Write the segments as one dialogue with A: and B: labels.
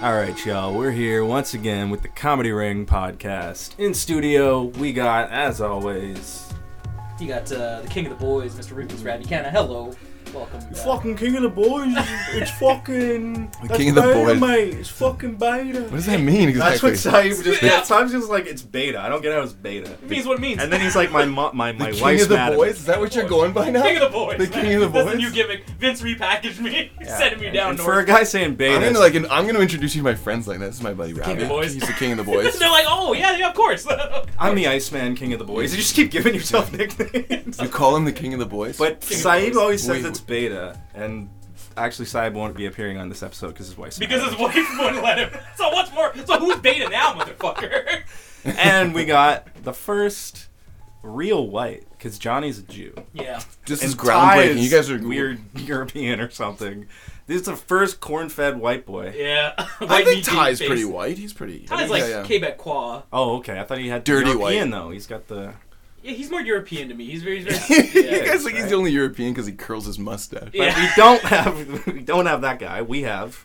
A: All right, y'all. We're here once again with the Comedy Ring podcast. In studio, we got, as always,
B: You got uh, the king of the boys, Mr. Rufus Rat Buchanan. Hello, welcome. back.
C: Fucking King of the Boys. It's fucking.
D: The
C: that's
D: King of the
C: beta,
D: Boys.
C: mate. It's fucking beta.
D: What does that mean
C: That's
D: exactly?
C: what Saeed just.
B: Yeah.
C: Yeah. Times just like it's beta. I don't get how it's beta.
B: It means what it means.
C: And then he's like my mo- my
D: the
C: my
D: king
C: wife's
D: of the
C: mad at
D: boys?
C: me.
D: Is that what you're going by now?
B: king of the boys.
D: The
B: man.
D: king of the
B: That's
D: boys?
B: the new gimmick. Vince repackaged me,
C: Yeah.
B: sending me down
C: And
B: north.
C: for a guy saying beta.
D: I'm gonna
C: it's-
D: like an- I'm gonna introduce you to my friends like that. This is my buddy Robbie.
B: of the boys.
D: He's the king of the boys.
B: They're like, oh yeah, yeah, of course.
C: I'm the Iceman King of the Boys. You just keep giving yourself nicknames.
D: you call him the king of the boys?
C: But
B: King of the
C: Saeed
B: Boys.
C: always says
D: Wait,
C: it's beta, and actually Saeed won't be appearing on this episode because his wife's mad
B: because
C: at
B: his wife wouldn't let him. So what's more? So who's beta now, motherfucker?
C: him. and we got the first real white because Johnny's a Jew.
B: Yeah.
D: this
C: and
D: is groundbreaking.
C: Ty
D: You guys are
C: weird European or something. This is the first corn-fed white boy.
B: Yeah.
D: I
B: White meat
D: think Ty's
B: face.
D: pretty white. He's pretty.
B: Ty's like
D: yeah, yeah.
B: Quebecois.
C: Oh, okay. I thought he had
D: Dirty
C: European though. He's got the
B: Yeah, he's more European to me. He's very, he's very.
D: you
B: yeah.
D: guys think he's the only European because he curls his mustache.
B: Yeah.
C: But we don't have we don't have that guy. We have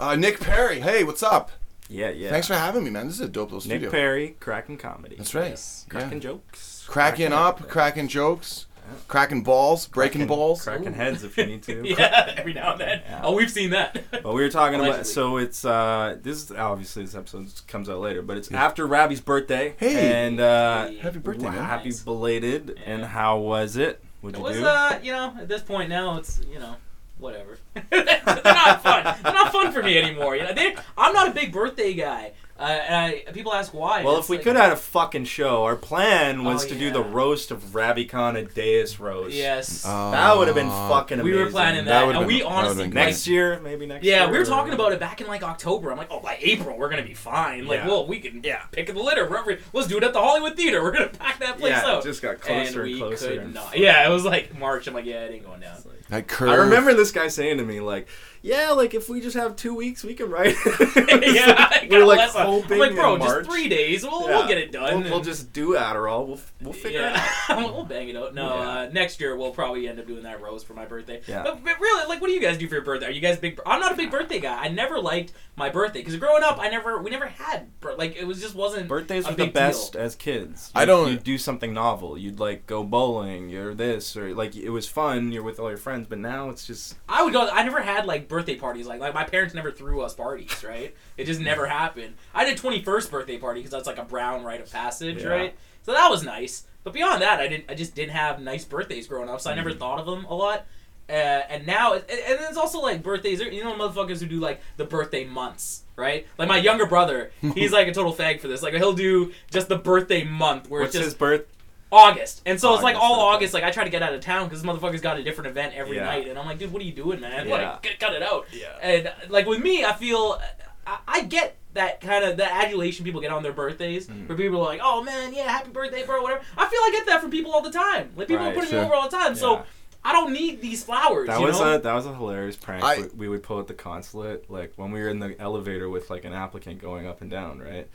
D: Uh, Nick Perry. Hey, what's up?
C: yeah yeah.
D: Thanks for having me, man. This is a dope little
C: Nick
D: studio.
C: Perry, cracking comedy,
D: That's right.
B: Yes.
D: Yeah.
C: cracking jokes,
D: Cracking up, cracking jokes, cracking balls, breaking balls.
C: cracking heads if you need to.
B: Yeah, every now and then. Oh, we've seen that.
C: But we were talking
B: Allegedly.
C: about so it's uh this is obviously this episode comes out later, but it's after Robbie's birthday.
D: Hey.
C: and uh,
D: Happy birthday,
C: wow,
D: man.
C: happy
B: Nice.
C: belated. And
B: Yeah.
C: how was it? What'd
B: It
C: you
B: was,
C: do?
B: uh, you know, at this point now, it's, you know, whatever. They're not fun. They're not fun for me anymore. You know, they, I'm not a big birthday guy. Uh, and I, people ask why. and
C: Well,
B: it's
C: if we
B: like-
C: could have had a fucking show, our plan was
B: Oh,
C: to
B: yeah.
C: do the roast of Rabicon and Deus roast.
B: Yes.
C: That would have been
D: Uh,
C: fucking
B: we
C: Oh, amazing.
B: were planning
D: That
B: that.
D: would've
B: and
D: been-
B: we
D: that
B: honestly,
D: would've been
B: like,
C: Next year, maybe next year.
B: yeah, we were talking about it back in, like, October. I'm like, oh, by April, we're going to be fine. Like,
C: Yeah.
B: well, we can yeah, pick up the litter. Wherever, let's do it at the Hollywood Theater. We're going to pack that place
C: yeah,
B: out.
C: it just got closer
B: and
C: and,
B: we
C: closer.
B: could
C: and-
B: not. Yeah, it was like March. I'm like, yeah, it ain't going down.
D: That curve.
C: I remember this guy saying to me, like, yeah, like if we just have two weeks, we can write. it."
B: yeah, I
C: we're
B: got
C: like
B: less on-
C: hoping
B: I'm like, bro,
C: in
B: just
C: March.
B: three days. We'll,
C: Yeah.
B: we'll get it done.
C: We'll, we'll just do Adderall. We'll, f- we'll figure it out.
B: yeah. we'll bang it out. No,
C: Yeah.
B: uh, next year we'll probably end up doing that roast for my birthday.
C: Yeah.
B: But, but really, like, what do you guys do for your birthday? Are you guys big? I'm not a big birthday guy. I never liked my birthday because growing up, I never, we never had bir- like it was just wasn't.
C: Birthdays
B: a
C: were the
B: big deal.
C: best as kids.
D: I don't-
C: You'd do something novel. You'd like go bowling. You're this or like it was fun. You're with all your friends, but now it's just
B: I would go. I never had like birthday parties. Like, like my parents never threw us parties. Right? It just never happened. I did 21st birthday party because that's like a brown rite of passage,
C: Yeah.
B: right? So that was nice. But beyond that, I didn't. I just didn't have nice birthdays growing up, so I
C: Mm-hmm.
B: never thought of them a lot. Uh, and now, and, and it's also like birthdays. there- You know, motherfuckers who do like the birthday months, right? Like my younger brother, he's like a total fag for this. Like he'll do just the birthday month where
C: what's
B: it's just
C: his birth?
B: August. And so it's like
C: August,
B: all
C: okay.
B: August, like I try to get out of town because motherfuckers got a different event every
C: Yeah.
B: night. And I'm like, dude, what are you doing, man?
C: Yeah.
B: Like, cut, cut it out.
C: Yeah.
B: And uh, like with me, I feel, I, I get that kind of, the adulation people get on their birthdays
C: Mm-hmm.
B: where people are like, oh man, yeah, happy birthday, bro, whatever. I feel I get that from people all the time. Like people
C: Right,
B: are putting
D: sure.
B: me over all the time.
C: Yeah.
B: So I don't need these flowers.
C: That
B: you
C: was
B: know?
C: a that was a hilarious prank
D: I-
C: we, we would pull at the consulate. Like when we were in the elevator with like an applicant going up and down, right?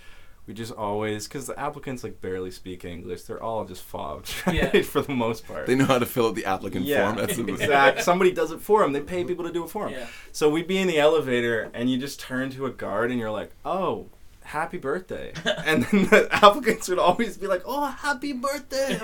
C: We just always because the applicants like barely speak English. They're all just fobbed right?
B: Yeah.
C: for the most part.
D: They know how to fill out the applicant
C: yeah,
D: form. That's
C: exact. Somebody does it for them. They pay people to do it for them.
B: Yeah.
C: So we'd be in the elevator, and you just turn to a guard, and you're like, "Oh, happy birthday!" and then the applicants would always be like, "Oh, happy birthday!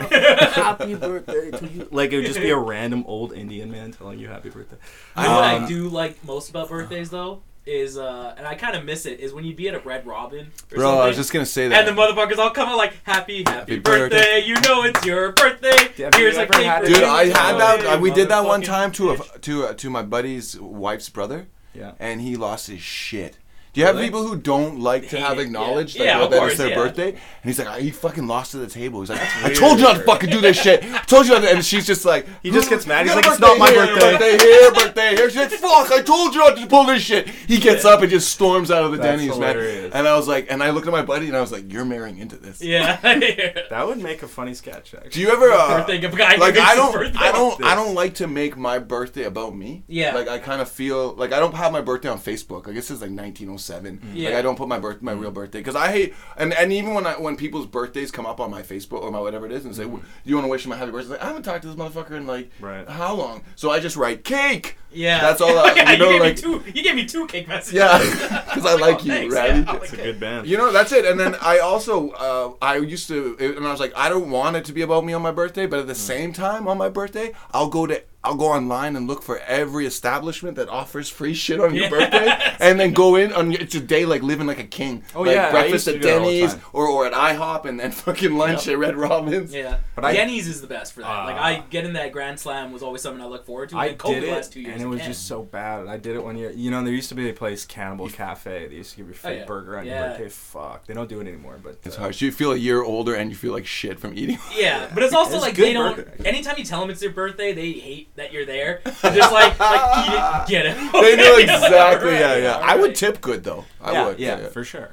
C: happy birthday to you!" Like it would just be a random old Indian man telling you happy birthday.
B: You know what I
D: Um,
B: do like most about birthdays though is, uh, and I kind of miss it, is when you'd be at a Red Robin or
D: Bro, I was
B: something.
D: just gonna say that.
B: And the motherfuckers all come out like, happy, happy
D: Happy
B: birthday. you know it's your birthday.
C: you
B: Here's a
C: ever
B: cake
C: had-
B: for
C: Dude,
D: Dude,
B: you."
D: I
C: Oh,
D: had that.
B: Hey,
D: we did that one
B: motherfucking
D: time to a
B: bitch.
D: to a, to my buddy's wife's brother,
C: Yeah.
D: and he lost his shit. Do you have
B: Really?
D: people who don't like to
B: Hate
D: have
B: it, yeah.
D: acknowledged
B: Yeah,
D: like,
B: of
D: that
B: course,
D: it's their
B: yeah.
D: birthday? And he's like, "Ah, he fucking lost to the table. He's like, I told you not to
C: weird.
D: fucking do this shit. I told you not to. And she's just like,
C: He just gets mad. He's
D: "Got a
C: like, it's not my
D: here,
C: birthday."
D: Birthday here, birthday here. She's like, fuck, I told you not to pull this shit. He gets up and just storms out of the
C: That's
D: Denny's, man.
C: hilarious.
D: And I was like, and I looked at my buddy and I was like, you're marrying into this.
B: Yeah.
C: That would make a funny sketch, actually.
D: Do you ever uh,
B: Birthday guy.
D: like
B: who
D: I
B: makes his
D: don't,
B: birthday.
D: I don't,
C: This.
D: I don't like to make my birthday about me.
B: Yeah.
D: Like I kind of feel like I don't have my birthday on Facebook. Like it says like 1906 seven. Like
B: Mm-hmm. Yeah.
D: I don't put my birth my real birthday because I hate and, and even when I when people's birthdays come up on my Facebook or my whatever it is and say
B: Mm-hmm.
D: "Do you want to wish him a happy birthday, It's like, I haven't talked to this motherfucker in like
E: Right.
D: how long. So I just write cake.
B: Yeah,
D: That's all I-
B: yeah,
D: you know,
B: gave
D: like-
B: me two. You gave me two cake messages. Oh,
D: Yeah, because I like you,
B: thanks,
D: right?
B: yeah.
E: It's a good band.
D: You know, that's it. And then I also, uh, I used to, and I was like, I don't want it to be about me on my birthday, but at
C: Mm.
D: the same time, on my birthday, I'll go to, I'll go online and look for every establishment that offers free shit on your
B: Yes.
D: birthday, and then go in on your, it's a day like living like a king.
C: Oh,
D: like
C: yeah, I used
D: breakfast
C: to
D: at
C: do that all the
D: Denny's
C: time.
D: or, or at IHOP, and then fucking lunch at Red Robin's.
B: Yeah,
C: But I-
B: Denny's is the best for that. like
C: Uh,
B: I getting that Grand Slam was always something I look forward to.
C: I
B: and COVID
C: did
B: last
C: it,
B: two years
C: and it was
B: again.
C: just so bad. I did it one year. You know, there used to be a place, Cannibal Cafe. They used to give you free
B: Oh, yeah.
C: burger on
B: Yeah.
C: your birthday. Fuck, they don't do it anymore. But
D: It's
C: uh,
D: hard. So you feel a year older, and you feel like shit from eating.
B: Yeah, but it's also
C: It's
B: like
C: good
B: they don't.
C: burger, actually.
B: Anytime you tell them it's their birthday, they hate that you're there. They're just like, like eat it, get it.
D: They know
B: Okay,
D: exactly.
B: alright,
D: yeah, yeah. I would
B: alright.
D: tip good though. I
C: yeah,
D: would.
C: yeah, for sure.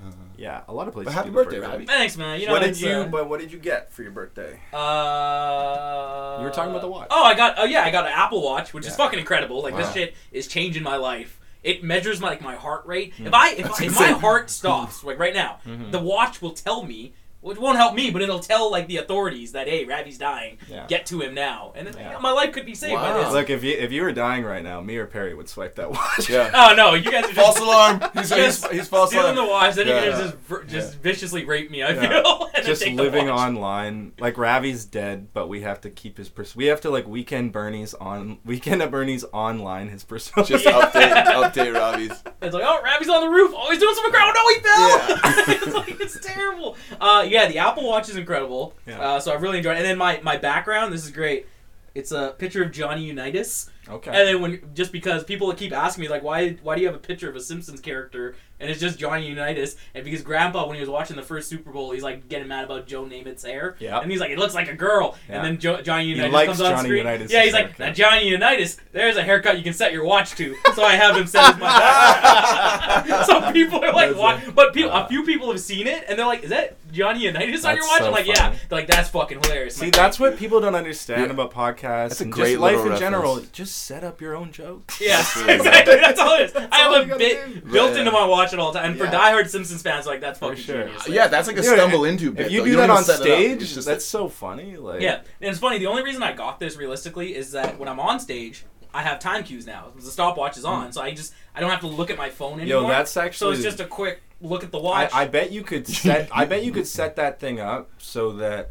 C: Uh-huh. Yeah, a lot of places.
D: But happy
C: do the
D: birthday,
C: burger.
D: Robbie.
B: Thanks, man. You know
E: what
B: what
E: did you?
B: Uh,
E: But what did you get for your birthday?
B: uh,
C: You were talking about the watch.
B: Oh, I got. Oh yeah, I got an Apple Watch, which is
C: Yeah.
B: fucking incredible. Like
D: Wow.
B: this shit is changing my life. It measures my, like my heart rate. If I if, I- if my
D: insane.
B: heart stops like right now, the watch will tell me. Which won't help me, but it'll tell like the authorities that hey, Ravi's dying.
C: Yeah.
B: Get to him now, and then,
C: Yeah.
B: you know, my life could be saved by
D: Wow.
B: this.
C: Look, if you if you were dying right now, me or Perry would swipe that watch.
D: Yeah.
B: Oh no, you guys are
D: false
B: just
D: alarm. He's, he's,
B: Yes.
D: he's false
B: stealing
D: alarm.
B: the watch. Then
D: Yeah.
B: you guys just vir- just viciously rape me. I
C: Yeah.
B: feel and
C: Just
B: then take
C: living
B: the watch.
C: online, like Ravi's dead, but we have to keep his pers- We have to like weekend Bernie's on weekend at Bernie's online his persona.
D: Just
B: Yeah.
D: update, update Robbie's.
B: It's like, oh, Ravi's on the roof. Oh, he's doing something ground. No, he fell. it's like it's terrible. Uh, yeah, the Apple Watch is incredible.
C: Yeah.
B: Uh, so I really enjoyed. it. And then my my background. This is great. It's a picture of Johnny Unitas. And
C: okay.
B: then when just because people keep asking me like why why do you have a picture of a Simpsons character and it's just Johnny Unitas and because Grandpa when he was watching the first Super Bowl he's like getting mad about Joe Namath's hair
C: Yeah.
B: and he's like it looks like a girl
C: Yeah.
B: and then jo- Johnny Unitas
C: likes
B: comes on
C: Johnny
B: screen
C: Unitas'
B: yeah he's like
C: haircut.
B: "Now, Johnny Unitas there's a haircut you can set your watch to so I have him set his watch so people are like
C: That's
B: why but people a few people have seen it and they're like is that Johnny Unitas on your
C: uh, That's
B: watch
C: so
B: I'm like yeah
C: funny.
B: they're like that's fucking hilarious I'm
C: See,
B: like,
C: that's what people don't understand
D: Yeah.
C: about podcasts
D: That's a
C: and
D: great
C: just life in
D: little
C: general.
D: reference.
C: Just set up your own jokes.
B: Yeah,
D: That's really
B: exactly. That's all it is. I
C: all
B: have
C: you gotta
B: a bit built
D: Yeah.
B: into my watch at all times. And for
D: Yeah.
B: diehard Simpsons fans, like that's fucking
C: sure.
B: genius. Like,
D: Yeah, that's like a
C: Dude,
D: stumble into bit.
C: If you
D: though.
C: do
D: don't
C: that
D: even
C: on
D: set it up.
C: stage,
D: It's just
C: that's so funny. Like,
B: yeah. And it's funny. The only reason I got this realistically is that when I'm on stage, I have time cues now. The stopwatch is on, so I just I don't have to look at my phone anymore.
C: Mm. yo, that's
B: so
C: actually.
B: it's just a quick look at the
C: I,
B: watch.
C: I bet you could set. I bet you could set that thing up so that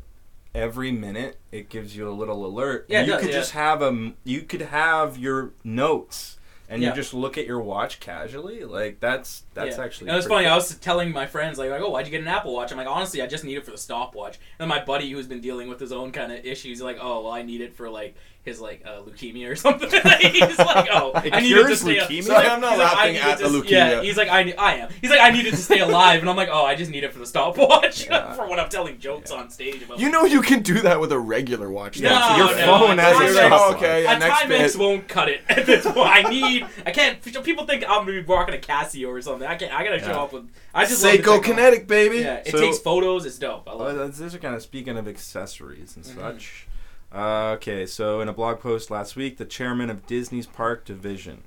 C: every minute it gives you a little alert.
B: Yeah, it
C: and you
B: does,
C: could
B: yeah.
C: just have them. You could have your notes, and
B: Yeah.
C: you just look at your watch casually. Like that's that's
B: Yeah.
C: actually.
B: And it was funny.
C: pretty
B: I was telling my friends like, like, oh, why'd you get an Apple Watch? I'm like, honestly, I just need it for the stopwatch. And then my buddy who's been dealing with his own kind of issues, like, oh, well, I need it for like his like uh, leukemia or something. he's like, oh,
C: It
B: I need it to
C: cures
B: stay.
C: leukemia?
B: he's
D: Sorry, I'm not
B: he's like, I
D: laughing
B: need it
D: at
B: to-
D: the
B: Yeah,
D: leukemia.
B: he's like, I, ne- I am. He's like, I need it to stay alive. And I'm like, oh, I just need it for the stopwatch
C: Yeah.
B: for when I'm telling jokes on stage. About
D: you know you can do that with a regular watch.
C: Yeah,
D: now.
B: No,
C: your
B: no,
C: phone
B: no,
C: has
B: no,
C: a
B: no,
C: shot.
B: no.
D: Oh, okay, yeah,
B: a
D: next
B: Timex
D: bit.
B: won't cut it at this point. I need. I can't. People think I'm gonna be rocking a Casio or something. I can't. I gotta show
C: Yeah.
B: up with. I just love the
D: Seiko
B: technology.
D: Kinetic, baby.
B: Yeah, it
C: So-
B: takes photos. It's dope. I
C: Well,
B: love it.
C: that's- these are kind of speaking of accessories and
B: Mhm.
C: such. Uh, okay, so in a blog post last week, the chairman of Disney's park division,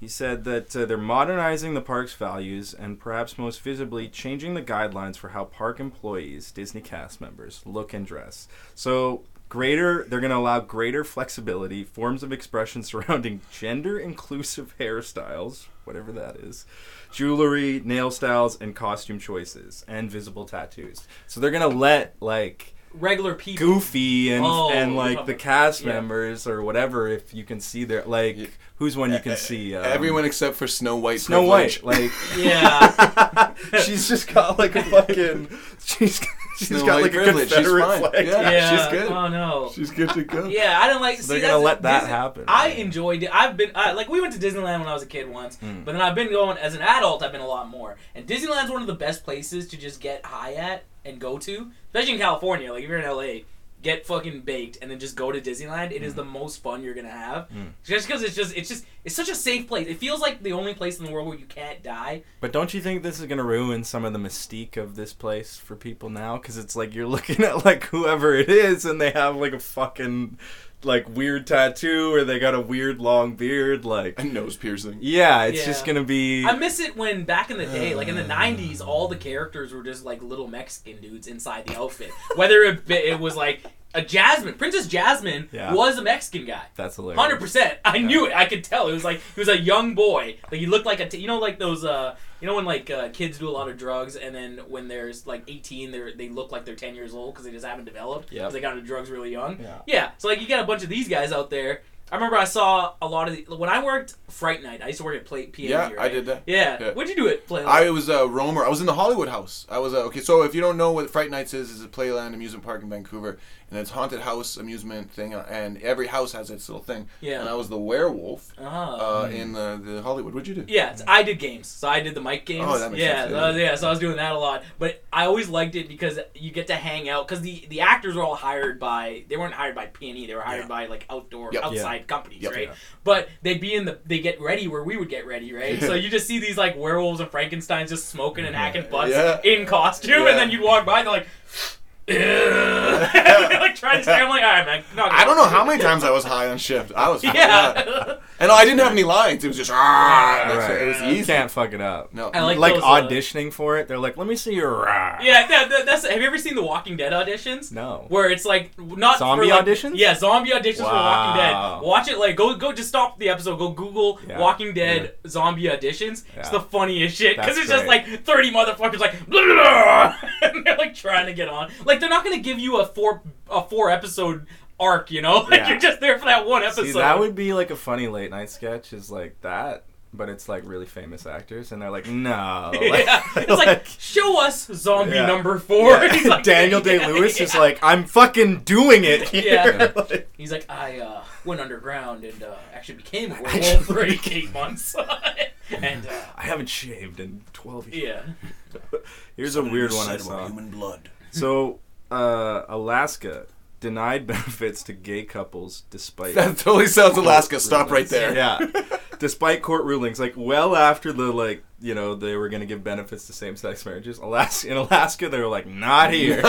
C: he said that uh, they're modernizing the park's values and perhaps most visibly changing the guidelines for how park employees, Disney cast members, look and dress. So greater, they're going to allow greater flexibility, forms of expression surrounding gender-inclusive hairstyles, whatever that is, jewelry, nail styles, and costume choices, and visible tattoos. So they're gonna let like
B: Regular people.
C: Goofy and
B: Oh,
C: and like the cast
B: yeah.
C: members or whatever, if you can see their like
D: Yeah. E-,
C: who's one you can see. Um,
D: Everyone except for Snow White.
C: Snow
D: privilege.
C: White, like
B: Yeah.
C: she's just got like a fucking she's she's got
D: Snow White
C: like a
D: privilege, she's
C: Confederate
D: fine.
C: flag.
D: Yeah.
B: yeah.
D: she's good.
B: Oh no.
D: She's good to go.
B: Yeah, I didn't like.
C: So
B: see,
C: they're gonna
B: that's-
C: let that
B: Disney-
C: happen.
B: I
C: Yeah.
B: enjoyed it. I've been I, like we went to Disneyland when I was a kid once,
C: Hmm.
B: but then I've been going as an adult. I've been a lot more, and Disneyland's one of the best places to just get high at and go to, especially in California. Like if you're in LA, get fucking baked and then just go to Disneyland. It is
C: Hmm.
B: the most fun you're gonna have, just because it's just it's just it's such a safe place. It feels like the only place in the world where you can't die.
C: But don't you think this is gonna ruin some of the mystique of this place for people now? Because it's like you're looking at like whoever it is, and they have like a fucking like weird tattoo or they got a weird long beard. Like,
D: And nose piercing.
C: yeah, it's
B: Yeah.
C: just gonna be.
B: I miss it when back in the day, like in
C: Uh.
B: the '90s, all the characters were just like little Mexican dudes inside the outfit. Whether it, be- it was like a Jasmine, Princess Jasmine
C: Yeah.
B: was a Mexican guy.
C: that's hilarious.
B: Hundred percent. I knew it. I could tell. It was like he was a young boy. Like he looked like a, t- you know, like those, uh, you know, when like uh, kids do a lot of drugs, and then when there's like eighteen, they they look like they're ten years old because they just haven't developed.
C: Yep.
B: 'cause they got into drugs really young.
D: Yeah.
B: So like you got a bunch of these guys out there. I remember I saw a lot of the, when I worked Fright Night. I used to work at Play PA.
D: Yeah,
B: right?
D: I did that.
B: Yeah.
D: Yeah.
B: What'd you do at Play?
D: I was a roamer. I was in the Hollywood House. I was a, okay. So if you don't know what Fright Nights is, it's a playland amusement park in Vancouver, and it's haunted house amusement thing, and every house has its little thing.
B: Yeah.
D: And I was the werewolf
B: uh
D: uh, in the, the Hollywood. What'd you do?
B: Yeah, it's- I did games, so I did the mic games.
D: Oh, that makes
B: yeah,
D: sense,
B: so
D: yeah.
B: I was- yeah, so I was doing that a lot. But I always liked it because you get to hang out because the the actors were all hired by they weren't hired by P and E, they were hired
D: Yeah.
B: by like outdoor
D: Yep.
B: outside companies,
D: Yep.
B: right? But they'd be in the they get ready where we would get ready, right? so you just see these like werewolves and Frankenstein's just smoking and hacking butts
D: Yeah.
B: in costume,
D: Yeah.
B: and then you'd walk by and they're like. they're like trying to stay. I'm like, all right, man. not
D: I don't
B: good."
D: know how many times I was high on shift. I was
B: Yeah.
D: and I didn't have any lines. It was just ah. That's
C: Right.
D: it. It was
C: you
D: easy.
C: can't fuck it up.
D: No.
B: I like
C: like
B: those, uh,
C: auditioning for it, they're like, "Let me see your rah."
B: Yeah, that, that- that's. Have you ever seen the Walking Dead auditions?
C: No.
B: Where it's like not
C: Zombie
B: for, like-
C: auditions?
B: Yeah, zombie auditions
C: Wow.
B: for Walking Dead. Watch it like go go just stop the episode. Go Google
C: Yeah.
B: Walking Dead zombie auditions. It's
C: Yeah.
B: the funniest shit because
C: That's
B: it's just
C: great.
B: like thirty motherfuckers like blah, blah, blah, and they're like trying to get on. Like they're not gonna give you a four a four episode arc. You know, like
C: Yeah.
B: you're just there for that one episode.
C: See, that would be like a funny late night sketch. Is like that, but it's like really famous actors, and they're like, "No."
B: yeah, it's like, show us zombie
C: Yeah.
B: number four. He's like-
C: Daniel Day Lewis is like, I'm fucking doing it here.
B: Yeah.
C: Like,
B: He's like, I uh, went underground and uh, actually became a werewolf for eight, eight months. and uh,
C: I haven't shaved in 12 years.
B: yeah,
C: Here's a weird one I
D: Said about
C: saw.
D: Human blood.
C: So, uh, Alaska denied benefits to gay couples despite.
D: That totally sounds Alaska. Stop right there.
C: yeah. Despite court rulings, like well after the like, you know, they were gonna give benefits to same-sex marriages. Alaska in Alaska, they were like, not here.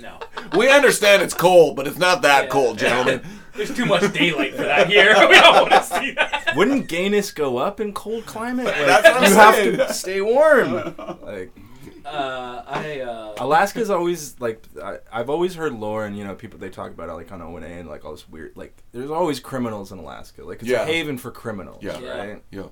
B: no.
D: We understand it's cold, but it's not that
B: Yeah.
D: cold, gentlemen.
B: There's too much daylight for that here. We don't want to see that.
C: Wouldn't gayness go up in cold climate? Like,
D: That's what I'm
C: you have to stay warm. Like,
B: Uh, I, uh,
C: Alaska's always like I, I've always heard lore and you know people they talk about it like on O and A and like all this weird like there's always criminals in Alaska like it's
D: Yeah.
C: a haven for criminals
D: Yeah.
B: Yeah.
C: right
D: Yeah.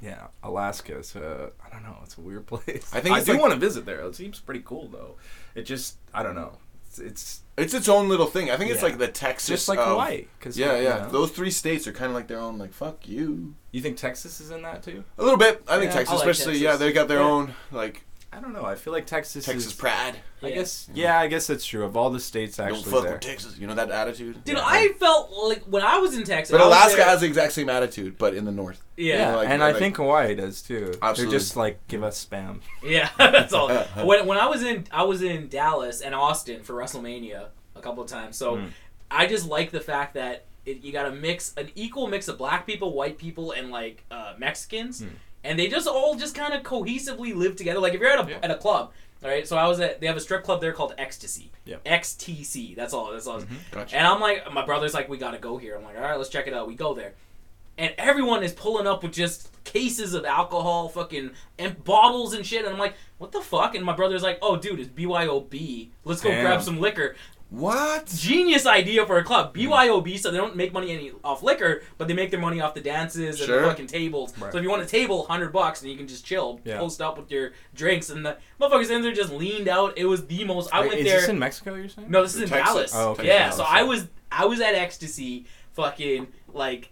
C: yeah Alaska it's a I don't know it's a weird place
D: I think
C: I
D: it's
C: do
D: like-
C: want to visit there it seems pretty cool though it just I don't know it's, it's
D: It's its own little thing. I think it's
C: Yeah.
D: like the Texas.
C: just like
D: of-
C: Hawaii 'cause,
D: Yeah,
C: you
D: yeah.
C: know.
D: Those three states are kind of like their own. Like fuck you.
C: you think Texas is in that too
D: A little bit. I think
C: Yeah,
D: Texas,
B: I like
D: especially.
B: Texas.
D: Yeah, they got their
B: Yeah.
D: own like
C: I don't know I feel like Texas
D: Texas
C: is,
D: pride.
C: I
B: Yeah.
C: guess yeah I guess that's true of all the states
D: Don't
C: actually
D: fuck
C: there
D: with Texas. You know that attitude.
B: dude, I felt like when I was in Texas.
D: But
B: I was
D: Alaska
B: there-
D: has the exact same attitude, but in the north.
B: Yeah,
C: yeah,
D: Yeah, like-
C: and I
D: like-
C: think Hawaii does too
D: Absolutely.
C: they're just like give us spam
B: Yeah, that's all. When, when I was in I was in Dallas and Austin for WrestleMania a couple of times, so
C: Mm.
B: I just like the fact that it, you got a mix, an equal mix of black people, white people, and like uh, Mexicans, and they just all just kind of cohesively live together. Like if you're at a at a club, all right. So I was at they have a strip club there called Ecstasy.
C: Yeah.
B: XTC. That's all. That's all.
D: Gotcha.
B: And I'm like, my brother's like, we gotta go here. I'm like, all right, let's check it out. We go there, and everyone is pulling up with just cases of alcohol, fucking and bottles and shit. And I'm like, what the fuck? And my brother's like, oh, dude, it's BYOB. Let's go
C: Damn. Mm.
B: grab some liquor.
D: What?
B: Genius idea for a club. BYOB, so they don't make money any off liquor, but they make their money off the dances and
D: Sure.
B: the fucking tables.
C: Right.
B: So if you want a table, hundred bucks, and you can just chill,
C: Yeah.
B: post up with your drinks, and the motherfuckers in there just leaned out. It was the most. I
C: Wait,
B: went
C: is
B: there.
C: this in Mexico you're saying
B: No, this is in
D: Texas.
B: Dallas.
C: Oh, okay.
B: Yeah,
C: Texas.
B: so I was I was at ecstasy, fucking like,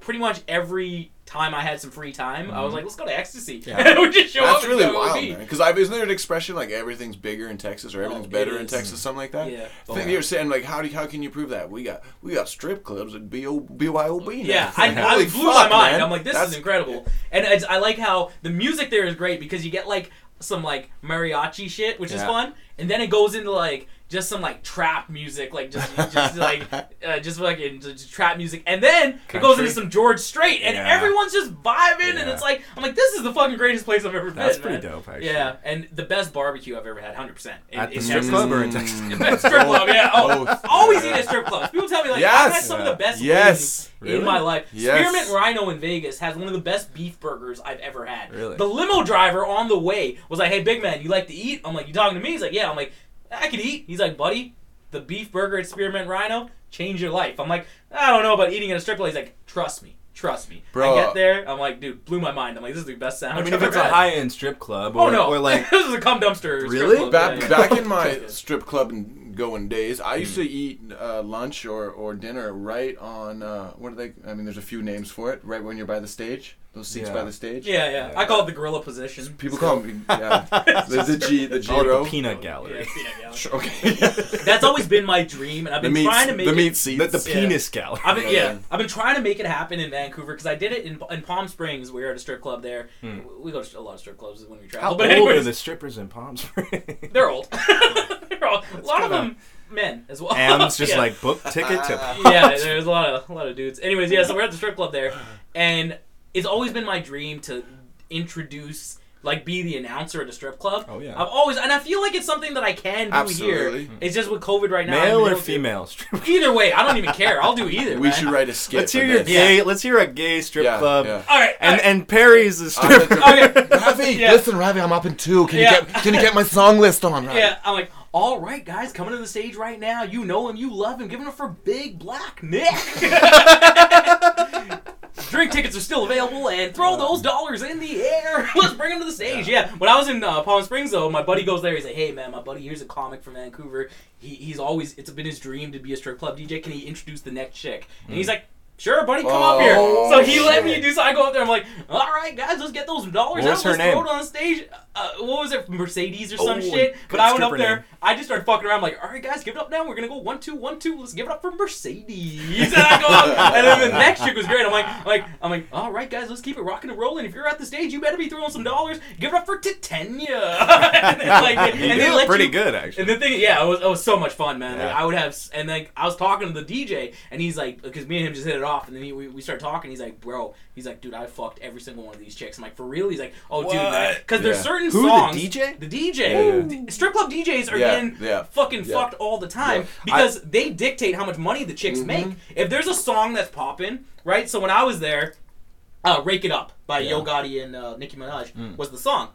B: pretty much every time I had some free time, I was like, let's go to ecstasy.
C: Mm-hmm. Yeah.
B: and I would just show
D: That's
B: up.
D: really
B: and go
D: wild,
B: be-
D: man. Because isn't there an expression like everything's bigger in Texas or everything's
B: Oh, it
D: better in
B: is.
D: Texas, something like that?
B: Yeah.
D: I think you're saying like, how do how can you prove that? We got we got strip clubs at BO, BYOB. now.
B: Yeah, I,
D: Like,
B: I
D: holy
B: blew my
D: fuck,
B: mind.
D: man.
B: I'm like, this
D: That's-
B: is incredible, and it's, I like how the music there is great because you get like some like mariachi shit, which is
C: Yeah.
B: fun, and then it goes into like just some like trap music, like just just like uh, just fucking just trap music, and then it goes
C: Country.
B: into some George Strait, and
C: Yeah.
B: everyone's just vibing, and
C: Yeah.
B: it's like I'm like this is the fucking greatest place I've ever
C: That's
B: been.
C: pretty
B: man.
C: dope, actually.
B: Yeah, and the best barbecue I've ever had, hundred percent.
C: At the
B: in
C: strip
B: Texas.
C: club or in Texas?
B: At strip club, yeah. Oh,
D: Both.
B: always eat at strip clubs. People tell me like I've had
D: Yes.
B: some of the best wings
D: Yes.
C: Really?
B: in my life.
D: Yes.
B: Spearmint Rhino in Vegas has one of the best beef burgers I've ever had.
C: Really?
B: The limo driver on the way was like, "Hey, big man, you like to eat?" I'm like, "You talking to me?" He's like, "Yeah." I'm like, "I could eat." He's like, "Buddy, the beef burger at Spearmint Rhino changed your life." I'm like, "I don't know about eating at a strip club." He's like, "Trust me, trust me."
D: Bro.
B: I get there, I'm like, "Dude, blew my mind." I'm like, "This is the best sandwich."
C: I mean,
B: I've
C: if it's
B: ever
C: a
B: had."
C: high end strip club or,
B: Oh no!
C: or like
B: this is a cum dumpster. strip
C: Really?
B: club.
D: Back
B: Yeah, yeah. Mm.
D: back in my
B: Yeah.
D: strip club and going days, I used to eat uh, lunch or, or dinner right on uh, what are they? I mean, there's a few names for it. Right when you're by the stage, those seats
C: Yeah.
D: by the stage.
B: Yeah, yeah. I call it the gorilla position.
D: People call me yeah, the, the G the G
C: oh,
D: row.
C: the peanut
B: Yeah,
C: gallery.
B: peanut gallery.
D: Sure, Okay.
B: That's always been my dream, and I've
D: the
B: been
D: meat
B: trying to make
D: the
B: it.
D: meat seats.
C: The, the
B: Yeah.
C: penis gallery.
B: I've been, yeah,
D: Yeah.
B: I've been trying to make it happen in Vancouver because I did it in, in Palm Springs. We were at a strip club there.
C: Hmm.
B: We go to a lot of strip clubs when we travel.
C: How
B: but
C: old are
B: anyways,
C: the strippers in Palm Springs?
B: they're old. they're old. A lot of
C: kinda-
B: them men as well.
C: Am's just
B: Oh, Yeah.
C: like book ticket to.
B: yeah, there's a lot of a lot of dudes. Anyways, yeah, so we're at the strip club there, and it's always been my dream to introduce, like, be the announcer at a strip club.
C: Oh, yeah.
B: I've always, and I feel like it's something that I can do
D: Absolutely.
B: here. It's just with COVID right now. I haven't
C: Male
B: been
C: or
B: able to.
C: female stripper?
B: Either way, I don't even care. I'll do either.
D: we
B: man.
D: should write a skit.
C: Let's
D: for
C: hear your
D: this.
B: Yeah.
C: gay. Let's hear a gay strip
D: Yeah,
C: club.
D: yeah.
B: All right,
C: And
B: all right.
C: and Perry's the
D: I'm
C: stripper.
D: gonna-
B: okay.
D: Ravi,
B: Oh, Yeah.
D: listen, Ravi, I'm up in two. Can
B: Yeah.
D: you get can you get my song list on? Ravi?
B: yeah, I'm like, all right, guys, coming to the stage right now. You know him, you love him. Give him up for Big Black Nick. Drink tickets are still available, and throw
C: Uh,
B: those dollars in the air. Let's bring them to the stage. Yeah. When I was in uh, Palm Springs, though, my buddy goes there. He's like, "Hey, man, my buddy here's a comic from Vancouver. He, he's always it's been his dream to be a strip club DJ. Can he introduce the next chick?" And
C: Mm.
B: he's like. Sure, buddy, come up here.
D: Oh,
B: So he let me
D: shit.
B: do so. I go up there. I'm like, all right, guys, let's get those dollars
C: What
B: out.
C: was her
B: let's
C: name?
B: throw it on stage. Uh, what was it, Mercedes or some
C: Oh,
B: shit? But
C: good
B: I went up
C: stripper
B: there.
C: name.
B: I just started fucking around. I'm like, all right, guys, give it up now. We're gonna go one, two, one, two. Let's give it up for Mercedes. And I go up, and then the next chick was great. I'm like, I'm like, I'm like, all right, guys, let's keep it rocking and rolling. If you're at the stage, you better be throwing some dollars. Give it up for Titania. and then, like, and
C: You
B: they
C: did
B: let
C: pretty
B: you-
C: good actually.
B: and the thing, yeah, it was, it was so much fun, man. Like,
C: Yeah.
B: I would have, s- and like I was talking to the DJ, and he's like, because me and him just hit it off, and then he, we, we start talking. He's like, bro, he's like, dude, I fucked every single one of these chicks. I'm like, for real? He's like, oh, dude, man, because there's
D: Yeah.
B: certain
C: Who, the
B: songs.
C: DJ?
B: The DJ,
D: Yeah, yeah.
B: D- strip club DJs are
D: Yeah,
B: getting
D: yeah,
B: fucking
D: yeah.
B: fucked all the time
D: Yeah. Mm-hmm.
B: because they dictate how much money the chicks make. If there's a song that's popping, right? So when I was there, uh, "Rake It Up" by Yo Gotti and uh, Nicki Minaj was the song.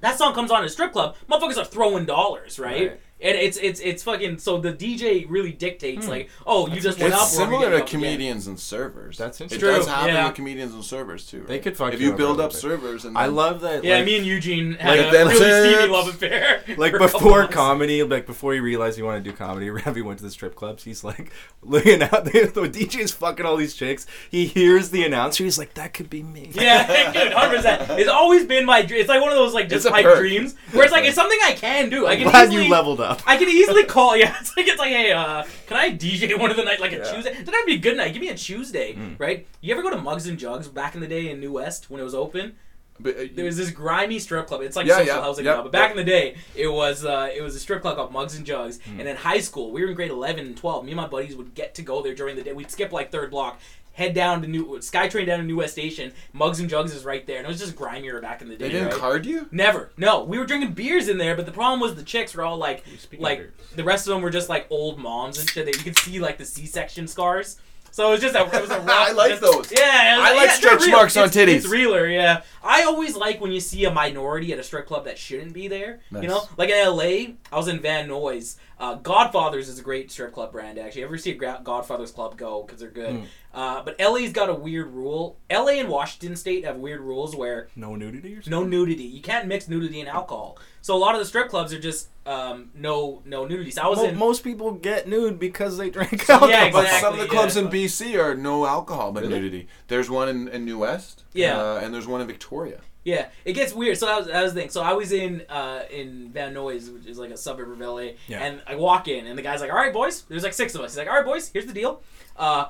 B: That song comes on at a strip club. Motherfuckers are throwing dollars, right?
C: Right.
B: And it's it's it's fucking. So the DJ really dictates, like, oh, you just went
D: It's
B: up. we're gonna
D: similar
B: get
D: to
B: it up again.
D: comedians and servers.
C: That's
D: it
C: interesting.
D: does
B: True,
D: happen
B: yeah.
D: with comedians and servers too. Right?
C: They could fuck
D: if
C: you
D: you
C: over
D: build
C: a
D: up
C: little
D: servers and
C: I
D: then-
C: love that.
B: Yeah,
C: like,
B: me and Eugene
D: Like
B: had a
D: them
B: really steamy
D: tips.
B: love affair.
C: like
B: for a couple
C: before
B: months.
C: comedy, like before you realize you want to do comedy, Ravi went to the strip clubs. He's like looking out. The, the DJ's fucking all these chicks. He hears the announcer. He's like, "That could be me."
B: Yeah, dude, hundred percent. It's always been my dream. It's like one of those like just
D: It's a
B: pipe
D: perk.
B: dreams where it's like it's something I can do. I
C: I'm
B: can
C: glad
B: easily,
C: you leveled up.
B: I can easily call. Yeah, it's like it's like hey, uh, can I DJ one of the night like a Tuesday? Then that'd be a good night. Give me a Tuesday,
D: Hmm.
B: right? You ever go to Mugs and Jugs back in the day in New West when it was open?
D: But, uh,
B: There was this grimy strip club. It's like
D: Yeah,
B: social
D: yeah,
B: housing
D: yeah.
B: now, but back in the day, it was uh, it was a strip club called Mugs and Jugs.
D: Hmm.
B: And in high school, we were in grade eleven and twelve. Me and my buddies would get to go there during the day. We'd skip like third block, head down to New SkyTrain down to New West Station. Mugs and Jugs is right there, and it was just grimier back in the day.
D: they didn't
B: right?
D: card you.
B: Never. No, we were drinking beers in there, but the problem was the chicks were all like,
C: speaking
B: like
C: of beers.
B: the rest of them were just like old moms and shit that you could see like the C-section scars. So it was just a, it was a rough.
D: I like
B: just-
D: those.
B: Yeah, it was
D: I like
B: yeah,
D: stretch
B: they're real.
D: marks on
B: It's-
D: titties.
B: It's realer, yeah. I always like when you see a minority at a strip club that shouldn't be there. You
D: Nice.
B: know, like in L.A., I was in Van Nuys. Uh, Godfather's is a great strip club brand. Actually, ever see a gra- Godfather's club go because they're
D: Hmm.
B: good. Uh, but L.A.'s got a weird rule. L.A. and Washington State have weird rules where
C: No nudity or something.
B: no nudity. You can't mix nudity and alcohol. So a lot of the strip clubs are just um, no no nudity. So I was
C: Mo-
B: in
C: most people get nude because they drink alcohol.
D: But some of
B: Exactly,
D: the clubs
B: yeah.
D: in BC are no alcohol but nudity. There's one in, in New West.
B: Yeah.
D: uh, and there's one in Victoria.
B: yeah. It gets weird. So that was that was the thing. So I was in uh, in Van Nuys, which is like a suburb of LA,
C: Yeah.
B: and I walk in, and the guy's like, "All right, boys." There's like six of us. He's like, "All right, boys. Here's the deal. Uh,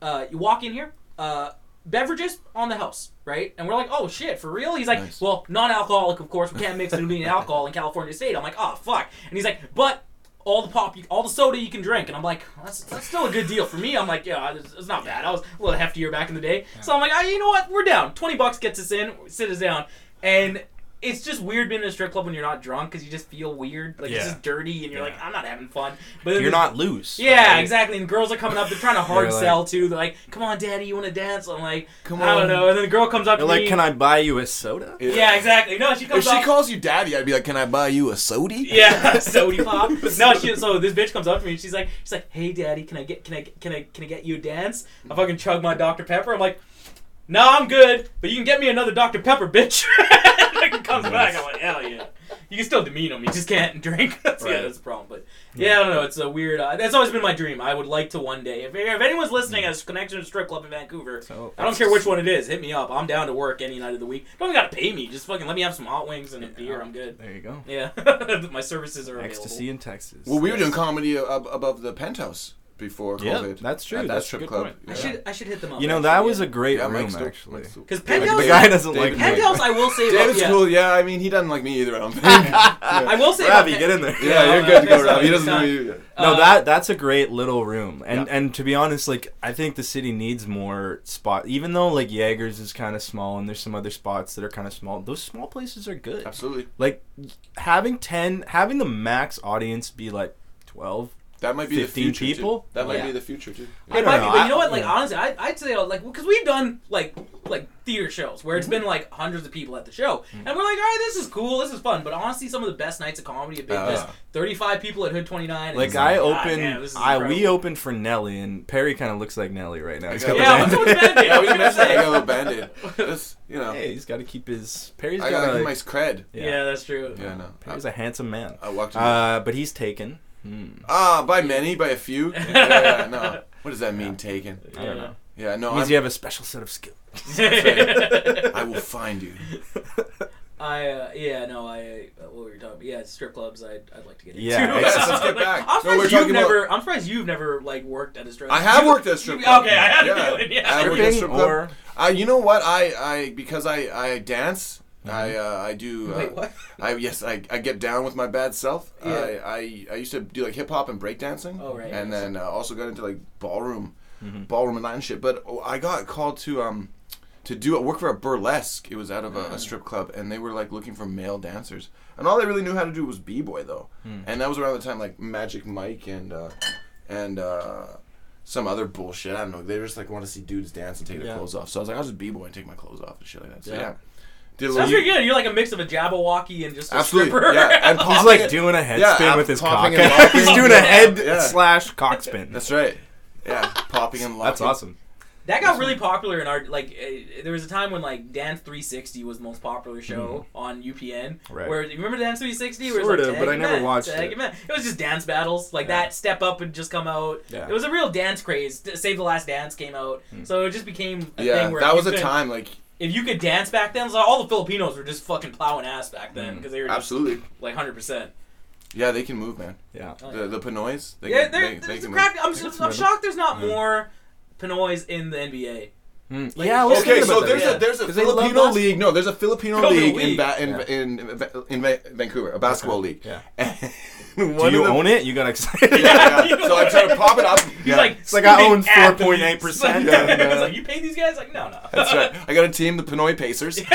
B: uh, you walk in here. Uh, beverages on the house, right?" And we're like, "Oh shit, for real?" He's like,
D: Nice.
B: "Well, non-alcoholic, of course. We can't mix nudity and alcohol in California State." I'm like, "Oh fuck," and he's like, "But." all the pop, you, all the soda you can drink, and I'm like, that's, that's still a good deal for me. I'm like, yeah, it's, it's not bad. I was a little heftier back in the day, so I'm like, ah, you know what? We're down. Twenty bucks gets us in. Sit us down, and it's just weird being in a strip club when you're not drunk because you just feel weird, like it's
C: Yeah.
B: just dirty, and you're
C: Yeah.
B: like, I'm not having fun. But then
C: You're
B: there's-
C: not loose.
B: Yeah,
C: right?
B: exactly. And girls are coming up. They're trying to hard
C: They're like-
B: sell too. They're like, "Come on, daddy, you want to dance?" I'm like,
D: Come
B: "I don't
D: on."
B: know." And then the girl comes up
C: You're
B: to
C: like,
B: me.
C: can I buy you a soda?
B: Yeah, exactly. No, she
D: If
B: comes
D: she
B: up.
D: calls you daddy, I'd be like, "Can I buy you a soda?"
B: yeah, soda pop. No, she. So this bitch comes up to me. and She's like, she's like, "Hey, daddy, can I get, can I, can I, can I get you a dance?" I fucking chug my Dr Pepper. I'm like, "No, I'm good, but you can get me another Dr Pepper, bitch." Like, it comes back. I'm like, "Hell yeah." You can still demean them. You just can't drink. that's, Yeah,
D: Right.
B: that's the problem. But yeah, I don't know. It's a weird. Uh, that's always been my dream. I would like to one day. If, if anyone's listening, has a connection to a strip club in Vancouver,
C: So,
B: I don't care which one it is. Hit me up. I'm down to work any night of the week. Don't even gotta pay me. Just fucking let me have some hot wings and a beer. I'm good.
C: There you go.
B: Yeah, my services are
C: Ecstasy
B: available.
C: in Texas.
D: Well, we were doing comedy ab- above the penthouse before
C: Yeah,
D: COVID.
C: that's true.
D: At that
C: That's a
D: strip
C: good
D: club.
C: point.
B: I should I should hit them up.
C: You know,
B: actually,
C: that was
B: yeah.
C: a great
D: Yeah,
C: room,
D: Mike's dope.
C: actually.
D: Mike's dope.
B: 'Cause
D: Yeah,
B: Penthouse-
D: David-
B: The guy
C: doesn't like
D: David-
C: me.
B: Penthouse. I will say about
D: David's
B: yeah.
D: cool. Yeah, I mean, he doesn't like me either. I don't think. yeah.
B: I will say
C: Ravi,
B: about
C: get
B: Pen-
C: in there.
B: Yeah,
D: you're
B: no,
D: good to
B: that's
D: go,
B: not
D: Rob. He
B: what
D: doesn't know
B: it's
D: you.
C: No,
B: Uh,
C: that that's a great little room, and
D: Yeah.
C: and to be honest, like I think the city needs more spot. Even though like Jaegers is kind of small, and there's some other spots that are kind of small. Those small places are good.
D: Absolutely.
C: Like having ten, having the max audience be like twelve.
D: That might be the
C: 15
D: future.
C: people?
D: Too. That might
B: Yeah.
D: be the future too.
C: I
B: It
C: don't
B: might
C: know.
B: be, but
C: I-
B: you know what? Like
C: yeah.
B: honestly, I I'd say like because we've done like like theater shows where
C: Mm-hmm.
B: it's been like hundreds of people at the show, and we're like, all right, this is cool, this is fun. But honestly, some of the best nights of comedy have been
D: Uh,
B: just thirty-five people at Hood Twenty Nine. and
C: Like
B: it's
C: I
B: "God
C: opened,
B: damn, this is
C: I we
B: incredible."
C: opened for Nelly, and Perry kind of looks like Nelly right now. He's got the
B: Yeah, what's up
C: band-
B: with Band-Aid?
D: Yeah,
B: I
D: we
B: was gonna
D: missed that. I
B: say.
D: got a little bandit. This, you know,
C: Hey, he's got to keep his Perry's
D: I
C: got,
D: gotta
C: a,
D: keep my cred.
B: yeah.
C: yeah.
B: that's true.
D: Yeah, no. I,
C: Perry's a handsome man.
D: I walked. in.
C: Uh, but he's taken. Hmm.
D: ah, by many, by a few. Yeah, yeah, no. What does that mean? Taken.
C: I don't know.
D: Yeah, no.
C: Means
D: I'm,
C: you have a special set of skills.
D: I will find you.
B: I uh, yeah no I uh, what were you talking about yeah strip clubs I'd, I'd like to get into.
C: Yeah,
D: let's- let's get back.
B: I'm
D: No, we're
B: surprised you've
D: talking about-
B: never I'm surprised you've never like worked at a strip.
D: I have
B: You-
D: worked at a strip
B: you-
D: club.
B: Okay, I had
D: Yeah.
B: a feeling. Yeah,
D: I have worked at a strip club.
C: or
D: Uh, you know what? I, I because I, I dance. I, uh, I do. Uh,
B: Wait, what?
D: I yes, I, I get down with my bad self.
B: Yeah.
D: I, I I used to do like hip hop and breakdancing.
B: Oh, right.
D: And then uh, also got into like ballroom, ballroom and Latin shit. But oh, I got called to um to do work for a burlesque. It was out of a,
B: Mm.
D: a strip club, and they were like looking for male dancers. And all they really knew how to do was b boy though. And that was around the time like Magic Mike and uh, and. Uh, some other bullshit. I don't know. They just like want to see dudes dance and take their
C: Yeah.
D: clothes off. So I was like, I'll just b boy and take my clothes off and shit like that. So yeah,
C: Yeah.
D: did a
B: Sounds
D: little-
B: pretty good. You're like a mix of a Jabberwocky and just a
D: Absolutely,
B: stripper.
D: yeah. And
C: he's
D: popping
C: like
D: it-
C: doing a head
D: Yeah,
C: spin
D: I'm
C: with his cock.
D: popping and locking.
C: he's doing a head
D: Yeah.
C: slash cock spin. That's,
D: That's right. Yeah, popping and locking.
C: awesome.
B: That got really popular in our like. Uh, there was a time when like Dance 360 was the most popular show on UPN.
C: Mm-hmm. Right.
B: Where you remember Dance 360? Where it was
C: Sorta,
B: like,
C: but
B: "Tag
C: I
B: your
C: never
B: man,
C: watched
B: tag
C: it.
B: your man." It was just dance battles like
C: Yeah.
B: that. Step Up had just come out.
C: Yeah. Hmm.
B: It was a real dance craze. D- Save the Last Dance came out, so it just became a
D: Yeah,
B: thing where
D: that
B: if
D: was
B: you
D: a
B: could-
D: time like
B: If you could dance back then, so all the Filipinos were just fucking plowing ass back
C: Hmm.
B: then because they were just
D: absolutely.
B: like 100. percent
D: Yeah, they can move, man.
C: Yeah.
D: The the Pinoys. They
B: Yeah,
D: can,
B: there-
D: they, they
B: there's a
D: can
B: crap. I'm,
D: move.
C: some
B: just,
C: Hmm.
B: I'm
C: of
B: shocked there's not more Pinoys in the NBA.
D: Hmm.
B: Like,
C: yeah. I was
D: Okay,
C: thinking
D: so
C: about that.
D: there's
B: yeah.
D: a there's a
C: 'Cause they love
D: Filipino
C: basketball.
D: league. No, there's a Filipino
B: Filipino
D: league, in
B: league.
D: ba- in, in in Va- Vancouver, a basketball league.
C: Yeah.
D: And
C: Do
D: one
C: you
D: of them-
C: own it? You got excited.
D: Yeah, yeah. so I try to pop it up.
B: He's
D: Yeah.
B: like,
C: It's like I
B: "Stupid
C: own
B: athletes."
C: 4.8%.
B: Like,
D: Yeah.
B: I was like, you pay these guys? Like, no, no.
D: That's right. I got a team, the Pinoy Pacers.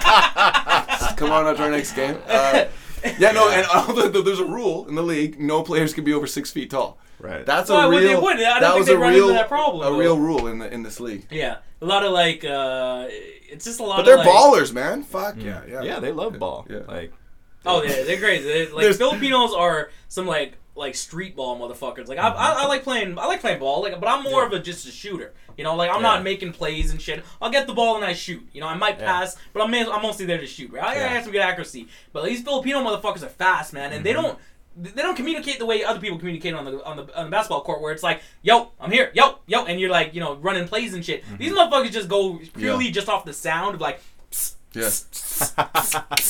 D: Come on out to our next game. Uh, yeah, no, and all the, the, there's a rule in the league: no players can be over six feet tall.
C: Right.
D: That's
B: Why
D: a
B: would
D: real.
B: they wouldn't? I don't
D: that
B: think
D: was
B: they
D: a
B: run
D: real
B: into that problem,
D: A
B: though.
D: real rule in the in this league.
B: Yeah, a lot of like, uh, it's just a lot.
D: But they're
B: of, like,
D: ballers, man. Fuck yeah, Mm. yeah.
C: yeah, they love ball.
D: Yeah.
C: Like
B: Oh yeah, they're crazy. They're, like
D: There's-
B: Filipinos are some like like street ball motherfuckers. Like I, I, I like playing I like playing ball. Like, but I'm more of a just a shooter. You know, like I'm
C: Yeah.
B: not making plays and shit. I'll get the ball and I shoot. You know, I might
C: Yeah.
B: pass, but I'm I'm mostly there to shoot. Right, I, I
C: Yeah.
B: have some good accuracy. But these Filipino motherfuckers are fast, man, and they
C: Mm-hmm.
B: don't. They don't communicate the way other people communicate on the, on the on the basketball court, where it's like, "Yo, I'm here, yo,
C: Mm-hmm.
B: yo," and you're like, you know, running plays and shit. These motherfuckers just go purely just off the sound of like, "Psst,
D: Yeah.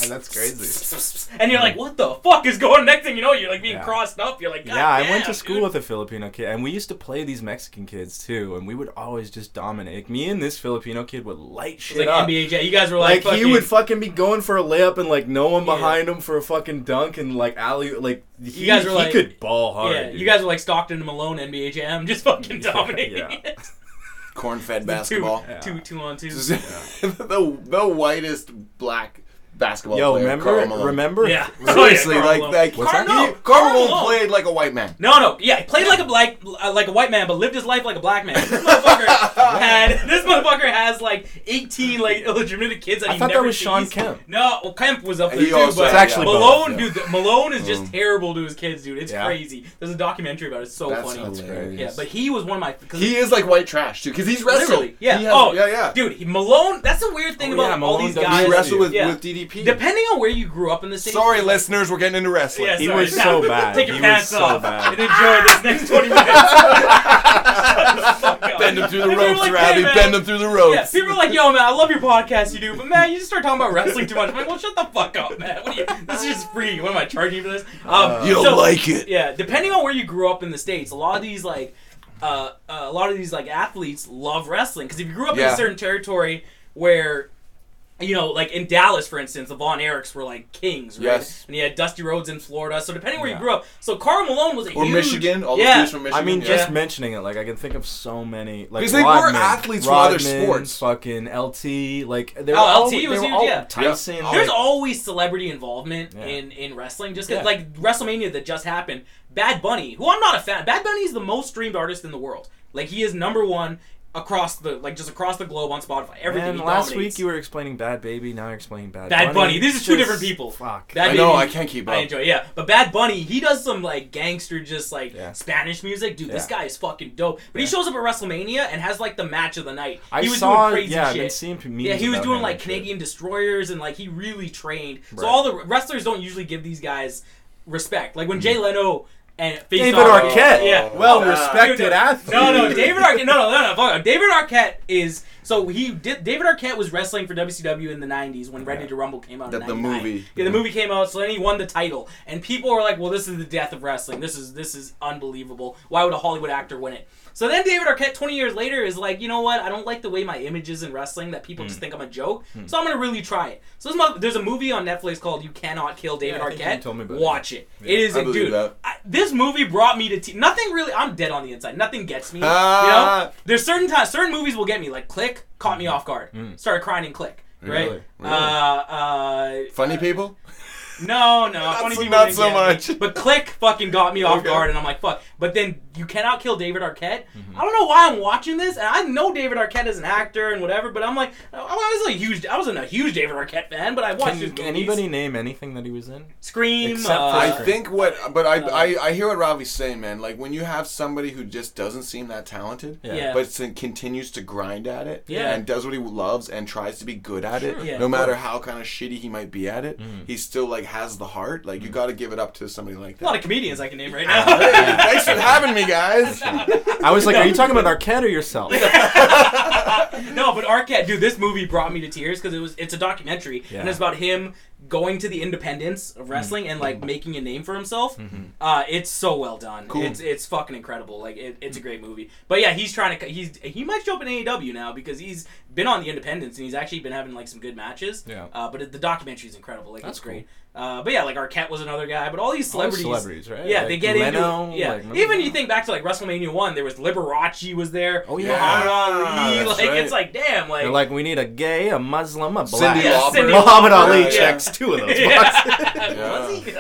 E: That's crazy.
B: and you're like, what the fuck is going? Next thing you know, you're like being
C: Yeah.
B: crossed up. You're like, God
C: yeah, I
B: damn,
C: went to school
B: dude.
C: with a Filipino kid, and we used to play these Mexican kids too, and we would always just dominate. Me and this Filipino kid would light
B: It's
C: shit
B: like
C: up.
B: NBA Jam. You guys were like,
C: Like,
B: fucking,
C: he would fucking be going for a layup and like no one
B: Yeah.
C: behind him for a fucking dunk and like alley like he,
B: guys were
C: he
B: like-
C: could ball hard.
B: yeah,
C: dude.
B: you guys were like Stockton and Malone NBA Jam, just fucking
C: Yeah,
B: dominating.
C: yeah.
D: Corn fed
B: two,
D: basketball.
C: Yeah.
B: two, two on two.
D: the, the whitest black basketball
C: Yo,
D: player.
C: remember
D: Karl Malone.
C: remember
B: Yeah. Oh, yeah,
D: Seriously,
B: Karl
D: like,
B: Malone.
D: like
C: What's that?
D: Karl-
B: Karl
D: Karl Malone
B: Malone.
D: played like a white man.
B: No, no, yeah, he played like a black, uh, like a white man, but lived his life like a black man. This motherfucker had this motherfucker has like eighteen like illegitimate kids. That
C: I
B: he
C: thought that
B: never
C: was Sean
B: sees.
C: Kemp.
B: No, well, Kemp was up there
D: He
B: too,
D: also-
B: but
D: It's
C: actually both,
B: Malone,
C: yeah.
B: dude, the- Malone is just
D: Mm.
B: terrible to his kids, dude. It's
C: Yeah.
B: crazy. There's a documentary about it. It's so
D: That's
B: funny.
D: hilarious.
B: Yeah, but he was one of my. 'cause
D: he is like white trash too, because he's wrestled.
B: Literally, yeah.
D: He has-
B: Oh,
D: yeah, yeah.
B: Dude, he, Malone. That's the weird thing
C: Oh,
B: about
C: yeah,
B: all
C: Malone
B: these
C: does-
B: guys.
D: he wrestled with,
B: Yeah.
D: with DDP.
B: Depending on where you grew up in the city.
D: Sorry, listeners, we're getting into wrestling.
B: Yeah,
C: He
B: sorry.
C: was so bad.
B: Take your
C: He was
B: pants
C: so
B: off
C: bad.
B: and enjoy this next twenty minutes. Shut the fuck up.
D: Bend him through the
B: And we were
D: ropes,
B: like,
D: Robbie.
B: hey, man.
D: Bend him through the
B: Yeah,
D: ropes.
B: people are like, "Yo, man, I love your podcast, you do, but man, you just start talking about wrestling too much." I'm like, "Well, shut the fuck up, man. What are you? This is just free. What am I charging you for this?" Um,
D: you don't
B: so-
D: like it.
B: yeah, depending on where you grew up in the states, a lot of these like uh, uh, a lot of these like athletes love wrestling because if you grew up in
D: Yeah.
B: a certain territory where you know, like in Dallas, for instance, the Von Erichs were like kings, right?
D: Yes.
B: And you had Dusty Rhodes in Florida. So depending where
C: Yeah.
B: you grew up, so Carl Malone was a
D: Or
B: huge,
D: Michigan. All
B: yeah,
D: those dudes from Michigan.
C: I mean,
D: yeah.
C: just mentioning it, like I can think of so many, like
D: Because they were
C: Rodman,
D: athletes from other
C: Rodman,
D: sports.
C: Fucking LT, like they
B: Oh,
C: were all,
B: LT
C: they
B: was
C: were
B: huge,
C: all
B: yeah.
C: Tyson.
D: Yeah.
C: like-
B: There's always celebrity involvement
C: Yeah.
B: in, in wrestling, just 'cause,
C: Yeah.
B: like WrestleMania that just happened. Bad Bunny, who I'm not a fan. Bad Bunny is the most streamed artist in the world. Like he is number one across the like just across the globe on Spotify. Everything.
C: Man,
B: he
C: last
B: dominates.
C: week you were explaining Bad Baby, now you're explaining Bad
B: Bad Bunny. These are two
C: Just-
B: different people.
C: Fuck.
B: Bad
D: I know.
B: Baby-
D: I can't keep up.
B: I enjoy, yeah. But Bad Bunny, he does some like gangster, just like
C: Yeah.
B: Spanish music. Dude, this
C: Yeah.
B: guy is fucking dope. But he shows up at WrestleMania and has like the match of the night.
C: I
B: he was
C: saw.
B: doing crazy
C: yeah,
B: shit.
C: I've been seeing memes
B: Yeah, he was
C: about
B: doing
C: him
B: like
C: and shit.
B: Canadian destroyers and like he really trained. So
C: Right.
B: all the wrestlers don't usually give these guys respect. Like when Jay
C: Hmm.
B: Leno and faced
C: David
B: off-
C: Arquette.
B: yeah,
C: Well
D: Nah.
C: respected
B: Dude,
C: athlete.
B: No, no, David Arquette. No, no, no, no. Fuck, off. David Arquette is so he did. David Arquette was wrestling for WCW in the '90s when Ready
C: Yeah.
B: to Rumble came out. in
D: The- the
B: 99.
D: movie.
B: Yeah, the movie came out, so then he won the title, and people were like, "Well, this is the death of wrestling. This is this is unbelievable. Why would a Hollywood actor win it?" So then David Arquette, 20 years later, is like, "You know what? I don't like the way my image is in wrestling. That people
C: Hmm.
B: just think I'm a joke. So I'm gonna really try it." So this mother- there's a movie on Netflix called "You Cannot Kill David
C: Yeah, I think you
B: Arquette."
C: told me about it.
B: Watch it. It is
D: I
B: a
D: believe
B: dude.
D: that.
B: I, this movie brought me to te- nothing really. I'm dead on the inside. Nothing gets me. you
D: Ah.
B: know, there's certain times, certain movies will get me. Like Click caught me off guard.
C: Mm.
B: Started crying in Click. Right.
C: Really?
B: Uh, uh,
D: Funny people.
B: no, no,
D: Not
B: funny
D: so-
B: people
D: not
B: didn't
D: so
B: get me.
D: much.
B: But Click fucking got me off
D: Okay.
B: guard, and I'm like, fuck. But then you cannot kill David Arquette.
C: Mm-hmm.
B: I don't know why I'm watching this, and I know David Arquette is an actor and whatever, but I'm like, I was a huge, I wasn't a huge David Arquette fan, but I watched his
C: Can
B: movies.
C: anybody name anything that he was in?
B: scream?
C: Except for-
B: uh,
D: I
C: Sure.
D: think what, but I, I I hear what Ravi's saying, man. Like when you have somebody who just doesn't seem that talented,
C: Yeah.
B: yeah.
D: but s- continues to grind at it,
B: Yeah.
D: and does what he loves and tries to be good at it,
B: Sure. Yeah, Mm-hmm.
D: no
B: of
D: matter how kind of shitty he might be at it, he still like has the heart. Like
B: Mm-hmm.
D: you got to give it up to somebody like
B: a lot
D: that.
B: of comedians I can name right
D: Hey,
B: now.
D: thanks for having me, guys.
C: I was like, are you talking about Arquette or yourself?
B: no, but Arquette, dude, this movie brought me to tears because it was it's a documentary
C: Yeah.
B: and it's about him going to the independence of wrestling and
C: Mm-hmm.
B: like making a name for himself. Uh, it's so well done.
D: Cool.
B: It's it's fucking incredible. Like it, it's a great movie. But yeah, he's trying to c- he's he might show up in AEW now because he's been on the independence and he's actually been having like some good matches.
C: Yeah.
B: Uh, but it, the documentary is incredible. Like
C: That's
B: it's great. Uh, but yeah, like Arquette was another guy, but all these
C: All
B: celebrities,
C: celebrities, right?
B: yeah,
C: Like
B: they get
C: Leno,
B: into it. yeah.
C: like, remember-
B: Even you think back to like WrestleMania one, there was Liberace was there.
C: Oh, yeah.
B: Muhammad Ali.
D: Ah, that's
B: like
D: right.
B: it's like damn, like
C: They're like, we need a gay, a Muslim, a black.
D: Cindy
B: Yeah,
D: Lauper.
B: Cyndi
C: Muhammad
B: Lauper,
C: Ali
D: yeah.
C: checks two of those.
D: Yeah.
B: Was he?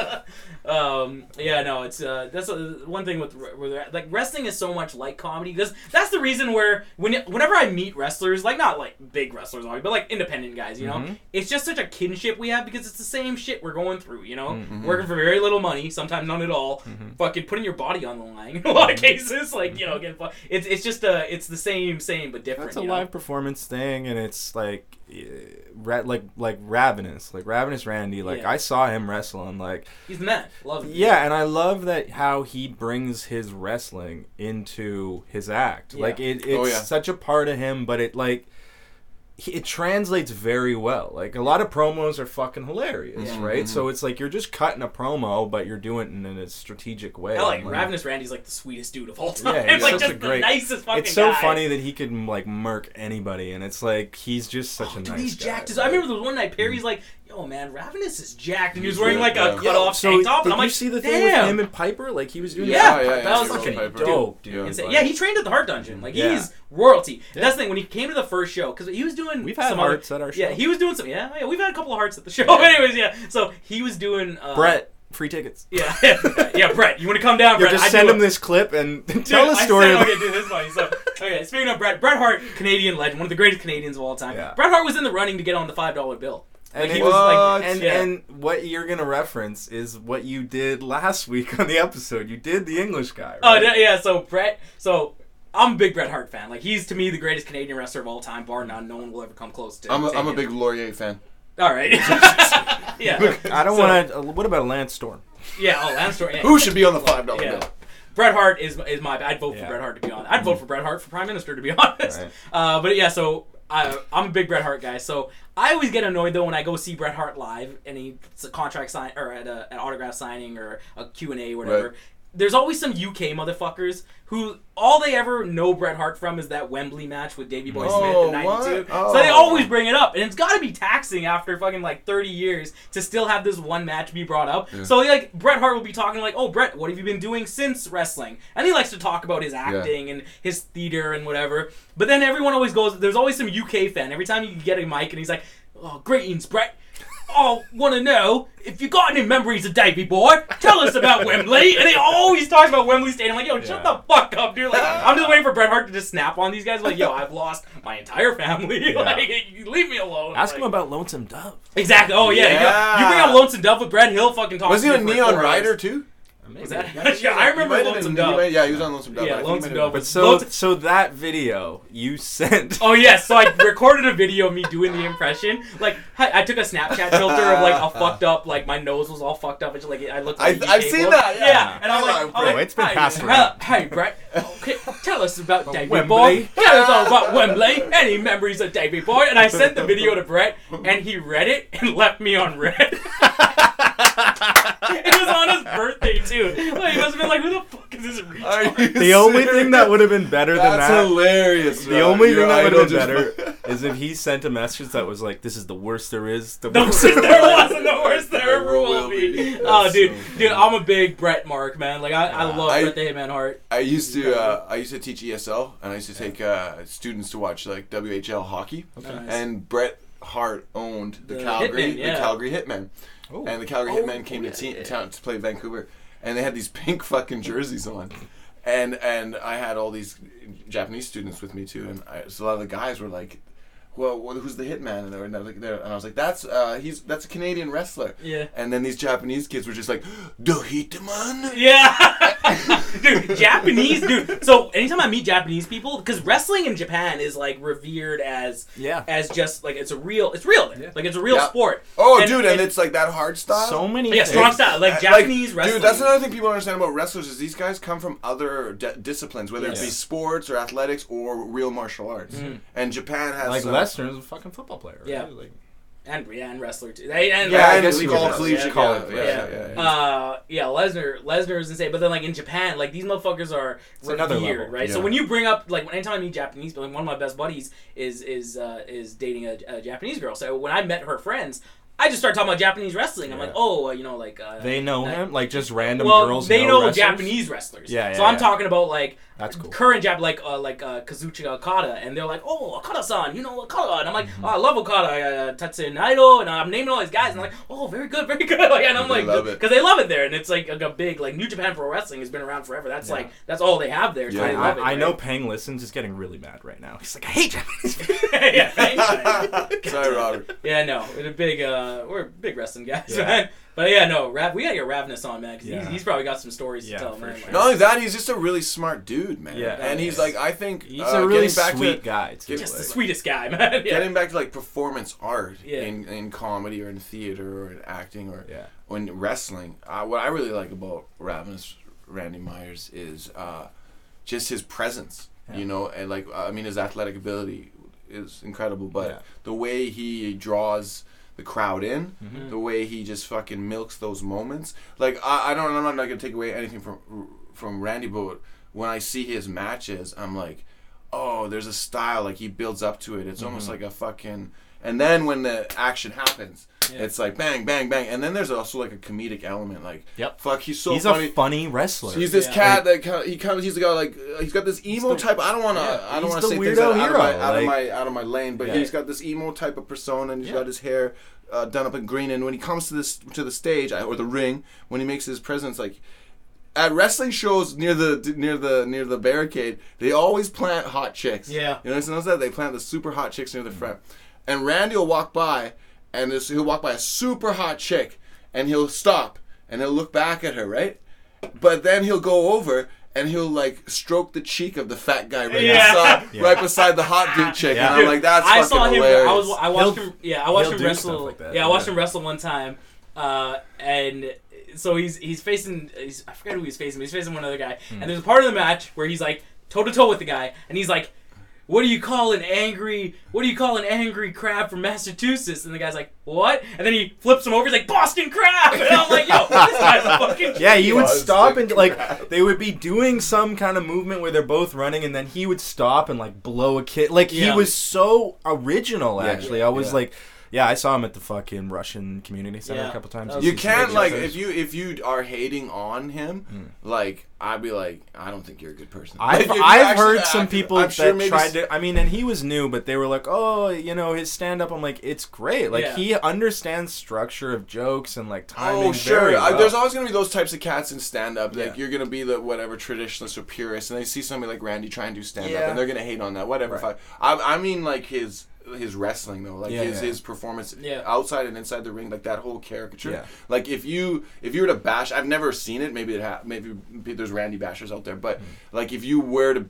B: um, yeah, no, it's uh, that's uh, one thing with re- with like wrestling is so much like comedy because that's the reason where when whenever I meet wrestlers, like not like big wrestlers, obviously, but like independent guys, you know,
C: Mhm.
B: it's just such a kinship we have because it's the same shit we're going through, you know,
C: Mhm.
B: working for very little money, sometimes none at all, fucking putting your body on the line in a lot of cases, like you know, getting fu- it's it's just uh, it's the same, same but different.
C: That's a
B: you know?
C: live performance thing, and it's like, eh, ra- like, like ravenous, like ravenous Randy. Like
B: Yeah. Oh,
C: I saw him wrestle, and like,
B: He's the man, love him.
C: yeah, and I love that how he brings his wrestling into his act.
B: Yeah.
C: Like it, it's
D: Oh, yeah.
C: such a part of him, but it like he- it translates very well. Like a lot of promos are fucking hilarious,
B: Yeah.
D: Mm-hmm.
C: right? So it's like you're just cutting a promo, but you're doing it in a strategic way.
B: I like
C: Like,
B: Ravenous Randy's like the sweetest dude of all time.
C: Yeah, he's
B: like
C: such
B: just
C: a great-
B: the nicest fucking
C: it's so
B: guy.
C: funny that he could like murk anybody, and it's like he's just such a
B: Oh, Dude,
C: nice
B: he's
C: guy. mm.
B: jacked. As, I remember there was one night Perry's like, "Yo, man, Ravenous is jacked," and he was
D: He's
B: wearing
D: good,
B: like a
D: yeah.
B: cut off
C: so
B: tank top.
C: did
B: And I'm
C: you
B: like,
C: see the thing
B: "Damn!"
C: with him and Piper? Like he was doing
B: Yeah,
C: that?
B: yeah, that was
D: Jerome
C: fucking
D: Piper.
C: dope, dude.
D: Yeah.
B: Insane.
D: like-
B: yeah, he trained at the Heart Dungeon. Like
C: Yeah.
B: he's royalty.
C: Yeah.
B: That's the thing. When he came to the first show, because he was doing
C: We've had
B: some other-
C: hearts at our show.
B: yeah, he was doing some. Yeah, yeah, we've had a couple of hearts at the show. Anyways, yeah. So he was doing uh,
C: Brett, free tickets.
B: Yeah, yeah, Brett. You want to come down,
C: Yeah,
B: Brett?
C: just
B: I
C: send
B: do
C: him
B: it.
C: this clip and
B: Dude,
C: tell a story.
B: I said,
C: about-
B: okay, dude, this is funny. So, okay, speaking of Bret, Bret Hart, Canadian legend, one of the greatest Canadians of all time.
C: Yeah.
B: Bret Hart was in the running to get on the five dollar bill.
C: And
B: Like, he
C: it-
B: was like,
C: and
B: yeah.
C: and what you're gonna reference is what you did last week on the episode. You did the English guy.
B: Oh
C: right?
B: yeah, yeah, so Bret, so I'm a big Bret Hart fan. Like he's to me the greatest Canadian wrestler of all time, bar none. No one will ever come close to.
D: I'm a,
B: to
D: I'm a
B: him.
D: big Laurier fan.
B: All right. yeah,
C: I don't
B: So-
C: want to. What about Lance Storm?
B: yeah. Oh, Lance Storm. Yeah.
D: Who should be on the five dollar
B: Yeah.
D: bill?
B: Bret Hart is is my. I'd vote
C: Yeah.
B: for Bret Hart to be honest. I'd vote for Bret Hart for prime minister to be honest.
C: Right.
B: Uh, but yeah, so I, I'm a big Bret Hart guy. So I always get annoyed though when I go see Bret Hart live and he's a contract sign or at a, an autograph signing or a Q and A whatever.
D: Right.
B: There's always some UK motherfuckers who all they ever know Bret Hart from is that Wembley match with Davey Boy Smith
D: Oh,
B: in '92.
D: what? Oh.
B: So they always bring it up, and it's got to be taxing after fucking like 30 years to still have this one match be brought up. So like Bret Hart will be talking like, "Oh, Bret, what have you been doing since wrestling?" And he likes to talk about his acting and his theater and whatever. But then everyone always goes, "There's always some UK fan." Every time you get a mic, and he's like, "Oh, greetings, Bret." Oh, want to know if you got any memories of Davey Boy? Tell us about Wembley. And they always talk about Wembley Stadium. I'm like, yo, shut
C: Yeah.
B: the fuck up, dude. Like, I'm just waiting for Bret Hart to just snap on these guys. Like, yo, I've lost my entire family.
C: Yeah.
B: like, you leave me alone.
C: Ask
B: Like-
C: him about Lonesome Dove.
B: Exactly. Oh yeah. you got- You,
D: Yeah.
B: bring up Lonesome Dove with Brett Hill. Fucking talk.
D: Was he
B: to
D: a
B: you for
D: neon
B: four
D: rider
B: hours.
D: too?
B: Was that? yeah, I
D: He
B: remember
D: might have
B: Lonesome
D: been- he might-
B: Dove.
D: yeah, he was on Lonesome Dove.
B: Yeah,
D: I think he
B: Lonesome
D: might have
B: Dove.
D: been-
C: But so
B: Lonesome-
C: so that video you sent.
B: Oh yes, so I recorded a video of me doing the impression. Like I, I took a Snapchat filter of like a fucked up, like my nose was all fucked up. It's like I looked. Like
D: I-
B: a
D: I've
B: UK
D: seen
B: boy.
D: that, yeah.
B: and I'm
D: Hello,
B: like, I'm
D: bro,
B: like,
C: it's been
B: hey,
C: passed
B: hey,
C: around.
B: Hey, Brett, okay, tell us about Davey
C: Wembley.
B: Boy. Tell us all about Wembley. Any memories of Davey Boy? And I sent the video to Brett, and he read it and left me on red. It was on his birthday too. Like he must have been like, who the fuck is this retard?
D: Are you
C: The only
D: serious?
C: thing that would have been better than
D: That's
C: that.
D: hilarious.
C: The only thing that would have been better is if he sent a message that was like, "This is the worst there is." The,
B: The worst there was, and the worst there ever will be. Oh,
D: That's
B: dude,
D: so
B: dude, I'm a big Bret Mark man. Like I, I love
D: I-
B: Bret the Hitman Hart.
D: I used to uh, I used to teach ESL and I used to take uh, students to watch like WHL hockey
B: Nice.
D: and Bret Hart owned the,
B: The
D: Calgary
B: Hitmen, yeah.
D: the Calgary Hitmen
C: Oh.
D: and the Calgary
B: Oh,
D: Hitmen came
B: yeah,
D: to te-
B: yeah.
D: town to play Vancouver and they had these pink fucking jerseys on and and I had all these Japanese students with me too and I, so a lot of the guys were like. Well, wh- who's the hitman? And, they were, and, I was like, they're- and I was like, that's uh, he's that's a Canadian wrestler.
B: Yeah.
D: And then these Japanese kids were just like, the hitman.
B: Yeah, dude, Japanese dude. So anytime I meet Japanese people, because wrestling in Japan is like revered as
C: Yeah.
B: as just like it's a real, it's real, there.
C: Yeah.
B: like it's a real
D: Yeah.
B: sport.
D: Oh, dude, and, it's like that hard style.
C: so many.
B: yeah,
C: things.
B: strong style, like
D: Like,
B: Japanese wrestling.
D: Dude, that's another thing people don't understand about wrestlers is these guys come from other d- disciplines, whether it be
C: Yes.
D: sports or athletics or real martial arts. And Japan has
C: Like
D: uh,
C: Lesnar is a fucking football player.
B: Yeah.
C: Right? Like,
B: and yeah, and wrestler too. They- and-
D: Yeah,
C: I
D: and
C: guess
D: we
C: you
D: call
C: could-
D: collegiate.
C: call
D: Yeah,
C: it-
D: yeah,
B: yeah.
D: yeah, yeah.
B: Uh, yeah, Lesnar. Lesnar is insane, but then like in Japan, like these motherfuckers are
C: another
B: revered,
C: level.
B: right? So
D: Yeah.
B: when you bring up like anytime I meet Japanese, but like, one of my best buddies is is uh, is dating a, a Japanese girl. So when I met her friends, I just started talking about Japanese wrestling. I'm
C: Yeah.
B: like, oh, uh, you know, like uh,
C: they know him. Like just random
B: well,
C: girls.
B: they
C: know,
B: know
C: wrestlers?
B: Japanese wrestlers.
C: Yeah, yeah,
B: So I'm
C: yeah.
B: talking about like
C: That's cool.
B: current Jap, like uh, like uh, Kazuchika Okada, and they're like, "Oh, Okada-san, you know Okada," and I'm like,
D: Mm-hmm.
B: "Oh, I love Okada, uh, Tatsuya Naito," and I'm naming all these guys, and I'm like, "Oh, very good, very good," like, and I'm
D: They
B: like,
D: love it.
B: because they love it there, and it's like a, a big like New Japan Pro Wrestling has been around forever. That's like that's all they have there. So
D: Yeah.
B: they
C: I,
B: love it,
C: I
B: right?
C: know Pang listens. He's getting really mad right now. He's like, I hate Japanese. people."
B: yeah, thanks.
D: Sorry, Robert.
B: yeah, no, we're a big uh, we're big wrestling guys,
C: Yeah.
B: man. But yeah, no, Rav, we gotta get Ravnus on, man, because
C: Yeah.
B: he's, he's probably got some stories
C: Yeah,
B: to tell,
C: for
B: man.
C: sure.
B: Like,
D: Not only that, he's just a really smart dude, man.
C: Yeah.
D: and he's
C: Yes.
D: like, I think
C: He's
D: uh,
C: a really
D: getting back
C: sweet
D: to,
C: guy too.
D: Just
B: just the
C: like-
B: sweetest guy, man. Yeah.
D: Getting back to like performance art
B: Yeah.
D: in, in comedy or in theater or in acting or
C: Yeah.
D: or in wrestling, uh, what I really like about Ravenous Randy Myers uh, is uh, just his presence, you know, and like I mean his athletic ability is incredible, but
C: Yeah.
D: the way he draws the crowd in,
C: Mhm.
D: the way he just fucking milks those moments. Like I, I don't, I'm not gonna take away anything from from Randy, but when I see his matches, I'm like, oh, there's a style. Like he builds up to it. It's almost
C: Mm-hmm.
D: like a fucking. And then when the action happens,
B: Yeah.
D: it's like bang, bang, bang. And then there's also like a comedic element. Like,
C: Yep.
D: fuck, he's so
C: he's
D: funny.
C: a funny wrestler.
D: He's this
B: Yeah.
D: cat that co- he comes. He's got like uh, he's got this emo
C: the-
D: type. I don't wanna.
C: yeah,
D: I don't
C: he's
D: wanna
C: the
D: say things
C: weirdo
D: that out, of my,
C: hero,
D: out of
C: like-
D: my out of my lane. But
C: Yeah.
D: he's got this emo type of persona, and he's
C: Yeah.
D: got his hair uh, done up in green. And when he comes to this to the stage I- or the ring, when he makes his presence, like at wrestling shows near the near the near the barricade, they always plant hot chicks.
B: Yeah.
D: you know, notice that they plant the super hot chicks near the front, and Randy will walk by, and this, he'll walk by a super hot chick, and he'll stop, and he'll look back at her, right? But then he'll go over. And he'll like stroke the cheek of the fat guy right
B: Yeah.
D: beside,
C: Yeah.
D: right beside the hot dude chick,
C: Yeah.
D: and I'm like, that's
B: I
D: fucking
B: saw him.
D: hilarious.
B: I was. I watched
C: He'll-
B: him. Yeah, I watched
C: he'll
B: him
C: do
B: wrestle.
C: stuff like that,
B: yeah, I watched
C: yeah.
B: him wrestle one time, uh, and so he's he's facing. He's, I forget who he's facing. But he's facing one other guy,
C: Hmm.
B: and there's a part of the match where he's like toe to toe with the guy, and he's like, "What do you call an angry? What do you call an angry crab from Massachusetts?" And the guy's like, "What?" And then he flips him over. He's like, "Boston crab," and I'm like, "Yo, this guy's a fucking."
C: Yeah, he would
D: Boston
C: stop and
D: crab.
C: like they would be doing some kind of movement where they're both running, and then he would stop and like blow a kid. Like
B: Yeah.
C: he was so original.
D: Yeah.
C: Actually, I was
D: Yeah.
C: like, yeah, I saw him at the fucking Russian community center
B: Yeah.
C: a couple times.
B: That was
D: you
B: It's
D: can't like
C: ridiculous.
D: if you if you are hating on him, like I'd be like, I don't think you're a good person.
C: Hmm. I've,
D: Like, if you
C: I've
D: actually
C: heard some
D: act-
C: people
D: I'm
C: that
D: sure maybe
C: tried
D: s-
C: to. I mean, and he was new, but they were like, "Oh, you know, his stand-up." I'm like, "It's great. Like
B: Yeah.
C: he understands structure of jokes and like timing."
D: Oh sure,
C: very
D: I,
C: well.
D: there's always gonna be those types of cats in stand up. Like
C: Yeah.
D: you're gonna be the whatever traditionalist or purist, and they see somebody like Randy try and do stand up,
C: Yeah.
D: and they're gonna hate on that. Whatever.
C: Right.
D: I, I I mean like his his wrestling though, like
C: Yeah,
D: his
C: yeah.
D: his performance
B: Yeah.
D: outside and inside the ring, like that whole caricature.
C: Yeah.
D: Like if you if you were to bash, I've never seen it. Maybe it ha- maybe there's Randy bashers out there, but
C: Mm-hmm.
D: like if you were to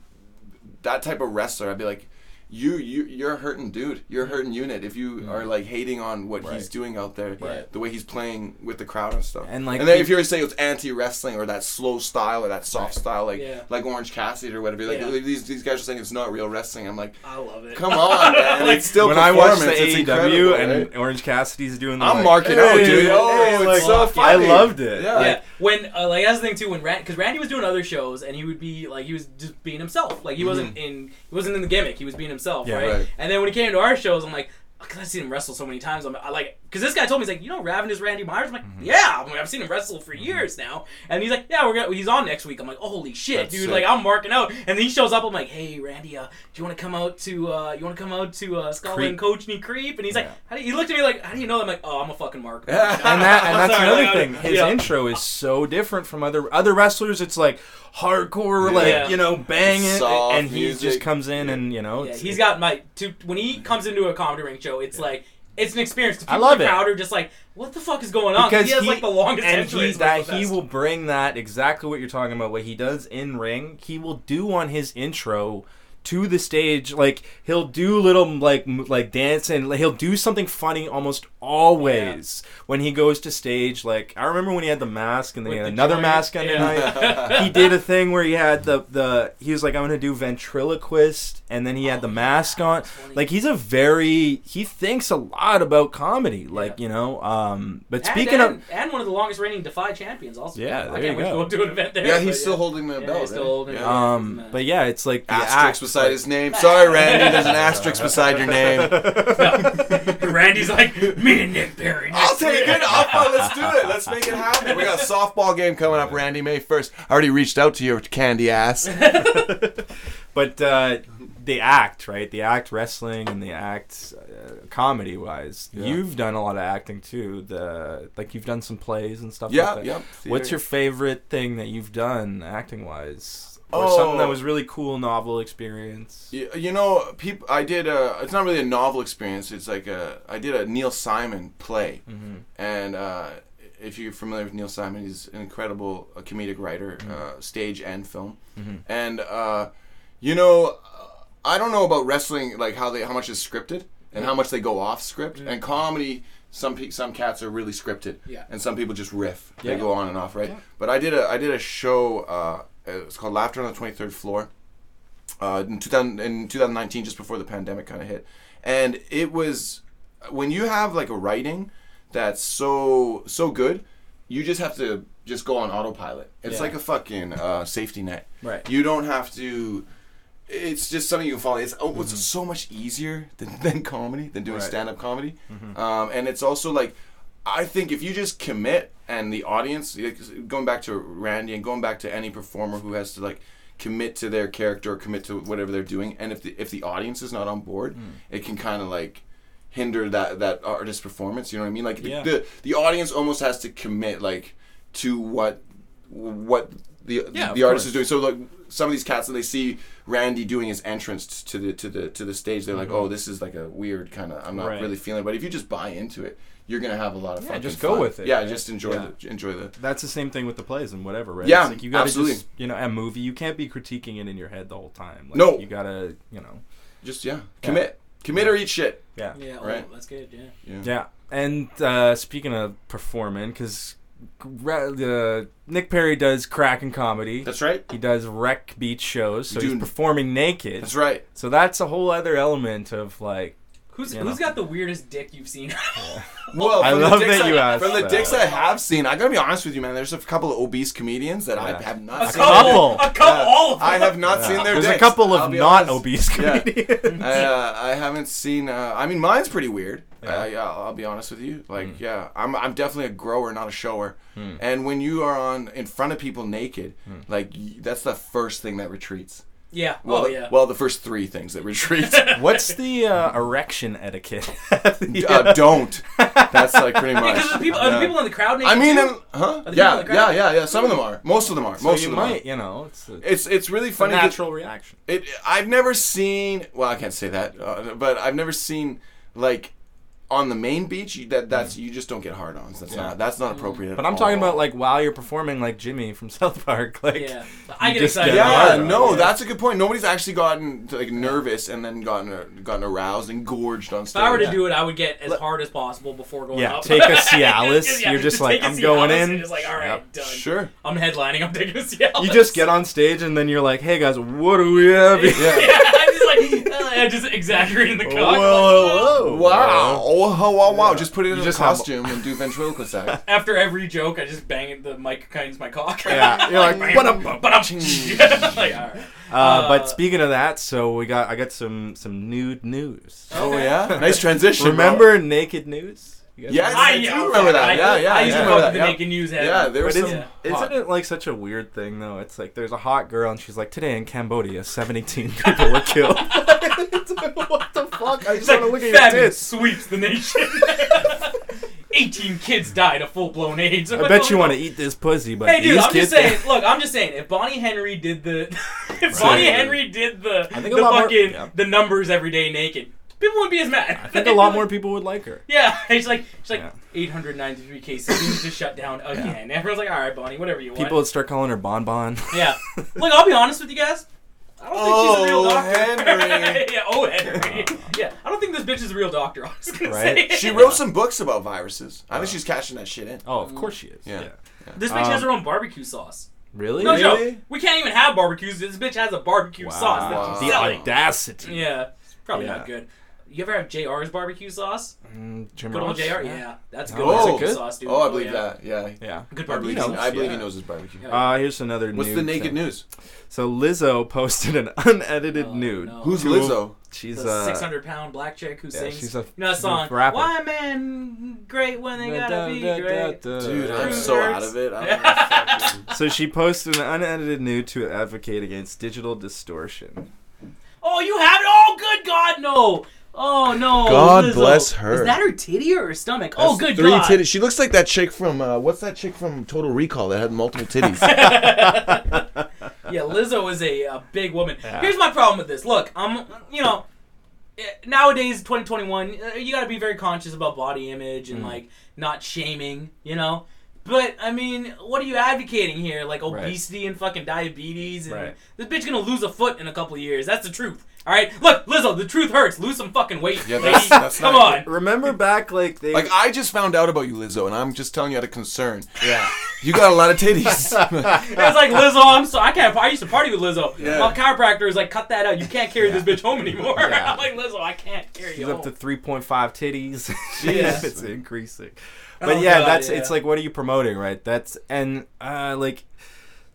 D: that type of wrestler, I'd be like, you you you're a hurting dude. You're a hurting unit. If you are like hating on what he's
C: Mm-hmm. Right.
D: doing out there,
B: Right.
D: the way he's playing with the crowd and stuff.
C: And, like,
D: and then
C: he-
D: if you were to say it's anti wrestling or that slow style or that soft style, like
B: Yeah.
D: like Orange Cassidy or whatever, like
B: Yeah.
D: these these guys are saying it's not real wrestling. I'm like,
B: I love it.
D: come on, man,
B: Like,
D: it's still
C: when I watched the
D: performance, it's
C: AEW
D: incredible,
C: and
D: right?
C: Orange Cassidy's doing. The,
D: I'm
C: like,
D: marking out,
C: "Hey,
D: dude.
C: hey,"
D: Oh,
C: like,
D: it's so
B: fuck.
D: funny.
C: I loved it.
D: Yeah.
B: yeah. When uh, like that's the thing too. When Randy, because Randy was doing other shows and he would be like he was just being himself. Like he wasn't in he wasn't in the gimmick. He was being himself,
C: Mm-hmm. Yeah,
B: right?
D: right.
B: And then when he came to our shows, I'm like. "Oh, Cause I've seen him wrestle so many times. I'm I like, cause this guy told me he's like, you know, Raven is Randy Myers. I'm like,
C: Mm-hmm.
B: yeah, I'm like, I've seen him wrestle for years now. And he's like, yeah, we're gonna, he's on next week. I'm like, holy shit,
D: That's
B: dude!
D: sick.
B: Like, I'm marking out. And then he shows up. I'm like, hey, Randy, uh, do you want to come out to, uh, you want to come out to uh,
C: Creep.
B: Scotland, Coach and Creep? And he's like,
C: Yeah.
B: how do, you- he looked at me like, how do you know? that? I'm like, oh, I'm a fucking mark.
C: and that and that's
B: Sorry,
C: another
B: I-
C: thing. His
B: yeah.
C: intro is so different from other other wrestlers. It's like hardcore, like
B: Yeah.
C: you know, bang it,
D: Soft
C: and he just
D: music.
C: comes in and you know,
B: Yeah,
C: Oh, it's-
B: he's got my to when he comes into a comedy ring show, it's like it's an experience. 'cause
C: I
B: people in
C: love
B: the
C: it.
B: crowd are just like, what the fuck is going on? 'Cause he has like the longest
C: and
B: entrance.
C: he,
B: like,
C: that
B: the
C: he
B: best.
C: will bring that exactly what you're talking about. What he does in ring, he will do on his intro to the stage. Like he'll do little like m- like dance and he'll do something funny almost always when he goes to stage. Like I remember when he had the mask and then he
B: With
C: had
B: the
C: another
B: giant-
C: mask on
B: yeah.
C: tonight. he did a thing where he had the the he was like I'm gonna do ventriloquist and then he had the
B: Oh,
C: mask on.
B: funny.
C: Like he's a very he thinks a lot about comedy. Like you know, um. But
B: And-
C: speaking
B: and,
C: of
B: and one of the longest reigning Defy champions also.
C: Yeah,
B: I
C: there
B: can't
C: you
B: wait to
C: go.
B: go to an event there.
D: yeah,
B: but
D: he's still holding the
B: Yeah,
D: belt.
B: he's still
D: right?
B: holding the
D: yeah.
B: belt.
C: Um, but yeah, it's like the
D: Asterisk
C: act,
D: beside
C: like-
D: his name. Sorry, Randy. There's an asterisk beside your name.
B: No. Randy's like me and Nick Perry.
D: I'll take it. I'll, fi- let's do it. Let's make it happen. We got a softball game coming up, Randy May first. I already reached out to your candy ass.
C: But uh, the act, right? The act wrestling and the act uh, comedy wise.
D: Yeah.
C: You've done a lot of acting too. The like you've done some plays and stuff.
D: Yeah,
C: like that.
D: yep.
C: What's your favorite thing that you've done acting wise, or
D: Oh.
C: something that was really cool, novel experience?
D: Y- You know, peop I did a. It's not really a novel experience. It's like a. I did a Neil Simon play,
C: Mm-hmm.
D: and uh, if you're familiar with Neil Simon, he's an incredible uh, comedic writer,
C: Mm-hmm.
D: uh, stage and film. And uh, you know, uh, I don't know about wrestling, like how they how much is scripted and how much they go off script.
C: Mm-hmm.
D: And comedy, some pe- some cats are really scripted,
B: Yeah.
D: and some people just riff.
C: Yeah.
D: They go on and off, right? But I did a I did a show. Uh, it's called Laughter on the Twenty Third Floor uh, in 2000 in 2019, just before the pandemic kind of hit, and it was when you have like a writing that's so so good, you just have to just go on autopilot. It's
C: Yeah.
D: like a fucking uh, safety net.
C: Right.
D: You don't have to. It's just something you can follow. It's oh, it's so much easier than, than comedy than doing
C: Mm-hmm. Right. Mm-hmm.
D: stand up comedy, um, and it's also like I think if you just commit and the audience, like, going back to Randy and going back to any performer who has to like commit to their character or commit to whatever they're doing, and if the if the audience is not on board,
C: Mm.
D: it can kind of like hinder that that artist performance. You know what I mean? Like the,
C: Yeah.
D: the the audience almost has to commit like to what what the
C: Yeah,
D: the
C: of course.
D: artist is doing. So like some of these cats that they see Randy doing his entrance to the to the to the stage, they're like, oh, this is like a weird kind of. I'm not
C: Mm-hmm. Right.
D: really feeling. it. But if you just buy into it, you're gonna have a lot of
C: Yeah,
D: fucking
C: just go
D: fun.
C: with it,
D: Yeah,
C: right?
D: just enjoy
C: Yeah.
D: the enjoy the.
C: That's the same thing with the plays and whatever, right?
D: Yeah,
C: It's like you gotta
D: absolutely.
C: just you know, a movie, you can't be critiquing it in your head the whole time. Like,
D: No.
C: you gotta you know.
D: Just yeah, commit, commit or eat shit.
C: Yeah.
B: Yeah, oh,
D: Right.
B: that's good. Yeah.
C: Yeah, and uh, speaking of performing, because uh, Nick Perry does crack and comedy.
D: That's right.
C: he does rec beach shows, so
D: Dude.
C: he's performing naked.
D: That's right.
C: So that's a whole other element of like.
B: Who's
C: You
B: who's
C: know.
B: got the weirdest dick you've seen?
D: Well,
C: I
D: from the
C: love
D: dicks
C: that you asked
D: From the
C: that.
D: dicks I have seen, I gotta be honest with you, man. There's a couple of obese comedians that I
C: Yeah.
D: have
B: a
D: not seen.
B: couple,
C: couple.
B: a couple,
D: Yeah.
B: all of them.
D: I have not seen their
C: uh, There's
D: dicks.
C: a couple
D: I'll
C: of
D: be
C: not
D: honest.
C: obese
D: Yeah.
C: comedians.
D: I, uh, I haven't seen. Uh, I mean, mine's pretty weird.
C: Yeah. Hmm.
D: Yeah. Uh, yeah, I'll be honest with you. Like, yeah, I'm I'm definitely a grower, not a shower. And when you are on in front of people naked,
C: Hmm.
D: like y- that's the first thing that retreats.
B: Yeah.
D: Well,
B: oh yeah.
D: Well, the first three things that retreat.
C: What's the uh, erection etiquette?
D: uh, don't. That's like pretty much.
B: because the people, are the
D: Yeah.
B: people in the crowd.
D: I
B: naked
D: mean,
B: too?
D: um, huh?
B: people
D: Yeah,
B: like that?
D: yeah, yeah, yeah. Some of them are. Most of them are.
C: so
D: Most
C: you
D: of them
C: might,
D: are.
C: you know, it's a,
D: It's it's really
C: a
D: funny. 'cause-
C: natural reaction.
D: It. I've never seen. Well, I can't say that, uh, but I've never seen like on the main beach. You, that that's you just don't get hard-ons. That's not that's
B: Mm.
D: not appropriate. at
C: Mm. But I'm talking
D: all.
C: about like while you're performing, like Jimmy from South Park, like
B: yeah. I
C: you
B: get
C: just
B: excited.
C: get
D: Yeah,
C: hard-ons.
D: no, that's a good point. Nobody's actually gotten like nervous and then gotten uh, gotten aroused and gorged on
B: If
D: stage.
B: I were to
C: Yeah.
B: do it, I would get as hard as possible before going
C: Yeah,
B: up.
C: take a Cialis.
B: Yeah,
C: You're just like,
B: take a
C: I'm going
B: Cialis
C: in.
B: and Just like, all right,
C: Yep.
B: done.
D: Sure.
B: I'm headlining. I'm taking a Cialis.
C: You just get on stage and then you're like, hey guys, what do we have? here?"
D: Yeah.
B: yeah, I'm just like, uh, I'm just exaggerating the cock.
C: Well,
B: like,
C: hello.
D: Wow! Oh, wow, wow, wow. Just put it in
C: You
D: a
C: just have-
D: costume and do ventriloquist act.
B: After every joke, I just bang it- the mic against my cock.
C: Yeah, you're like,
B: but
C: "Ba-dum,
B: I'm, but I'm. like, all right.
C: Uh, but speaking of that, so we got I got some some nude news.
D: Oh yeah, nice transition. bro.
C: Remember naked news? You guys
D: Yes, I,
B: I,
D: do
B: yeah,
D: remember that.
B: I,
D: yeah, yeah,
B: I used to
D: yeah.
B: fuck
D: remember
B: with
D: that.
B: the
D: yeah.
B: naked news head.
D: Yeah, there was
C: But
D: some.
C: isn't,
D: hot-
C: isn't it like such a weird thing though? It's like there's a hot girl and she's like, today in Cambodia, 17 people were killed. It's like, what the fuck? I just
B: It's like
C: want to look at your
B: famine
C: tits.
B: sweeps the nation. 18 kids died of full blown AIDS.
C: I bet you want to eat this pussy, but
B: Hey, dude,
C: these
B: I'm
C: kids.
B: just saying. Look, I'm just saying. If Bonnie Henry did the, if Bonnie
C: Right.
B: Henry did the,
C: I think
B: the
C: a lot more-
B: fucking
C: yeah.
B: the numbers every day naked, people wouldn't be as mad.
C: I think a lot more people would like her.
B: Yeah, it's like it's like
C: Yeah.
B: 893 cases. Things just shut down again. Everyone's like, all right, Bonnie, whatever you want.
C: People would start calling her Bon Bon.
B: Yeah. Look, I'll be honest with you guys. I don't think she's a real
D: Oh,
B: doctor.
D: Henry.
B: yeah, oh Henry. Yeah, I don't think this bitch is a real doctor. I was gonna
C: Right?
B: say
D: She wrote some books about viruses. I think she's cashing that shit in.
C: Oh, of course she is.
D: Yeah.
B: this bitch has her own barbecue sauce.
C: Really?
B: No
D: Um, Really?
B: joke. We can't even have barbecues. This bitch has a barbecue sauce
D: Wow.
B: that she's
C: The
B: selling.
C: audacity.
B: Yeah, probably
C: Yeah.
B: not good. You ever have JR's barbecue sauce?
C: Mm, Jim
B: Good old
C: Ross?
B: JR. Yeah, that's a good.
C: Oh, is it
B: barbecue
C: good?
B: sauce, dude.
D: Oh, I believe
B: yeah.
D: that. Yeah.
C: Yeah.
B: Good
D: I believe,
B: barbecue
C: He knows,
D: he,
B: sauce.
D: I believe
C: yeah.
D: he knows his barbecue.
B: Yeah.
C: Uh, here's another
D: What's
C: nude
D: the naked
C: thing.
D: news?
C: So Lizzo posted an unedited
B: Oh,
C: nude.
B: no.
D: Who's
C: Cool.
D: Lizzo?
C: She's
B: The
C: uh,
B: 600 pound black chick who
C: yeah,
B: sings
C: she's a
B: you know that
C: she's a
B: song
C: rapper.
B: why men great when they
C: uh, Da-
B: gotta be
C: da- da-
B: great
C: da-
D: Dude,
C: da-
D: I'm
B: Who
D: so
B: hurts?
D: out of it. I don't know. fucking-
C: So she posted an unedited nude to advocate against digital distortion.
B: Oh, you have it? Oh, good God, no. Oh, no.
D: God
B: Lizzo.
D: bless her.
B: Is that her titty or her stomach? oh,
D: That's
B: good
D: three
B: God.
D: titties. She looks like that chick from uh, what's that chick from Total Recall that had multiple titties?
B: Yeah, Lizzo is a, a big woman.
C: Yeah.
B: Here's my problem with this. Look, I'm, you know, eh, nowadays, 2021, uh, you got to be very conscious about body image
C: Mm.
B: and, like, not shaming, you know? But, I mean, what are you advocating here? Like, obesity and fucking diabetes? and
C: Right.
B: This bitch gonna lose a foot in a couple of years. That's the truth. All right, look, Lizzo, the truth hurts. Lose some fucking weight,
D: Yeah,
B: lady.
D: that's- that's
B: Come
D: not-
B: on.
C: Remember back, like they.
D: Like I just found out about you, Lizzo, and I'm just telling you out of concern.
C: yeah.
D: You got a lot of titties.
B: It's like Lizzo. I'm so I can't. I used to party with Lizzo.
D: Yeah.
B: My chiropractor is like, cut that out. You can't carry this bitch home anymore.
C: Yeah.
B: I'm like Lizzo, I can't carry
C: She's
B: you
C: up to
B: home.
C: 3.5 titties.
B: Yeah.
C: it's increasing.
B: Oh,
C: But yeah,
B: God,
C: that's
B: yeah.
C: it's like what are you promoting, right? That's and uh like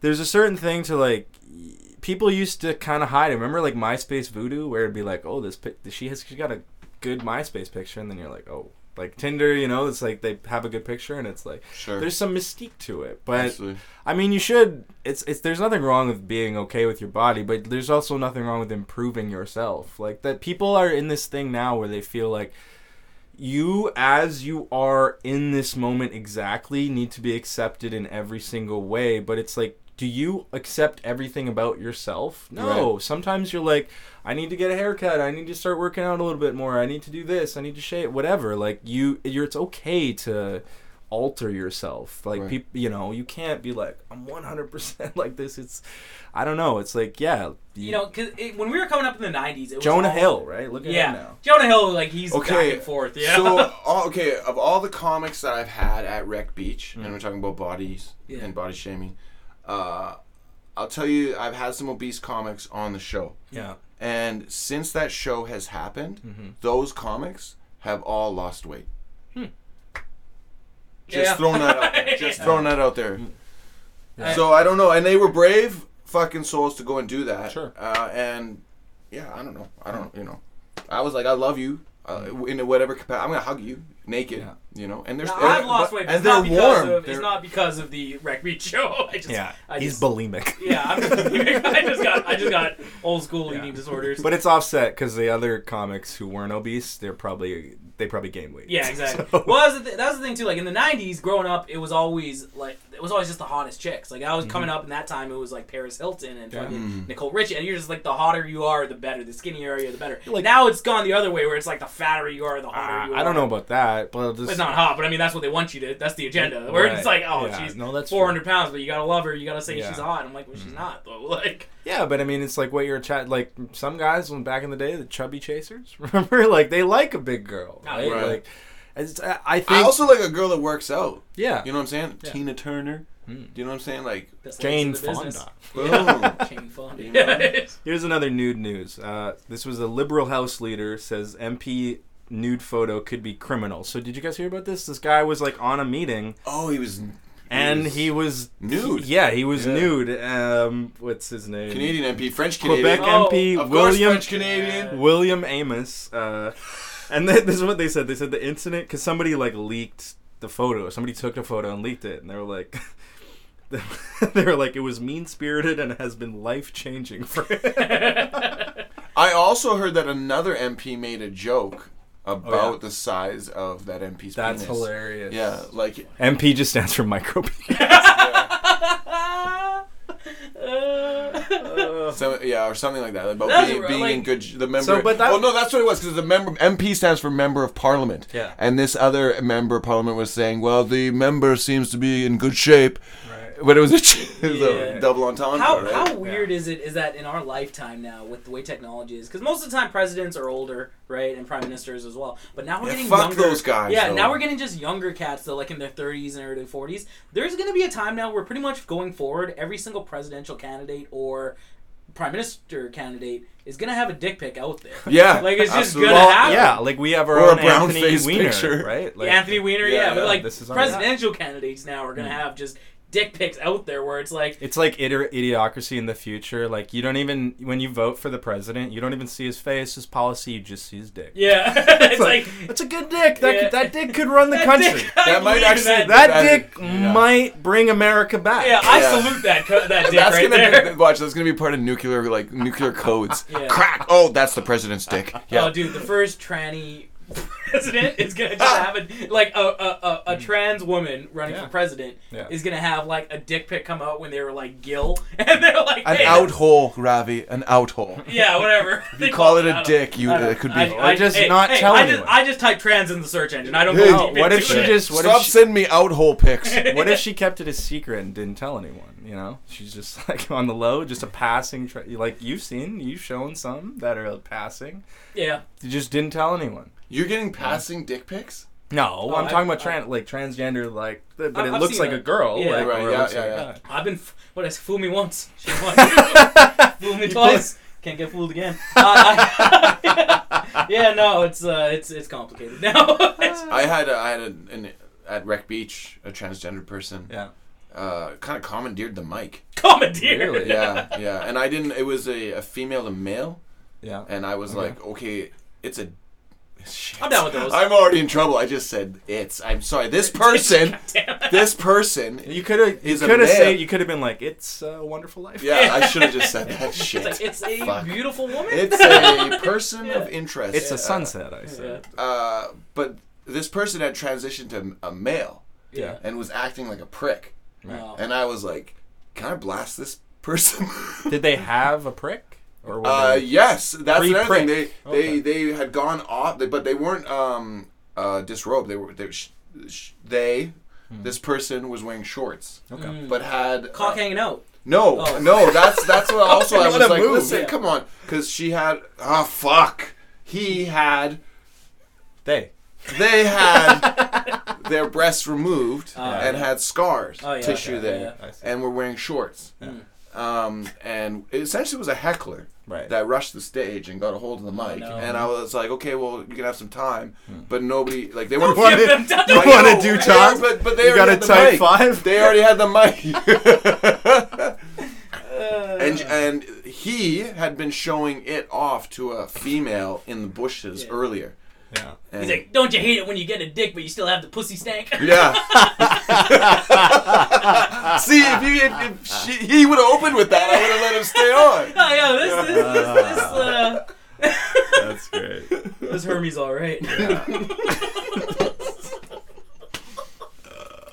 C: there's a certain thing to like y- people used to kind of hide. it. Remember like MySpace voodoo where it'd be like, "Oh, this pic- she has she got a good MySpace picture." And then you're like, "Oh, like Tinder, you know, it's like they have a good picture and it's like
D: sure.
C: there's some mystique to it." But
D: Absolutely.
C: I mean, you should. It's it's. There's nothing wrong with being okay with your body, but there's also nothing wrong with improving yourself. Like that, people are in this thing now where they feel like you, as you are in this moment exactly, need to be accepted in every single way. But it's like, do you accept everything about yourself? No. Sometimes you're like, I need to get a haircut. I need to start working out a little bit more. I need to do this. I need to shave. Whatever. Like you, you're. It's okay to alter yourself. Like
D: Right.
C: peop you know, you can't be like I'm 100% like this. It's I don't know. It's like yeah,
B: You know, cause it, when we were coming up in the '90s, it was
C: Jonah
B: all-
C: Hill, right? Look at
B: Yeah,
C: him now.
B: Jonah Hill, like he's
D: Okay,
B: back and forth. Yeah.
D: So, all, okay, of all the comics that I've had at Wreck Beach, and we're talking about bodies
B: Yeah.
D: and body shaming, uh, I'll tell you, I've had some obese comics on the show.
C: Yeah.
D: And since that show has happened,
C: Mm-hmm.
D: those comics have all lost weight.
C: Hmm.
D: Just
B: Yeah.
D: throwing that out there. Just
B: Yeah.
D: throwing that out there.
B: Yeah.
D: So I don't know. And they were brave fucking souls to go and do that.
C: Sure.
D: Uh, and yeah, I don't know. I don't, you know. I was like, I love you uh, in whatever capacity. I'm going to hug you naked,
C: Mm-hmm. Yeah.
D: you know. And they're
B: Now,
D: and-
B: I've lost
D: but-
B: weight, but it's
D: And
B: not
D: they're
B: because
D: warm.
B: of
D: They're-
B: it's not because of the Rec Beat show. I just, I
C: He's
B: just,
C: bulimic.
B: yeah, I'm just, I just got, I just got old school
C: Yeah.
B: eating disorders.
C: But it's offset cuz the other comics who weren't obese, they're probably they probably gained weight.
B: Yeah, exactly.
C: So-
B: Well, that was, the th- that was the thing too. Like in the '90s, growing up, it was always like it was always just the hottest chicks. Like I was coming up in that time, it was like Paris Hilton and
C: Mm-hmm. Yeah. Mm.
B: fucking Nicole Rich, and you're just like the hotter you are, the better. The skinnier you are, the better.
C: Like-
B: now it's gone the other way, where it's like the fatter you are, the hotter
C: Ah,
B: you are.
C: I don't know about that, but I'll just
B: It's not hot, but I mean that's what they want you to. That's the agenda. Where it's like,
C: Right.
B: oh,
C: Yeah.
B: she's
C: No, that's
B: four hundred pounds, but you gotta love her. You gotta say
C: Yeah. Mm-hmm.
B: she's hot. I'm like, well, she's not though. Like,
C: Yeah, but I mean, it's like what you're chat like some guys when back in the day, the chubby chasers. Remember, like they like a big girl,
B: Ah,
C: right?
D: yeah.
C: Like, it's, I I think
D: I also like a girl that works out.
C: yeah,
D: You know what I'm saying?
C: Yeah.
D: Tina Turner.
C: Hmm.
D: Do you know what I'm saying? Like,
B: that's
C: Jane
B: the business.
C: Fonda.
D: boom.
B: Jane Fonda.
D: You
B: Yeah.
C: Here's another nude news. Uh, this was a liberal House leader says MP nude photo could be criminal. So did you guys hear about this? This guy was like on a meeting
D: oh, he was.
C: and
D: was
C: he was
D: nude.
C: yeah, he was
D: Yeah.
C: nude. Um, what's his name?
D: Canadian MP, French Canadian.
C: Quebec
B: Oh,
C: MP
D: Of course,
C: William
D: French Canadian.
C: William Amos. Uh, and then, this is what they said. They said the incident because somebody like leaked the photo. Somebody took a photo and leaked it, and they were like. they were like it was mean spirited and has been life changing for
D: I also heard that another MP made a joke about
B: Oh,
D: the size of that MP's penis.
C: hilarious.
D: Yeah, like
C: MP just stands for micropenis.
B: Ah. Uh,
D: some, yeah, or something like that. About
B: That's
D: being,
B: right,
D: being in
B: like-
D: good the member.
C: So, but that-
D: oh no, that's what it was because the member MP stands for member of parliament.
C: Yeah.
D: And this other member of parliament was saying, "Well, the member seems to be in good shape," but it was a, it was
B: Yeah.
D: a double entendre.
B: How,
D: right?
B: how weird is it is that in our lifetime now with the way technology is because most of the time presidents are older right and prime ministers as well but now we're
D: Yeah,
B: getting
D: fuck
B: younger
D: those guys,
B: yeah
D: though.
B: now we're getting just younger cats though like in their 30s and early 40s there's going to be a time now where pretty much going forward every single presidential candidate or prime minister candidate is going to have a dick pic out there
D: Yeah,
B: like it's just
D: absolutely.
B: gonna
D: Well,
B: happen
C: yeah, like we have our
D: Or a
C: own
D: brown
C: Anthony
D: face
C: Weiner,
D: picture.
C: right? Like,
B: Yeah, Anthony Weiner,
D: Yeah,
B: yeah,
D: yeah,
B: but like
C: this is on
B: presidential candidates now are gonna have just dick pics out there where it's like
C: It's like iter- idiocracy in the future. Like you don't even when you vote for the president, you don't even see his face, his policy. You just see his dick.
B: yeah, it's like
C: that's a good dick. That
B: Yeah.
C: that dick could run the
B: that
C: country.
B: dick- I
D: That might
B: believe in
D: actually-
B: that.
C: That
D: That-
C: dick
D: yeah.
C: might bring America back.
B: yeah, I
D: Yeah.
B: salute that co- that dick
D: That's
B: right
D: gonna
B: there.
D: be watch. That's gonna be part of nuclear like nuclear codes.
B: Yeah.
D: Crack. Oh, that's the president's dick. Yeah.
B: Oh, dude, the first tranny president is gonna just have a like a a, a, a trans woman running
C: Mm. Yeah.
B: for president
C: Yeah.
B: is gonna have like a dick pic come out when they were like Gil and they're like
D: An
B: hey,
D: out hole, Ravi. An out hole.
B: Yeah, whatever.
D: You call it
B: I
D: a
B: don't-
D: dick, you
B: I don't-
D: it could be.
B: I, I,
C: Or just
B: hey,
C: not
B: hey,
C: tell
B: I
C: anyone.
B: Just, I just type trans in the search engine. I don't
D: Hey,
B: know.
C: Oh, what if she just what
D: Stop
C: if she,
D: sending me out hole pics.
C: what if she kept it a secret and didn't tell anyone? You know, she's just like on the low, just a passing. Tra- like you've seen, you've shown some that are passing.
B: Yeah.
C: You just didn't tell anyone.
D: You're getting passing dick pics?
C: No,
B: Oh,
C: I'm
B: I-
C: talking about
B: I-
C: trans, like transgender, like th- but
B: I-
C: it
B: I've
C: looks
B: seen
C: like
B: that.
C: a girl.
B: Yeah.
C: like,
D: Right,
C: or it
D: yeah,
C: looks
D: yeah,
C: like a
D: yeah.
C: guy.
B: I've been f- what is fool me once, shame once. fool me twice, can't get fooled again. Uh, I- yeah, no, it's uh, it's it's complicated now. It's-
D: I had a, I had an, an at Wreck Beach a transgender person
C: Yeah.
D: uh, kind of commandeered the mic.
B: commandeer.
C: Really?
D: Yeah, yeah, and I didn't. It was a, a female to male,
C: Yeah.
D: and I was
C: Okay.
D: like, okay, it's a. Shit.
B: I'm down with those.
D: I'm already in trouble. I just said it's. I'm sorry. This person,
B: Damn.
D: this person.
C: You could have. You
D: He's a
C: could have
D: man.
C: said. You could have been like, "It's a wonderful life."
D: Yeah, I should have just said that
B: It's
D: shit.
B: like it's a
D: Fuck.
B: beautiful woman.
D: It's a person
B: Yeah.
D: of interest.
C: It's
D: Uh,
C: a sunset. I said.
D: Uh, but this person had transitioned to a male
B: yeah.
D: and was acting like a prick,
C: Right.
B: Oh.
D: and I was like, can I blast this person?
C: Did they have a prick or? were
D: Uh,
C: they-
D: yes, that's another thing. They
C: Pre-prick.
D: they they had gone off, they- but they weren't um uh disrobed. They were they sh- sh- they this person was wearing shorts,
C: Okay.
D: but had
B: Cock
D: uh,
B: hanging out.
D: no
B: Oh.
D: no. That's that's what also I
C: What
D: was
C: a
D: like.
C: move.
D: Listen,
B: Yeah.
D: come on, because she had ah fuck. He had
C: They.
D: they had their breasts removed
B: Oh,
D: and
B: yeah.
D: had scars
B: Oh, yeah,
D: tissue
B: okay,
D: there,
C: yeah. I see.
D: and were wearing shorts. Um, and it essentially was a heckler
C: Right.
D: that rushed the stage and got a hold of the mic.
B: no.
D: And I was like, okay, well, you can have some time, but nobody like they weren't.
B: Give them time.
D: I
C: wanna
D: know,
C: do
D: I know,
C: time?
D: But, but they
C: You got
D: already
C: a
D: had the
C: type
D: mic.
C: five.
D: They already had the mic.
B: Uh,
D: and and he had been showing it off to a female in the bushes
B: Yeah.
D: earlier.
C: Yeah.
B: He's
D: And-
B: like, don't you hate it when you get a dick but you still have the pussy stank?
D: Yeah. See, if, you, if, if she, he would have opened with that, I would have let him stay on.
B: oh, yeah, this this this, this, uh,
C: That's great.
B: this Hermes all right.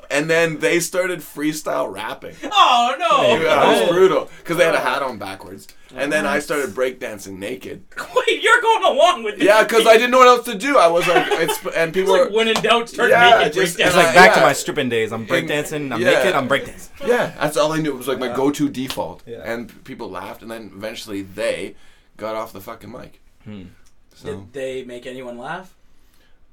D: And then they started freestyle rapping.
B: Oh no!
D: Yeah, that was brutal because they had a hat on backwards. And then I started breakdancing naked.
B: Wait, you're going along with this?
D: Yeah, because I didn't know what else to do. I was like, it's and
B: It's
D: people
B: like
D: were
B: when in doubt, turn
D: Yeah,
B: naked,
D: just-
B: break
C: It's
B: down.
D: Uh,
C: like back to
D: yeah.
C: my stripping days. I'm breakdancing. I'm
D: Yeah.
C: naked. I'm breakdancing.
D: yeah, that's all I knew. It was like my go-to default.
C: Yeah.
D: And people laughed, and then eventually they got off the fucking mic.
C: Hmm.
D: So
B: Did they make anyone laugh?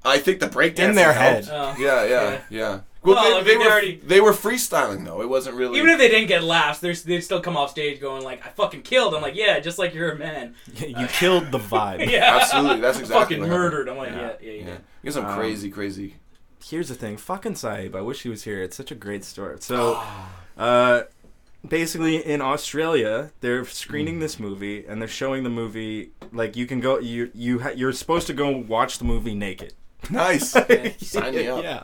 D: I think the breakdance
C: In their
D: helped.
C: head.
B: Oh.
D: Yeah,
B: Yeah.
D: yeah, yeah. Well,
B: Well, I mean,
D: they, they
B: they
D: were
B: already-
D: they were freestyling though. It wasn't really.
B: Even if they didn't get laughs, they're- they'd still come off stage going like, "I fucking killed." I'm like, "Yeah, just like you're a man."
C: You killed the vibe.
B: Yeah,
D: Absolutely, that's exactly
B: fucking
D: what happened.
B: murdered. I'm like, "Yeah, yeah, yeah."
D: yeah, you get some
C: Um,
D: crazy, crazy.
C: Here's the thing. Fucking Saib. I wish he was here. It's such a great story. So, uh, basically in Australia, they're screening this movie and they're showing the movie. Like you can go. You you ha- you're supposed to go watch the movie naked.
D: Nice. Sign me up.
C: Yeah.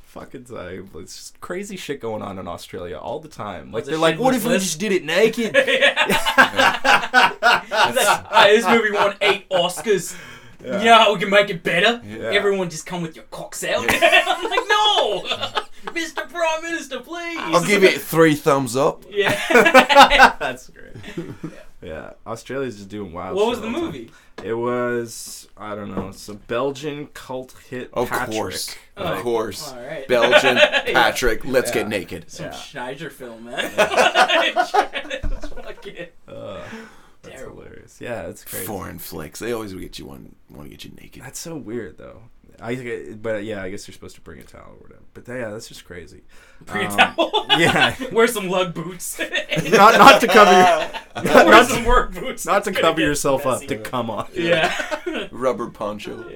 C: Fucking Saib. It's just crazy shit going on in Australia all the time. Like
B: it
C: they're like, what if
B: Schindler's
C: we
B: List?
C: just did it naked?
B: It's like, "Ah, this movie won eight Oscars. Yeah, we can make it better. Everyone just come with your cocks out. I'm like, no, Mr. Prime Minister, please.
D: I'll give it three thumbs up.
B: Yeah.
C: That's great. yeah, Australia's just doing wild.
B: what
C: shit
B: was the
C: all time.
B: movie?
C: It was I don't know. It's a Belgian cult hit.
D: Of
C: Patrick.
D: course,
B: Oh,
D: of course.
B: All right.
D: Belgian Patrick, let's get naked.
B: Some
C: Yeah.
B: Schneider film, man. It's fucking
C: Ugh, uh, that's
B: terrible.
C: hilarious. Yeah, it's crazy.
D: Foreign flicks. They always would get you one. Want to get you naked?
C: That's so weird though. I get- but yeah, I guess you're supposed to bring a towel or whatever. But yeah, that's just crazy.
B: Bring a
C: Um,
B: towel.
C: yeah.
B: Wear some lug boots. not,
C: Not not to cover your, not,
B: Wear
C: not
B: some
C: to,
B: work boots.
C: not
B: It's
C: to
B: gonna
C: cover
B: get
C: yourself up
B: messy.
C: to come on.
B: yeah.
D: Rubber poncho.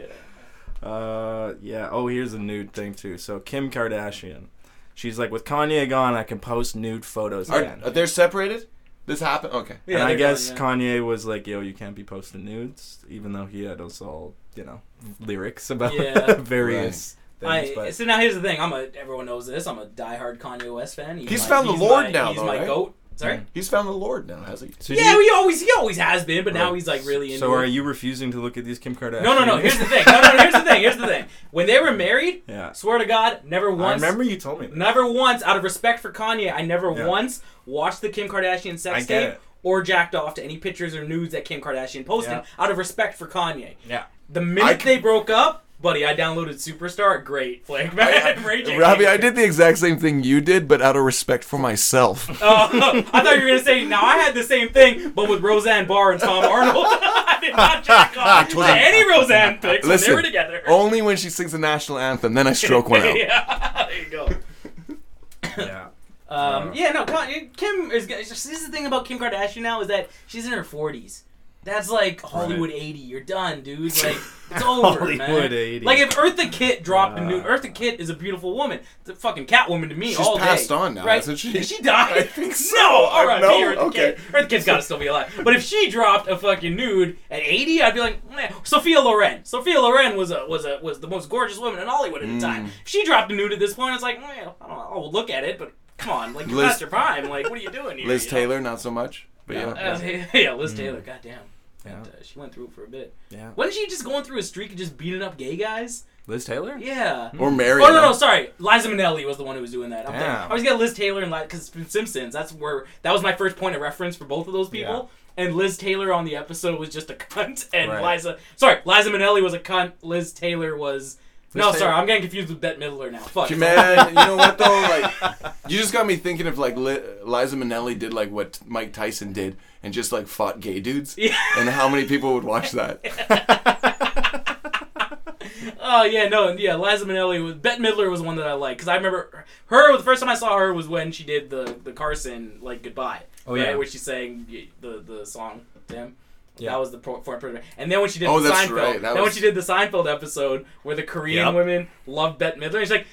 C: Uh, yeah. Oh, here's a nude thing too. So Kim Kardashian, she's like, with Kanye gone, I can post nude photos
D: Are,
C: again.
D: are they separated? This happened. Okay.
B: Yeah,
C: and I
B: they're
C: guess
B: done,
C: Kanye was like, "Yo, you can't be posting nudes," even though he had us all, you know, lyrics about
B: Yeah.
C: various
B: yeah.
C: things.
B: I,
C: but
B: so now here's the thing. I'm a. Everyone knows this. I'm a diehard Kanye West fan. He's,
D: He's
B: my,
D: found the
B: he's
D: Lord
B: my,
D: now,
B: He's
D: though,
B: my
D: right?
B: goat. Sorry.
D: He's found the Lord now, has he?
C: So do
B: Yeah,
C: you-
B: he always he always has been, but now he's like really into.
C: so are
B: it.
C: you refusing to look at these Kim Kardashian?
B: No, no, no. Here's the thing. No, no, no. Here's the thing. Here's the thing. When they were married,
C: yeah.
B: swear to God, never
E: I
B: once,
E: remember you told me. That.
B: never once, out of respect for Kanye, I never
C: Yeah.
B: once watched the Kim Kardashian
E: I
B: sex
E: get
B: tape
E: it.
B: or jacked off to any pictures or nudes that Kim Kardashian posted
C: Yeah.
B: out of respect for Kanye.
E: Yeah.
B: The
D: I
B: minute
D: c-
B: they broke up, buddy, I downloaded Superstar. Great, like man, Ray J.
D: Oh, Robbie, I did the exact same thing you did, but out of respect for myself.
B: Oh, I thought you were gonna say. Now I had the same thing, but with Roseanne Barr and Tom Arnold. I did not jack off to
D: told you.
B: any Roseanne pics when they
D: Listen.
B: were together.
D: Only when she sings the national anthem, then I stroke one out.
B: yeah, there you go.
C: Yeah.
B: Um,
C: Uh,
B: yeah, no, Con- Kim is. gonna- This is the thing about Kim Kardashian now is that she's in her forties. That's like Hollywood eighty. You're done, dude. Like it's over,
C: Hollywood
B: man.
C: 80.
B: Like if Eartha Kitt dropped a new
C: Uh.
B: Eartha Kitt is a beautiful woman. It's a fucking Catwoman to me.
D: She's
B: all day.
D: passed on now,
B: right?
D: hasn't she?
B: Did she die?
D: I think so.
B: No,
D: I-
B: all right,
D: no?
B: Eartha
D: Okay.
B: Kitt. Eartha Kitt's gotta still be alive. But if she dropped a fucking nude at eighty, I'd be like, Meh. Sophia Loren. Sophia Loren was a was a was the most gorgeous woman in Hollywood
D: Mm.
B: at the time. If she dropped a nude at this point, it's like, well, I don't know, I'll look at it, but come on, like you're
D: Liz-
B: past your prime. Like, what are you doing here?
D: Liz
B: you know?
D: Taylor, not so much. But yeah.
B: Uh, yeah, Liz Taylor. Goddamn.
C: Mm. Yeah.
B: And, uh, she went through it for a bit.
C: Yeah.
B: Wasn't she just going through a streak of just beating up gay guys?
C: Liz Taylor?
B: Yeah.
C: Mm.
D: Or Mary.
B: Oh no no sorry, Liza Minnelli was the one who was doing that. I'm thinking-
C: Damn.
B: I always get Liz Taylor and because Simpsons. That's where that was my first point of reference for both of those people. And Liz Taylor on the episode was just a cunt, and
C: Right.
B: Liza sorry Liza Minnelli was a cunt. Liz Taylor was no
C: Taylor-
B: sorry I'm getting confused with Bette Midler now. Fuck.
D: Man, you know what though? Like, you just got me thinking of like Li- Liza Minnelli did like what Mike Tyson did and just like fought gay dudes,
B: Yeah.
D: and how many people would watch that?
B: Oh yeah, no, yeah. Liza Minnelli was Bette Midler was one that I liked because I remember her, her. The first time I saw her was when she did the the Carson like goodbye.
C: Oh, yeah.
B: where she sang y- the the song to him.
C: Yeah.
B: That was the pro- foreign person. And then when she did
D: Oh,
B: the
D: that's
B: Seinfeld,
D: right, that
B: then when
D: was-
B: she did the Seinfeld episode where the Korean
C: Yep.
B: women loved Bette Midler, he's like.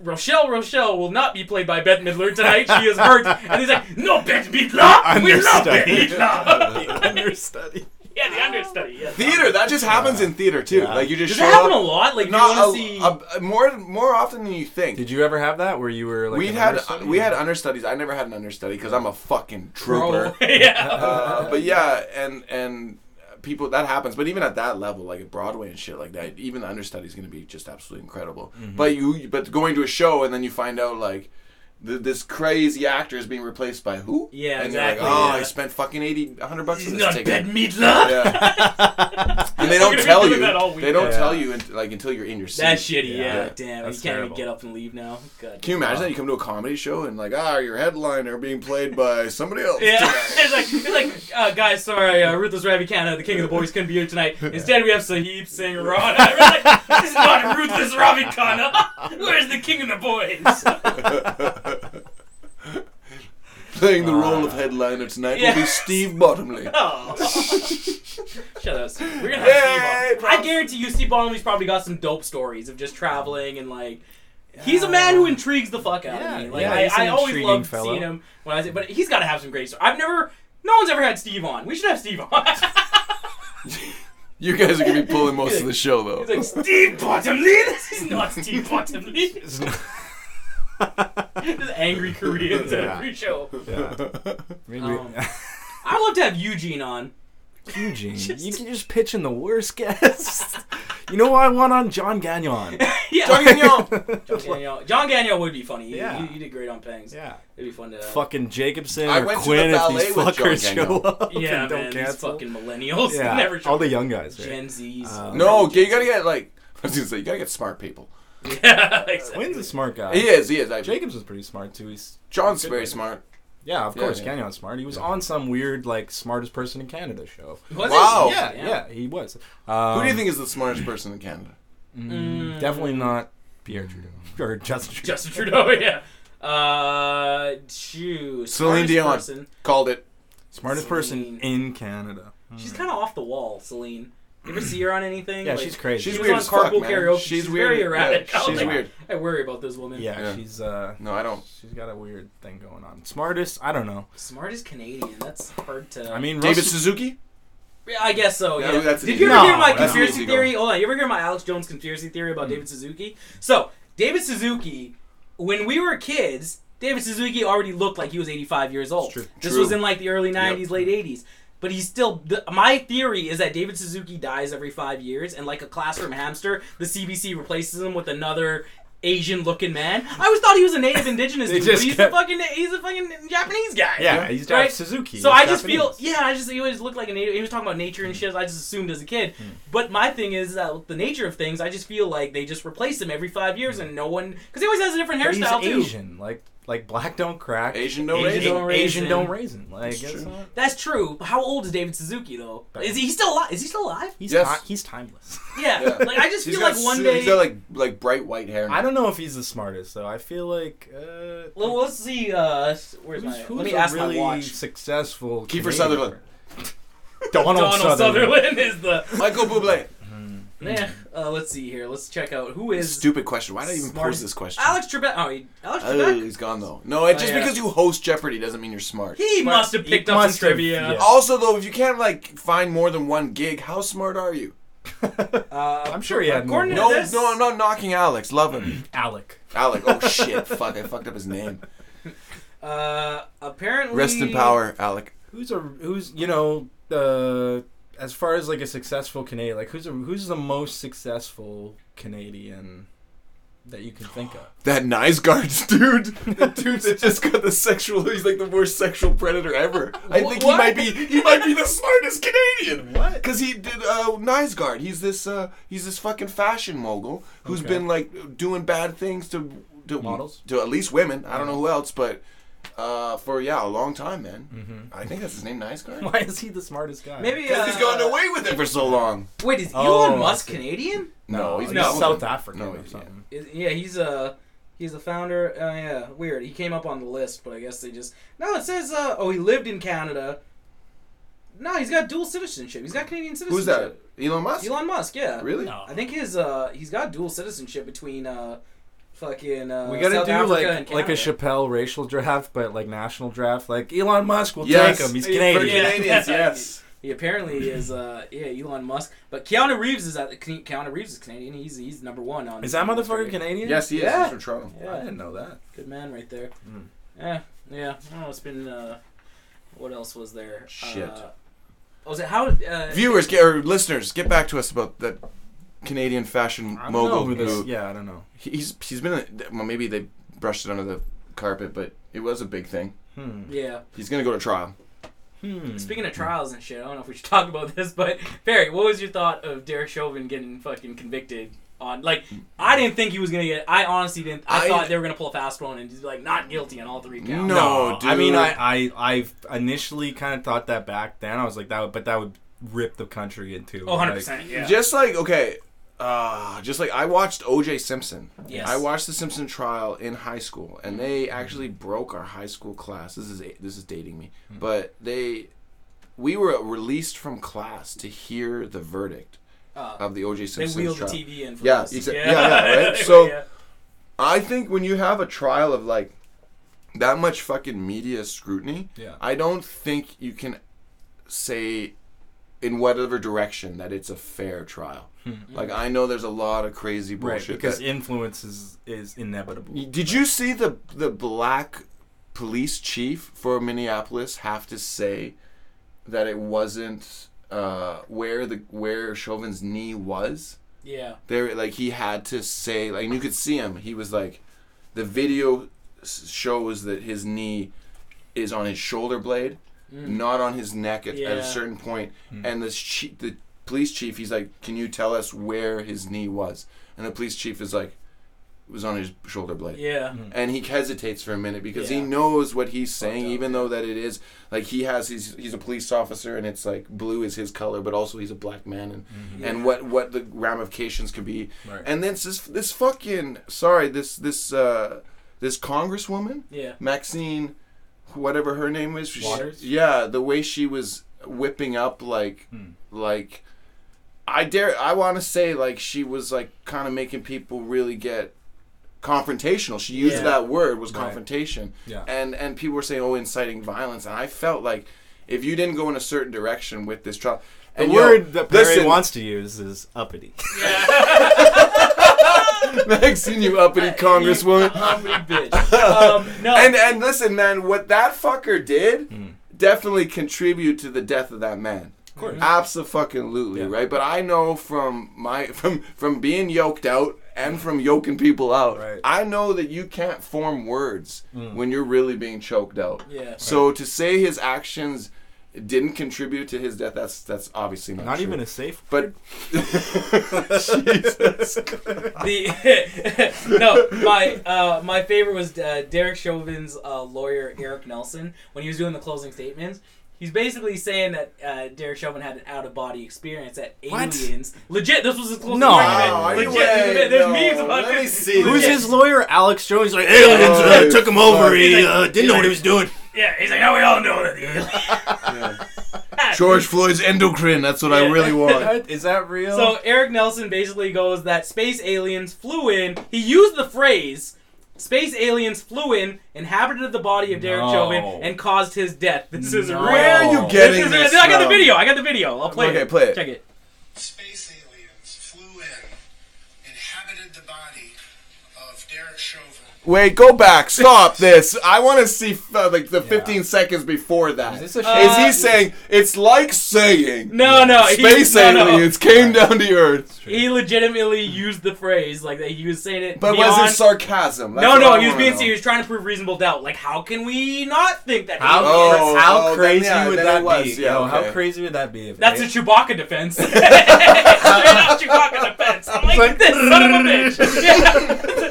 B: Rochelle, Rochelle will not be played by Bette Midler tonight. She is hurt, and he's like, "No, Bette Midler, we love Bette
C: Understudy.
B: Midler."
C: Understudy.
B: yeah, the understudy. Yeah,
D: Theater that just happens in theater too.
C: Yeah.
D: Like you just
B: Does
D: show
B: that happen a
D: up.
B: lot? Like, you
D: Not
B: want
D: a,
B: to see?
D: a- a- more more often than you think.
C: Did you ever have that where you were like
D: we
C: an
D: had
C: understudy?
D: we had understudies. I never had an understudy because I'm a fucking trooper.
B: Bro. yeah.
D: Uh, but yeah, and and people that happens. But even at that level, like at Broadway and shit like that, even the understudy is going to be just absolutely incredible.
C: Mm-hmm.
D: But you but going to a show and then you find out like. th- This crazy actor is being replaced by who?
B: Yeah,
D: and
B: exactly,
D: You're like, oh,
B: yeah.
D: I spent fucking 80, 100 bucks
B: He's
D: on this
B: not Bette
D: ticket.
B: Midler.
D: Yeah. and
B: We're gonna
D: they don't
B: be
D: tell
B: doing
D: you.
B: that all
D: They don't
C: weekend.
D: tell you unt- like until you're in your seat.
B: That's shitty. Yeah,
C: Yeah.
B: damn.
C: That's
B: you can't even
C: terrible.
B: get up and leave now. God.
D: Can you imagine that you come to a comedy show and like ah your headliner being played by somebody else?
B: Yeah,
D: tonight?
B: it's like it's like uh, guys. Sorry, uh, Ruthless Ravikana, the king of the boys, couldn't be here tonight. Instead, we have Sahib Singh Rana. We're like, this is not Ruthless Ravikana. Where's the king of the boys?
D: Playing the role of headliner tonight will
B: Uh, Yeah.
D: be Steve Bottomley.
B: Oh. Shut up. Steve. We're gonna have
D: Hey,
B: Steve. on. I guarantee you, Steve Bottomley's probably got some dope stories of just traveling and like. He's a man who intrigues the fuck out
C: Yeah,
B: of me. Like
C: yeah, he's an
B: I, I always
C: intriguing
B: love
C: fellow.
B: seeing him when I see, but he's got to have some great stories. I've never, no one's ever had Steve on. We should have Steve on.
D: You guys are gonna be pulling most of the show
B: He's
D: though.
B: like Steve Bottomley. This is not Steve Bottomley. just angry Koreans at
C: Yeah.
B: every show.
C: Yeah. Maybe
B: Um, I'd love to have Eugene on.
C: Eugene,
B: Just-
C: you can just pitch in the worst guests. you know what I want on John Gagnon.
B: Yeah,
D: John Gagnon.
B: John Gagnon. John Gagnon would be funny. You-
C: Yeah.
B: You, you did great on Pangs.
C: yeah.
B: It'd be fun to.
C: Fucking Jacobson
D: I
C: or
D: went to the
C: Quinn if
D: ballet
C: these
D: with John
C: fuckers
D: Gagnon.
C: show up
B: Yeah,
C: and don't
B: man, these
C: cancel.
B: fucking millennials.
C: yeah,
B: Never
C: all
B: show
C: the young guys. Right?
B: Gen Z's.
C: Um,
D: No, you gotta get like. I was gonna say you gotta get smart people.
B: yeah, exactly.
C: Quinn's a smart guy.
D: He
B: Uh,
D: is. He is. I,
C: Jacobs was pretty smart too. He's
D: John's
C: good
D: very
C: with it.
D: smart.
C: Yeah, of
D: Yeah,
C: course,
D: yeah.
C: Canyon's smart. He was on some weird like smartest person in Canada show.
B: Was it?
D: Wow.
C: yeah, yeah, he was.
D: Who do you
C: Um,
D: think is the smartest person in Canada?
B: Mm.
C: Definitely not Pierre Trudeau or Justin Trudeau.
B: Justin Trudeau. Yeah. Uh, shoot.
D: Celine
B: smartest
D: Dion.
B: person.
D: Called it.
C: Smartest person
B: Celine.
C: in Canada.
B: She's kind of off the wall, Celine. You ever see her on anything?
C: Yeah,
B: Like,
C: she's crazy.
D: She's
B: She was
D: weird
B: on
D: as fuck,
B: Carpool
D: man.
B: Karaoke.
D: She's,
B: She's
D: weird.
B: very erratic.
D: Yeah,
B: I
D: she's
B: like-
D: weird.
B: I worry about this woman.
C: yeah,
D: Yeah.
C: she's uh,
D: No, I don't.
C: she's got a weird thing going on. Smartest, I don't know.
B: Smartest Canadian. That's hard to.
C: I mean,
D: David
C: Russell-
D: Suzuki.
B: Yeah, I guess so.
D: Yeah,
B: Yeah.
D: that's
B: Did
D: an
B: you ever
C: easy- Hmm.
B: hear my
C: No, that's
D: an
B: conspiracy
D: easy
B: theory? Hold on. You ever hear my Alex Jones conspiracy theory about David Suzuki? So David Suzuki, when we were kids, David Suzuki already looked like he was 85 years old.
C: true.
B: This
D: True.
B: was in like the early 90s, late 80s. But he's still. The, my theory is that David Suzuki dies every five years, and like a classroom hamster, the CBC replaces him with another Asian-looking man. I always thought he was a native indigenous
C: They
B: dude, but
C: just
B: he's
C: kept-
B: a fucking he's a fucking Japanese guy.
C: Yeah, he's
B: Right?
C: Japanese Suzuki.
B: So
C: He's
B: I just feel,
C: Japanese.
B: yeah, I just he always looked like a native. He was talking about nature and shit. so I just assumed as a kid.
C: Hmm.
B: But my thing is that with the nature of things, I just feel like they just replace him every five years, and no one because he always has a different
C: Hmm. But he's
B: hairstyle too.
C: Asian, like like black don't crack.
D: Asian no
C: Asian,
D: raisin.
B: don't
C: Asian
B: raisin.
C: don't raisin. Like
D: That's
C: it's
D: true.
C: not-
B: That's true. But how old is David Suzuki though?
C: Back-
B: Is he he's still alive? Is he still alive?
C: he's
D: Yes.
C: ti- he's timeless.
B: Yeah.
D: Yeah.
B: Like I just
D: He's
B: feel
D: got
B: like one
D: su-
B: day.
D: he's got like like bright white hair.
C: I don't know if he's the smartest though. I feel like uh,
B: well, let's see. Uh, where's my?
C: who's, who's
B: let me
C: a
B: ask
C: really
B: my watch.
C: successful
D: Kiefer
C: Canadian
D: Sutherland.
C: rapper? Donald,
B: Donald
C: Sutherland. Hmm.
B: Sutherland is the.
D: Michael Bublé.
B: Yeah. Uh, let's see here. Let's check out who is
D: Stupid question. Why did I even
B: Smart.
D: pose this question?
B: Alex Trebek. Oh, he,
C: Uh,
B: Alex
D: Oh,
B: Trebek.
D: he's gone though. No, it,
B: Oh,
D: just
B: yeah.
D: because you host Jeopardy doesn't mean you're smart.
B: He
C: Smart.
B: must have
C: He
B: picked up some
C: must have,
B: trivia.
C: yeah.
D: Also, though, if you can't like find more than one gig, how smart are you?
B: Uh,
C: I'm sure he had more.
B: according to
D: No,
B: this-
D: no, I'm not knocking Alex. Love him,
C: Alec.
D: Alec. Oh shit, fuck, I fucked up his name.
B: Uh, apparently.
D: Rest in power, Alec.
C: Who's a who's you know uh, as far as like a successful Canadian like who's a, who's the most successful Canadian that you can think of?
D: That nice guards dude, the dude that just got the sexual. He's like the worst sexual predator ever. I
B: Wh-
D: think
B: what?
D: he might be. He might be the smartest Canadian.
C: What?
D: Cause he did uh, Nice Guard. He's this. Uh, he's this fucking fashion mogul who's
C: Okay.
D: been like doing bad things to, to
C: Models?
D: to at least women. I don't know who else, but uh, for yeah, a long time, man.
C: Mm-hmm.
D: I think that's his name, Nice Guard.
C: Mm. Why is he the smartest guy?
B: Maybe.
D: Because
B: Uh,
D: he's gotten away with it for so long.
B: Wait, is
C: Oh,
B: Elon
C: I
B: Musk
C: see.
B: Canadian?
D: No, he's
C: he's
D: not.
C: South African
D: No,
C: or
D: yeah.
C: something.
B: Is, yeah, he's Uh, He's the founder. Oh yeah, weird. He came up on the list, but I guess they just no. It says, uh, oh, he lived in Canada. No, he's got dual citizenship. He's got Canadian
D: Who's that?
B: citizenship.
D: Elon Musk.
B: Elon Musk. Yeah.
D: Really?
C: No.
B: I think his uh, he's got dual citizenship between uh, fucking uh,
C: We gotta
B: South
C: do
B: Africa and
C: like like a
B: Canada.
C: Chappelle racial draft, but like national draft. Like Elon Musk will
D: Yes.
C: take him. He's
D: For
C: Canadian.
D: Canadians,
B: Yeah.
D: yes.
B: He apparently is, uh, yeah, Elon Musk. But Keanu Reeves is at the Keanu Reeves is Canadian. He's he's number one on.
C: Is that
B: on the
C: motherfucker
B: trivia.
C: Canadian?
D: Yes, he is.
B: Yeah.
D: He's from Toronto.
C: I
B: Yeah,
C: didn't know that.
B: good man right there.
C: Mm.
B: Yeah, yeah. I don't know. It's been. Uh, what else was there?
D: Shit.
B: Uh, oh, was it how? Uh,
D: Viewers get, or listeners, get back to us about that Canadian fashion
C: I don't know
D: mogul.
C: who
D: who-
C: this. Yeah, I don't know.
D: He's he's been a, well. Maybe they brushed it under the carpet, but it was a big thing.
C: Hmm.
B: yeah.
D: He's gonna go to trial.
C: Hmm.
B: Speaking of trials and shit, I don't know if we should talk about this, but Barry, what was your thought of Derek Chauvin getting fucking convicted on? Like,
C: Hmm.
B: I didn't think he was gonna get. I honestly didn't. I,
D: I-
B: thought they were gonna pull a fast one and just be like not guilty on all three counts.
D: No.
C: I mean,
D: dude.
C: I, I, I initially kind of thought that back then. I was like, that, would, but that would rip the country into.
B: Oh, 100 percent. Yeah.
D: Just like okay, uh, just like I watched O.J. Simpson.
B: Yes.
D: I watched the Simpson trial in high school, and they actually broke our high school class. This is this is dating me, but they we were released from class to hear the verdict
B: Uh,
D: of the O.J.
B: They
D: Simpson
B: wheel the
D: trial.
B: TV in. For
D: Yeah,
B: us.
D: exa- yeah, yeah, right? So-
B: yeah.
D: I think when you have a trial of like that much fucking media scrutiny,
C: Yeah.
D: I don't think you can say in whatever direction that it's a fair trial. Like I know there's a lot of crazy
C: Hmm, right
D: bullshit.
C: because
D: that-
C: influence is is inevitable.
D: did you see the the black police chief for Minneapolis have to say that it wasn't uh, where the where Chauvin's knee was?
B: yeah.
D: there like he had to say like and you could see him he was like the video s- shows that his knee is on his shoulder blade not on his neck at, at
B: Mm. Yeah.
D: a certain point and this chief the police chief he's like can you tell us where his knee was and the police chief is like it was on his shoulder blade
B: Yeah.
D: and he hesitates for a minute because he
B: Yeah.
D: knows what he's saying
B: up,
D: even though that it is like he has he's, he's a police officer and it's like blue is his color but also he's a black man and
B: Mm-hmm.
D: and what what the ramifications could be
C: Right.
D: and then this this fucking sorry this this uh this congresswoman
B: Yeah.
D: Maxine whatever her name is she-
C: Waters?
D: yeah the way she was whipping up like
C: Hmm.
D: like I dare I want to say like she was like kind of making people really get confrontational. She used
B: Yeah.
D: that word was
C: Right.
D: confrontation.
C: Yeah.
D: And and people were saying oh inciting violence and I felt like if you didn't go in a certain direction with this trial
C: The
D: and yo,
C: word that Perry
D: listen,
C: wants to use is uppity.
D: Maxine, you uppity
B: You
D: congresswoman.
B: uppity bitch. Um, no.
D: And and listen, man, what that fucker did definitely contributed to the death of that man. Of
C: course.
D: Absolutely,
C: Yeah.
D: right? But I know from my from from being yoked out and from yoking people out,
C: Right. Mm.
D: I know that you can't form words when you're really being choked out.
B: Yeah.
D: So to say his actions didn't contribute to his death, that's that's obviously not
C: Not
D: true.
C: even a safe.
D: but Jesus
B: the no, my uh, my favorite was uh, Derek Chauvin's uh, lawyer Eric Nelson when he was doing the closing statements. He's basically saying that uh, Derek Chauvin had an out of body experience that
C: What?
B: aliens legit. This was his closing
C: No.
B: argument.
C: No
B: Legit, there's- there's
D: way,
B: memes
D: no.
B: about
D: Let
B: this.
D: me see.
C: Who's
B: Legit.
C: his lawyer? Alex Jones. Like aliens
D: Oh,
C: uh, took him
D: fuck.
C: over. He
B: He's
C: uh,
B: like-
C: didn't know what he was doing.
B: Yeah, he's like, now we all know that.
D: George Floyd's endocrine. That's what I
B: Yeah.
D: really want.
C: What? Is that real?
B: So Eric Nelson basically goes that space aliens flew in. He used the phrase space aliens flew in, inhabited the body of Derek
C: No.
B: Chauvin, and caused his death. This is
C: No.
B: real.
C: Where are you
D: getting
B: is,
D: this
B: I got the
D: from?
B: video. I got the video. I'll play it.
D: Okay, play it.
B: Check it.
F: space aliens flew in, inhabited the body of Derek Chauvin.
D: Wait, go back. Stop this. I want to see uh, like the 15 seconds before that.
C: Is
D: Is,
C: this a show? Uh,
D: he saying it's like saying
B: No, no. he-
D: space
B: no, no.
D: aliens came down to Earth?
B: He legitimately used the phrase like that. He was saying it.
D: But
B: beyond,
D: was it sarcasm? That's
B: No,
D: what
B: no.
D: I
B: He was
D: wanna
B: being
D: know.
B: serious. He was trying to prove reasonable doubt. Like, how can we not think that?
C: How,
B: aliens-
D: Oh,
C: how
D: oh, then,
C: crazy
D: yeah,
C: would
D: then
C: that
D: it was,
C: be?
D: yeah,
C: Yo, How
D: okay.
C: crazy would that be? If
B: That's a
C: they-
B: Chewbacca defense. Straight up Chewbacca defense. I'm like,
C: Like-
B: this son of a bitch.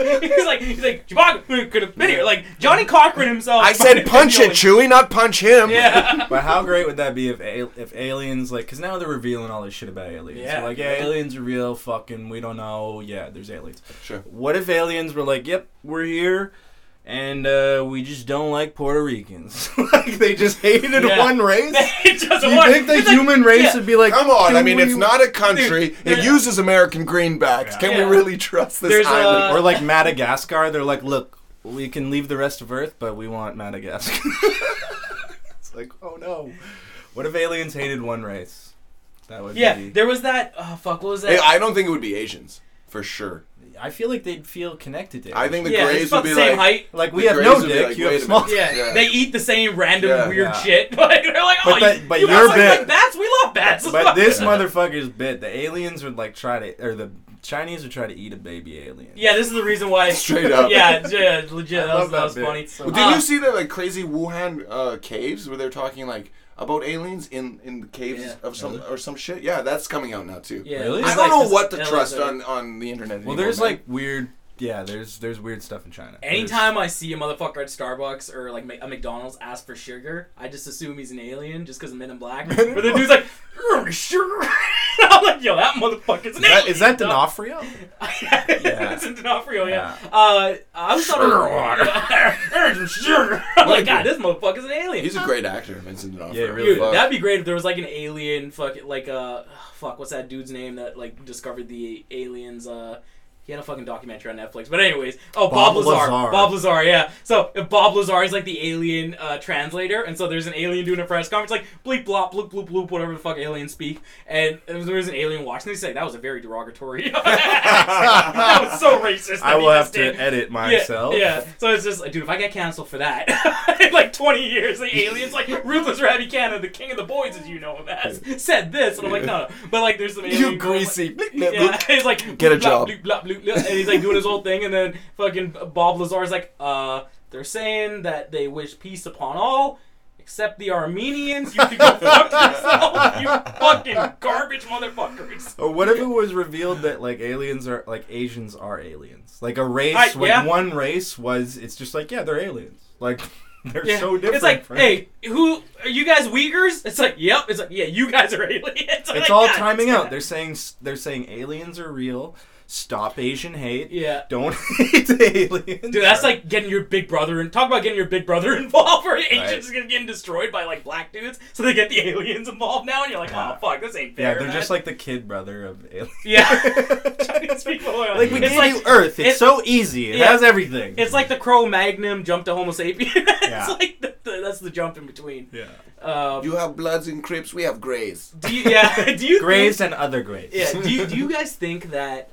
B: Yeah. he's like, he's like, Chewbacca could have been here. Like Johnny Cochran himself.
D: I said punch it, Chewie, not punch him.
B: Yeah.
C: But how great would that be if al- if aliens like? Because now they're revealing all this shit about aliens.
B: Yeah.
C: They're like, yeah, aliens are real. Fucking, we don't know. Yeah, there's aliens.
D: Sure.
C: What if aliens were like, yep, we're here, and uh, we just don't like Puerto Ricans. like they just hated
B: Yeah.
C: one race.
B: It just
C: Do you
B: worked.
C: think the
B: It's like-
C: human race
B: yeah.
C: would be like?
D: Come on.
C: "Can
D: I mean, it's
C: we-"
D: not a country. it
B: yeah.
D: uses American greenbacks. Can
B: Yeah.
D: we really trust this
B: There's a-
D: island?
C: Or like Madagascar, they're like, look, we can leave the rest of Earth, but we want Madagascar. it's like, oh no. What if aliens hated one race? That would
B: Yeah,
C: be.
B: there was that. Oh fuck, what was that?
D: Hey, I don't think it would be Asians for sure.
C: I feel like they'd feel connected to. it.
D: I think the
B: yeah,
D: Greys
B: it's about
D: would
B: the
D: be
B: same
D: like,
B: height.
C: like we
D: the
C: have
D: Greys
C: no
D: would be
C: dick,
D: like,
C: you have
D: wait a
C: small.
D: minute.
B: Yeah,
D: Yeah.
B: they eat the same random
D: Yeah.
B: weird
C: Yeah.
B: shit. Like they're like, oh,
C: But that-
B: you,
C: but
B: you
C: your
B: guys like
C: bit-
B: bats. We love bats.
C: But this motherfucker's bit. The aliens would like try to, or the Chinese would try to eat a baby alien.
B: Yeah, this is the reason why.
D: Straight up.
B: Yeah, yeah legit. That
C: love
B: was, that
C: that
B: was
C: bit.
B: funny.
C: So-
D: Well,
C: Well,
D: did
B: Uh,
D: you see the like crazy Wuhan uh, caves where they're talking like about aliens in in the caves
B: Yeah.
D: of some or some shit? Yeah, that's coming out now too.
B: Yeah,
C: Really?
B: it's
D: I don't
B: like
D: know
B: this-
D: what to
B: yeah, like
D: trust
B: the-
D: on on the internet.
C: Well,
D: anymore,
C: there's
D: man.
C: like weird. Yeah, there's there's weird stuff in China. There's-
B: Anytime I see a motherfucker at Starbucks or like Ma- a McDonald's ask for sugar, I just assume he's an alien just because of Men in Black. but the dude's like, "You're on sugar." I'm like, yo, that motherfucker's an
C: Is that,
B: alien.
C: is that
B: dog."
C: D'Onofrio?
B: yeah. it's in D'Onofrio, yeah.
C: Yeah.
B: Uh, I'm sorry.
C: Sugar water.
B: There's some sugar. I'm like, God, this motherfucker's an alien.
D: he's a great actor, Vincent D'Onofrio.
C: Yeah, really
B: Dude,
C: fuck.
B: that'd be great if there was like an alien fucking like uh fuck what's that dude's name that like discovered the aliens uh he had a fucking documentary on Netflix but anyways oh Bob,
C: Bob
B: Lazar
C: Lazar.
B: Bob Lazar yeah so if Bob Lazar is like the alien uh, translator and so there's an alien doing a press conference like bleep blop bloop bloop bloop whatever the fuck aliens speak and there's an alien watching this like that was a very derogatory that was so racist that
C: I
B: he
C: will have
B: just
C: to
B: did.
C: edit
B: Yeah,
C: myself.
B: Yeah, So it's just like, dude, if I get canceled for that, in like 20 years, the aliens, like ruthless Rabbi Cannon, the king of the boys, as you know him as, said this, and I'm like, no, no. But like, there's some alien
D: you
B: going, like-
D: greasy.
B: yeah, he's like
D: Get a
B: bloop,
D: job.
B: bloop, bloop, bloop, bloop, and he's like doing his whole thing, and then fucking Bob Lazar's like, uh, they're saying that they wish peace upon all. Except the Armenians, you can go fuck yourself, you fucking garbage motherfuckers.
C: Or what if it was revealed that like aliens are like Asians are aliens? Like a race,
B: I-
C: like
B: yeah.
C: one race was. It's just like yeah, they're aliens. Like they're
B: Yeah.
C: so different.
B: It's like,
C: from-
B: hey, who are you guys Uyghurs? It's like, yep. It's like, yeah, you guys are aliens. It's
C: it's all timing out. They're saying s- they're saying aliens are real. Stop Asian hate.
B: Yeah.
C: Don't hate aliens.
B: Dude, that's like getting your big brother and talk about getting your big brother involved where Asians are getting destroyed by like black dudes, so they get the aliens involved now, and you're like, oh
C: Yeah.
B: fuck, this ain't fair.
C: yeah, they're
B: man.
C: just like the kid brother of aliens.
B: yeah. Chinese people are
C: Like we
B: it's
C: gave
B: like,
C: you Earth. It's
B: it-
C: so easy. It
B: yeah.
C: has everything.
B: It's like the Crow Magnum jump to Homo sapien. it's
C: Yeah.
B: like the, the, that's the jump in between.
C: yeah.
B: Um,
D: You have Bloods and Crips. We have Greys.
B: do you, yeah, do you think-
C: Grays and other grays.
B: Yeah. Do you, do you guys think that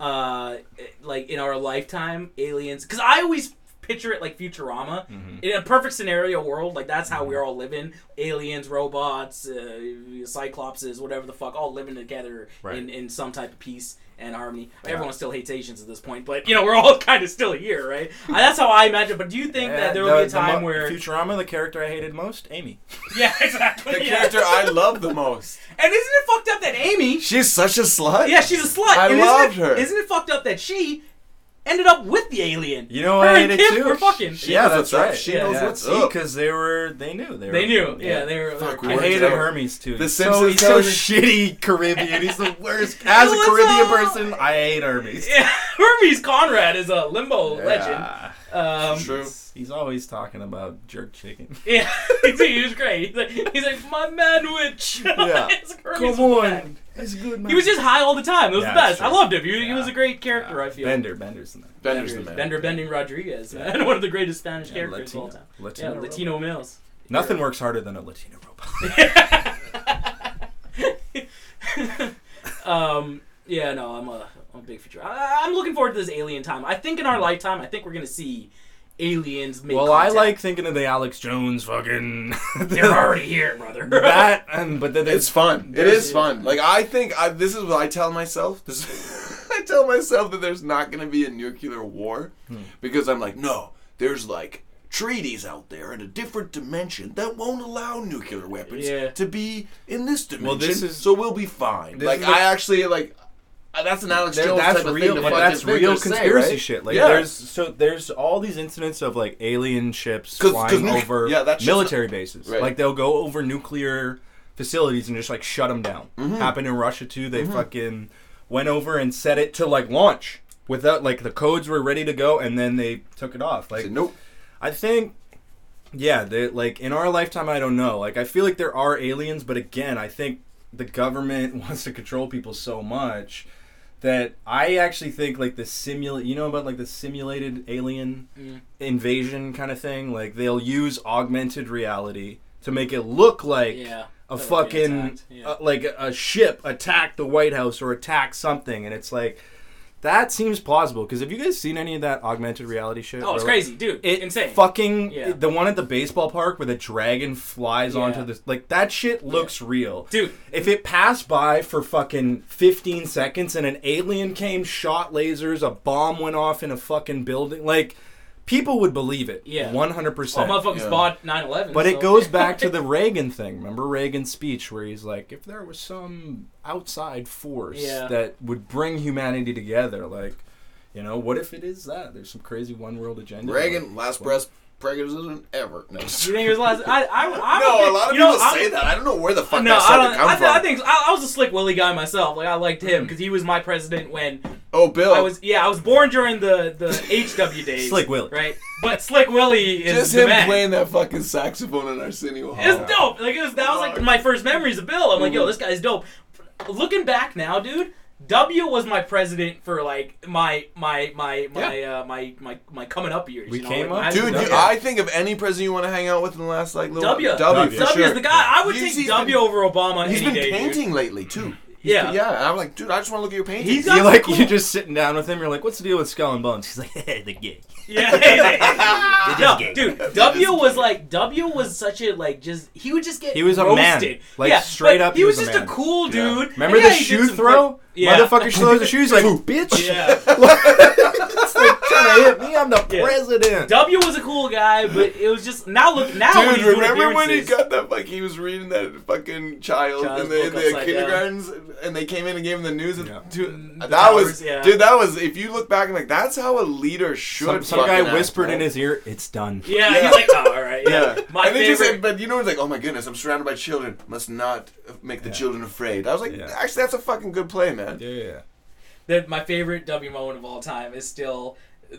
B: uh, like in our lifetime, aliens. Because I always picture it like Futurama. In a perfect scenario world, like that's how we're all living: aliens, robots, uh, cyclopses, whatever the fuck, all living together
C: Right.
B: in in some type of peace and harmony. Everyone still hates Asians at this point, but you know we're all kind of still here, right? Uh, that's how I imagine. But do you think that there will be a time
C: mo-
B: where?
C: Futurama, the character I hated most, Amy.
B: Yeah, exactly.
D: The
B: yeah.
D: character I love the most.
B: And isn't it fucked up that Amy?
D: She's such a slut.
B: Yeah, she's a slut.
D: I
B: and isn't it-
D: loved her.
B: Isn't it fucked up that she ended up with the alien?
C: You know
B: her
C: I
B: and
C: hated
B: Kim
C: too.
B: were fucking.
C: She knows
D: that's
C: what's right.
D: right. She
B: Yeah,
D: knows
B: yeah.
D: what's up.
C: because they were they knew they were
B: They knew. Yeah, they were.
D: Fuck,
B: they
C: I
B: were
D: Words
C: hated
D: out.
C: Hermes too.
D: The
C: He's so-
D: Simpsons
C: he's so
D: tells-
C: shitty Caribbean. He's the worst. As a
B: was
C: Caribbean
B: all-
C: person, I hate Hermes.
B: Yeah, Hermes Conrad is a limbo legend.
C: Yeah.
B: Um,
D: True.
C: He's always talking about jerk chicken.
B: yeah, he's, he's great. He's like, he's like my man witch.
D: Yeah.
B: It's Hermes
C: Come
B: was back.
C: on, he's a good man.
B: He was just high all the time. It was
C: Yeah,
B: the
C: that's
B: best. I
C: true.
B: loved him. He, he
C: Yeah.
B: was a great character.
C: Yeah.
B: I feel.
C: Bender. Bender's the man.
D: Bender's the man.
B: Bender Bending Rodriguez, man. one of the greatest Spanish
C: Yeah,
B: characters
C: Latino.
B: of all time.
C: Latino.
B: yeah,
C: robot.
B: Latino males.
C: Nothing works harder than a Latino robot.
B: um, yeah, no, I'm a, I'm a big future. I, I'm looking forward to this alien time. I think in our lifetime, I think we're gonna see aliens make.
C: well,
B: contact.
C: I like thinking of the Alex Jones fucking.
B: They're already here, brother.
C: that, and but then
D: It's
C: there's
D: fun. It is fun. Like I think I, this is what I tell myself. This, I tell myself that there's not going to be a nuclear war
C: Hmm.
D: because I'm like, no, there's like treaties out there in a different dimension that won't allow nuclear weapons
B: Yeah.
D: to be in this dimension.
C: this is-
D: so we'll be fine.
C: this
D: Like
C: is what-
D: I actually like uh, that's an Alex
C: there-
D: Jones
C: that's
D: type of
C: real.
D: thing. to
C: but
D: fucking
C: that's
D: think
C: real
D: or say,
C: conspiracy
D: right?
C: shit. Like
D: Yeah.
C: there's so there's all these incidents of like alien ships
D: 'Cause- 'cause
C: flying
D: nuc-
C: over
D: yeah, that shit's
C: military bases.
D: Right.
C: Like they'll go over nuclear facilities and just like shut them down.
D: Mm-hmm.
C: Happened in Russia too. They fucking went over and set it to like launch without like the codes were ready to go and then they took it off. Like
D: Say, nope.
C: I think, yeah, they, like in our lifetime, I don't know. Like I feel like there are aliens, but again, I think the government wants to control people so much that I actually think like the simulate, you know, about like the simulated alien
B: Mm.
C: invasion kind of thing. Like they'll use augmented reality to make it look like
B: Yeah.
C: a
B: That would be
C: fucking
B: attacked, yeah.
C: uh, like a ship attack the White House or attack something, and it's like. That seems plausible because have you guys seen any of that augmented reality shit?
B: Oh, it's
C: where, like,
B: crazy, dude.
C: it
B: Insane.
C: Fucking
B: Yeah.
C: the one at the baseball park where the dragon flies
B: Yeah.
C: onto this like that shit looks real.
B: Dude.
C: If it passed by for fucking 15 seconds and an alien came, shot lasers, a bomb went off in a fucking building, like people would believe it.
B: Yeah. Oh,
C: 100%.
B: Well, motherfuckers
D: Yeah.
B: bought 9/11.
C: But
B: so-
C: it goes back to the Reagan thing. Remember Reagan's speech where he's like, if there was some outside force
B: Yeah.
C: that would bring humanity together, like, you know, what if it is that? There's some crazy one world agenda.
D: Reagan, last press president ever. No.
B: You think it was last? I, I, I'm
D: No,
B: big-
D: a lot of
B: you know,
D: people
B: I'm-
D: say that. I don't know where the fuck
B: No,
D: that
B: I
D: started
B: don't.
D: to come
B: I,
D: from. Mm-hmm.
B: th- I think I, I was a slick Willie guy myself. Like I liked him because he was my president when
D: oh, Bill.
B: I was. Yeah, I was born during the the HW days.
C: Slick Willie.
B: right? But Slick Willie is
D: Just
B: the
D: him
B: man.
D: playing that fucking saxophone in Arsenio Hall.
B: It's
C: Oh.
B: dope. Like it was that was like my first memories of Bill. I'm like,
C: Mm-hmm.
B: yo,
D: Mhm.
B: this guy's dope. Looking back now, dude, W was my president for like my my my my uh, my my my coming up years.
C: We
B: you know?
C: came
B: like,
C: up?
B: I-
D: Dude,
C: Yeah.
D: you, I think of any president you want to hang out with in the last like little
B: W.
D: W,
C: W.
D: for
B: W
D: sure.
B: is the guy. I would
D: He's-
B: take
D: he's
B: W
D: been-
B: over Obama
D: He's
B: any
D: been
B: day. dude.
D: painting lately too.
B: Yeah.
D: yeah. And I'm like, dude, I just want to look at your paintings.
B: He's
C: you
B: got-
C: like
B: cool.
C: you're just sitting down with him. You're like, "What's the deal with Skull and Bones?" He's like, "Hey, "The gay."
B: Yeah, hey, hey, hey. no,
C: gay.
B: dude. W was like W was such a like just he would just get
C: He was a
B: roasted.
C: man. Like,
B: yeah,
C: straight
B: but
C: up,
B: He,
C: he
B: was,
C: was a
B: just a
C: man.
B: cool dude.
C: Remember
B: And yeah,
C: the
B: he did
C: shoe
B: some
C: throw?
B: great- yeah.
C: Motherfucker throws the shoes like, "Bitch,
B: Yeah.
C: like trying to hit me. I'm the
B: Yeah.
C: president."
B: W was a cool guy, but it was just now look now when
D: Dude,
B: he's doing
D: remember when he
B: appearances-
D: got that like he was reading that fucking child
B: Child's
D: in the, in
B: book
D: the
B: upside
D: kindergartens, and they came in and gave him the news. And
C: Yeah.
D: dude,
B: The
D: that
B: towers,
D: was
B: yeah.
D: dude, that was. If you look back and like, that's how a leader should.
C: Some, some guy
D: fucking act,
C: whispered in
D: right?
C: his ear, "It's done."
B: Yeah,
D: Yeah.
B: he's like, oh, all right, yeah.
D: Yeah.
B: My
D: and then you
B: favorite.
D: said, but you know, it's like, oh my goodness, I'm surrounded by children. Must not make the children afraid. I was like,
C: Yeah.
D: actually, that's a fucking good play, man.
C: Yeah.
B: that my favorite W moment of all time is still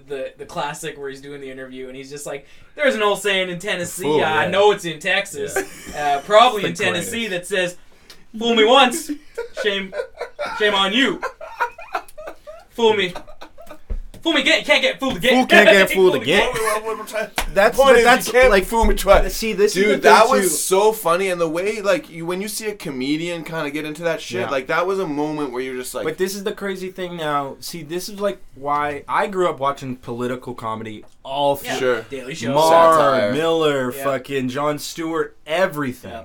B: the the classic where he's doing the interview and he's just like, "There's an old saying in Tennessee.
C: Fool,
B: I
C: yeah.
B: know it's in Texas, uh, probably in
C: It's the
B: Tennessee that says, fool me once, shame, shame on you. Fool me, Fool me again. Can't get fooled again.
C: Fool can't get fooled again. That's-
D: that's
C: but that's,
D: you can't
C: like-
D: fool me twice.
C: See, this is the
D: dude, that
C: thing,
D: was
C: too.
D: so funny, and the way like you when you see a comedian kind of get into that shit,
C: Yeah.
D: like that was a moment where you're just like,
C: But this is the crazy thing now. See, this is like why I grew up watching political comedy all
B: Yeah.
C: through.
D: Sure.
B: Daily Show.
C: Marr,
D: Satire.
C: Miller,
B: Yeah.
C: fucking John Stewart, everything.
B: Yeah.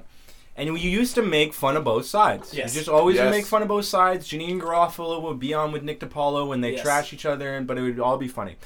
C: And you used to make fun of both sides.
B: Yes.
C: You just always would
D: Yes.
C: make fun of both sides. Janine Garofalo would be on with Nick DiPaolo and they
B: Yes.
C: trash each other, and but it would all be funny.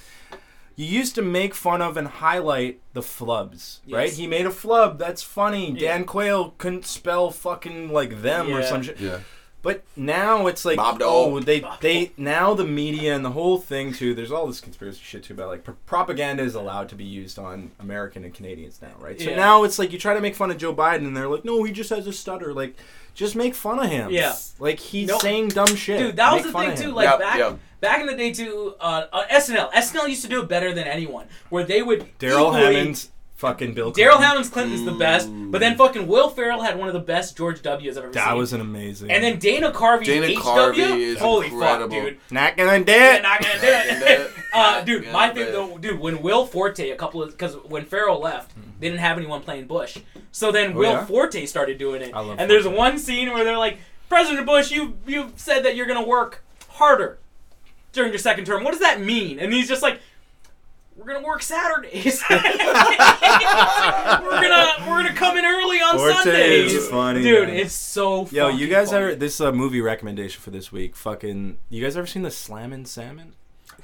C: You used to make fun of and highlight the flubs, right?
B: Yes.
C: He made a flub. That's funny.
B: Yeah.
C: Dan Quayle couldn't spell fucking like them or
B: Yeah.
C: some shit.
D: yeah,
C: But now it's like
D: Mob
C: oh
D: dog.
C: they
B: Mob
C: they now the media and the whole thing too. There's all this conspiracy shit too about like pr- propaganda is allowed to be used on American and Canadians now, right? So
B: Yeah.
C: now it's like you try to make fun of Joe Biden and they're like, no, he just has a stutter. Like, just make fun of him.
B: Yeah.
C: like he's
B: Nope.
C: saying dumb shit.
B: Dude, that was
C: Make
B: the
C: fun
B: thing
C: of
B: too.
C: him.
B: Like
D: Yep,
B: back
D: yep.
B: back in the day too, uh, on SNL. SNL used to do it better than anyone. Where they would
C: Daryl
B: equally-
C: Hammond's fucking Bill.
B: Daryl
C: Clinton.
B: Hammond's Clinton's the best, but
D: Mm.
B: then fucking Will Ferrell had one of the best George W's I've ever seen.
C: That was an amazing.
B: and then Dana Carvey.
D: Dana
B: HW?
D: Carvey is
B: Holy
D: incredible.
B: fuck, dude.
C: not gonna do
B: They're
C: it.
B: not gonna do
D: Yeah,
B: it. uh,
D: yeah,
B: dude,
D: yeah,
B: my
D: yeah.
B: thing though, dude, when Will Forte, a couple of, because when Farrell left, they didn't have anyone playing Bush. So then Will
C: Mm-hmm. Oh, yeah?
B: Forte started doing it.
C: I love
B: and there's
C: Forte.
B: one scene where they're like, President Bush, you you said that you're gonna work harder during your second term. What does that mean? And he's just like. We're gonna work Saturdays. we're gonna we're gonna come in early on
C: Forte
B: Sundays.
C: is funny,
B: dude,
C: man.
B: it's so.
C: Yo, you
B: fucking
C: guys
B: funny.
C: ever this uh, movie recommendation for this week? Fucking, you guys ever seen the Slammin' Salmon?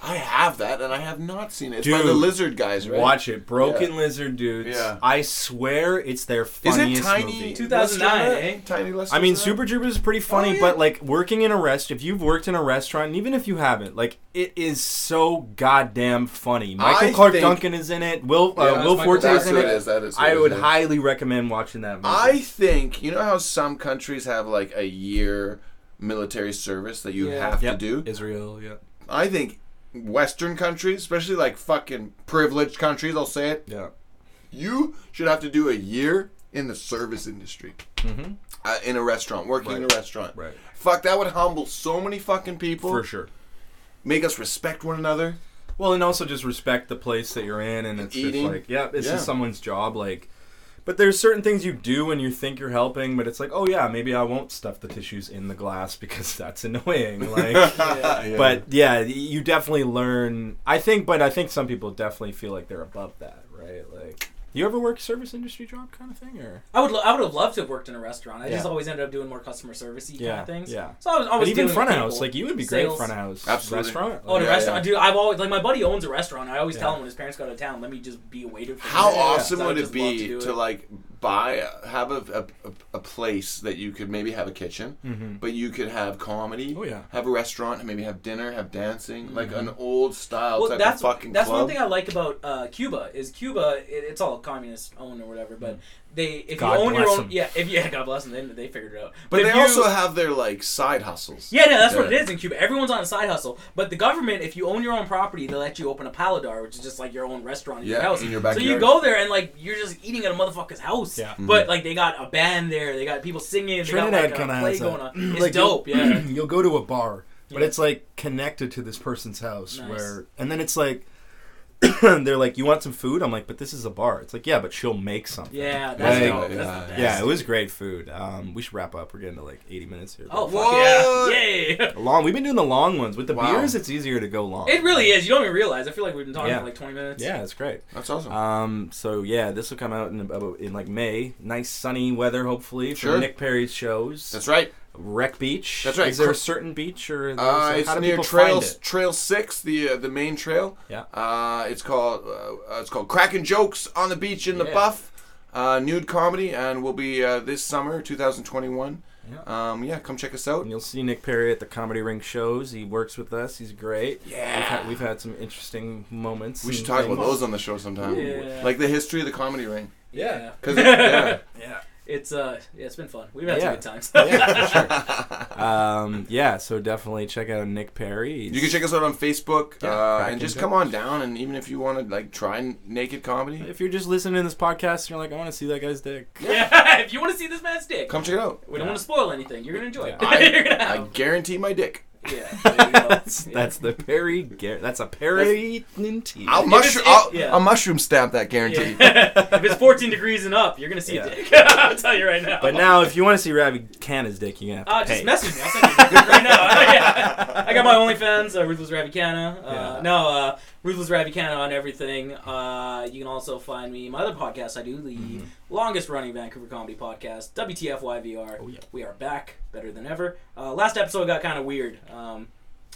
D: I have that, and I have not seen it. It's by
C: Dude,
D: the Lizard guys, right?
C: Watch it, Broken
D: Yeah.
C: Lizard dudes.
D: Yeah.
C: I swear it's their
D: Is
C: funniest
D: it tiny?
C: movie.
B: 2009,
D: Lester in
B: eh?
D: it? Tiny Lester.
C: I mean, Super Troopers is pretty funny,
D: Oh, yeah.
C: but like working in a rest, if you've worked in a restaurant, and even if you haven't, like it is so goddamn funny. Michael
D: I
C: Clark
D: think-
C: Duncan is in it. Will uh,
D: Yeah,
C: Will
B: that's
C: Forte
B: Michael
C: is
D: That's
C: in
D: who
C: it.
D: it is. That is. who
C: I
D: it
C: would
D: is.
C: highly recommend watching that movie.
D: I think you know how some countries have like a year military service that you
B: Yeah.
D: have
C: Yep.
D: to do.
C: Israel. Yeah.
D: I think Western countries, especially like fucking privileged countries, I'll say it.
C: Yeah.
D: You should have to do a year in the service industry,
C: Mhm.
D: uh, in a restaurant, working in a restaurant.
C: Right.
D: Fuck, that would humble so many fucking people.
C: For sure.
D: Make us respect one another.
C: Well, and also just respect the place that you're in, and it's
D: Eating.
C: just like, yeah, this
D: Yeah.
C: is someone's job. Like, but there's certain things you do and you think you're helping, but it's like, oh yeah, maybe I won't stuff the tissues in the glass because that's annoying. Like,
D: Yeah.
C: but yeah, you definitely learn. I think, but I think some people definitely feel like they're above that, right? Like, you ever work service industry job kind of thing, or
B: I would, lo- I would have loved to have worked in a restaurant. I just
C: Yeah.
B: always ended up doing more customer servicey kind
C: Yeah,
B: of things.
C: yeah.
B: So I was
C: but
B: always
C: even
B: dealing
C: front
B: with
C: of house,
B: people.
C: like you would be great
B: Sales.
C: front of house,
D: Absolutely.
C: restaurant.
B: Oh, in a
D: Yeah,
B: restaurant,
D: yeah.
B: dude. I've always like my buddy owns a restaurant. I always tell
C: Yeah.
B: him when his parents go out of town, let me just be a waiter. for
D: How
B: you."
D: awesome
B: So I
D: would it
B: just love
D: be to,
B: do it.
D: like buy a, have a, a, a- a place that you could maybe have a kitchen,
B: Mm-hmm.
D: but you could have comedy.
C: Oh, yeah.
D: Have a restaurant, maybe have dinner, have dancing, like an old style
B: Mm-hmm. Well,
D: type
B: that's
D: of fucking
B: that's
D: club.
B: one thing I like about uh, Cuba is Cuba. It, it's all communist owned or whatever, but they if
C: Mm. God
B: you own your
C: bless
B: own,
C: 'em.
B: yeah, if yeah, God bless them, they, they figured it out.
D: but
B: if
D: they
B: you-
D: also have their like side hustles.
B: Yeah, no, that's what
D: Yeah.
B: it is in Cuba. Everyone's on a side hustle. But the government, if you own your own property, they let you open a paladar, which is just like your own restaurant in your
D: Yeah,
B: house.
D: in your
B: So you
D: backyard.
B: go there and like you're just eating at a motherfucker's house.
C: Yeah.
B: But like they got a band there, they got people singing, they
C: Mm-hmm. Trinidad
B: got like,
C: kinda
B: a play
C: has
B: going
C: that.
B: on. It's
C: Like,
B: dope, yeah.
C: you'll go to a bar, but
B: Yeah.
C: it's like connected to this person's house
B: Nice.
C: where and then it's like they're like, You want some food? I'm like, But this is a bar. It's like, Yeah, but she'll make something.
B: Yeah, that's
C: Like,
B: dope. That's
D: yeah,
B: the best.
C: Yeah, it was great food. Um, we should wrap up. We're getting to like 80 minutes here.
B: Oh fuck
D: What?
B: yeah. Yeah.
C: long. We've been doing the long ones. With the
D: Wow.
C: beers, it's easier to go long.
B: It really is. You don't even realize. I feel like we've been talking
C: Oh, Yeah.
B: for like twenty minutes.
C: Yeah, it's great.
D: That's awesome.
B: Uh,
C: Um, so yeah, this will come out in about in like May. Nice sunny weather, hopefully, for
D: Sure.
C: Nick Perry's shows.
D: that's right.
C: Wreck Beach.
D: That's right.
C: Is there
D: Cr-
C: a certain beach or?
D: Uh,
C: there's-
D: it's
C: how do
D: near
C: people
D: Trail
C: find it?
D: Trail Six, the uh, the main trail.
C: Yeah.
D: Uh, it's called uh, uh, it's called Cracking Jokes on the Beach in the
C: Yeah.
D: Buff, uh, nude comedy, and will be uh, this summer, 2021.
C: Yeah.
D: Um, yeah, come check us out.
C: And you'll see Nick Perry at the Comedy Ring shows. He works with us. He's great. Yeah. We've had, we've had some interesting moments.
D: We
C: and
D: should talk about
C: things.
D: those on the show sometime.
B: Yeah.
D: Like the history of the comedy ring.
B: Yeah.
D: 'Cause it- yeah.
B: It's uh yeah, it's been fun. We've had
C: Yeah.
B: some good times.
C: Um, yeah, so definitely check out Nick Perry.
D: You can check us out on Facebook
C: Yeah,
D: uh,
C: Cracking
D: and just
C: Jokes.
D: come on down. And even if you want to like try n- naked comedy,
C: If you're just listening to this podcast and you're like, I want to see that guy's dick.
B: yeah. If you want to see this man's dick,
D: come check it out.
B: we don't want to spoil anything. You're gonna enjoy it.
C: Yeah.
B: You're gonna
D: I
B: have-
D: guarantee my dick.
B: Yeah. there you go.
C: that's
B: Yeah.
C: that's the Perry. Gar- that's a Perry guarantee.
D: I'll
B: it's-
D: mushroom.
B: it-
D: I'll,
B: yeah.
D: I'll mushroom stamp that guarantee.
B: Yeah. if it's 14 degrees and up, you're gonna see
C: Yeah.
B: a dick. I'll tell you right now.
C: But now, if you want to see Ravi Canna's dick, you have to
B: Uh,
C: pay.
B: just message me. I'll send you a dick right now. yeah. I got my OnlyFans, uh, Ruthless Ravikana. Uh,
C: Yeah.
B: No, uh, Ruthless Ravikana on everything. Uh, you can also find me my other podcast I do, the longest running Vancouver comedy podcast, WTFYVR.
C: Mm-hmm. Oh, yeah.
B: We are back, better than ever. Uh, last episode got kind of weird. Um,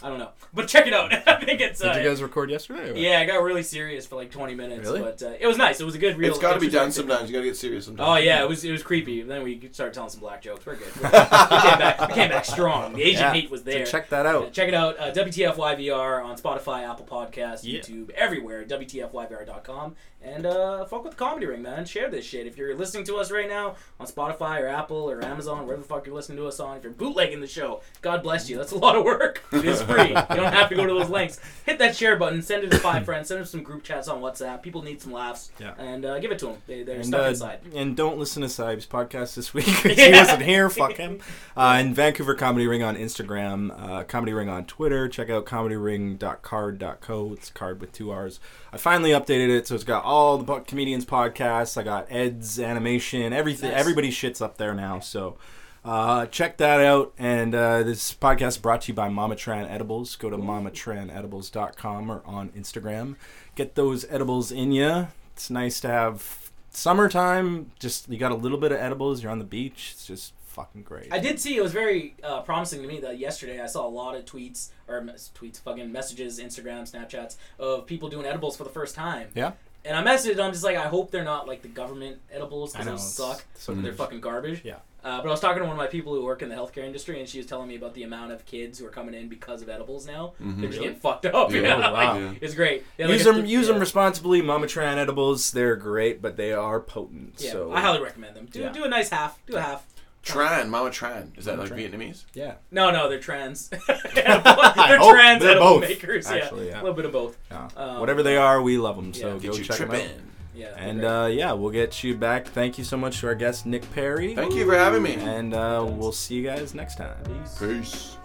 B: I don't know, but check it out. I think it's. Uh,
C: Did you guys record yesterday? or what?
B: yeah, I got really serious for like 20 minutes,
C: Really?
B: but uh, it was nice. It was a good. Real,
D: it's got to be done
B: introspective-
D: sometimes. You got to get serious sometimes.
B: Oh yeah, it was it was creepy. Then we started telling some black jokes. We're good. We're good. we, came back, we came back strong. The Asian
C: Yeah.
B: hate was
C: So
B: there.
C: check that
B: Uh,
C: out.
B: check it out. Uh, WTFYVR on Spotify, Apple Podcasts,
C: Yeah.
B: YouTube, everywhere. WTFYVR.com. And uh, fuck with the comedy ring, man. Share this shit. If you're listening to us right now on Spotify or Apple or Amazon, wherever the fuck you're listening to us on, if you're bootlegging the show, God bless you. That's a lot of work. It is free. you don't have to go to those links. Hit that share button. Send it to five friends. Send them some group chats on WhatsApp. People need some laughs.
C: Yeah.
B: And uh, give it to them. They, they're
C: And,
B: stuck
C: uh,
B: inside.
C: and don't listen to Saib's podcast this week. 'cause
B: Yeah.
C: he wasn't here. Fuck him. Uh, and Vancouver Comedy Ring on Instagram, uh, Comedy Ring on Twitter. Check out comedyring.card.co. It's card with two R's. I finally updated it, so it's got all the po- comedians' podcasts. I got Ed's animation, everything.
B: Nice.
C: Everybody's shit's up there now. So. Uh, check that out. And uh, this podcast is brought to you by Mama Tran Edibles. Go to mamatranedibles.com or on Instagram. Get those edibles in ya. It's nice to have summertime. Just you got a little bit of edibles. You're on the beach. It's just fucking great.
B: I did see it was very uh, promising to me that yesterday I saw a lot of tweets or mes- tweets, fucking messages, Instagram, Snapchats of people doing edibles for the first time.
C: Yeah.
B: And I messaged. I'm just like, I hope they're not like the government edibles
C: I
B: because
C: know,
B: those
C: it's- mm.
B: suck.
C: so
B: they're
C: gross.
B: fucking garbage.
C: Yeah.
B: Uh, but I was talking to one of my people who work in the healthcare industry, and she was telling me about the amount of kids who are coming in because of edibles now. They're just getting fucked up.
D: Yeah.
B: Yeah.
C: Oh,
B: like,
C: wow.
D: Yeah.
B: It's great. Yeah,
C: Use
B: like,
C: them,
B: it's-
C: use them
B: yeah.
C: responsibly. Mama Tran edibles, they're great, but they are potent.
B: Yeah,
C: so
B: I highly recommend them. Do
C: Yeah.
B: do a nice half. Do a half.
D: Tran, Mama Tran. Is that like
C: Tran.
D: Vietnamese?
C: yeah,
B: No, no, they're trans. they're
C: I hope
B: trans
C: they're both,
B: edible makers.
C: actually,
B: yeah.
C: yeah.
B: a little bit of both.
C: yeah.
B: Um,
C: whatever they are, we love them. So
B: yeah.
D: Get
C: go
D: you
C: check them out.
D: tripping.
B: Yeah. they're
C: And
B: great.
C: uh, yeah, we'll get you back. Thank you so much to our guest Nick Perry.
D: Thank you for having me.
C: And uh, we'll see you guys next time.
D: Peace.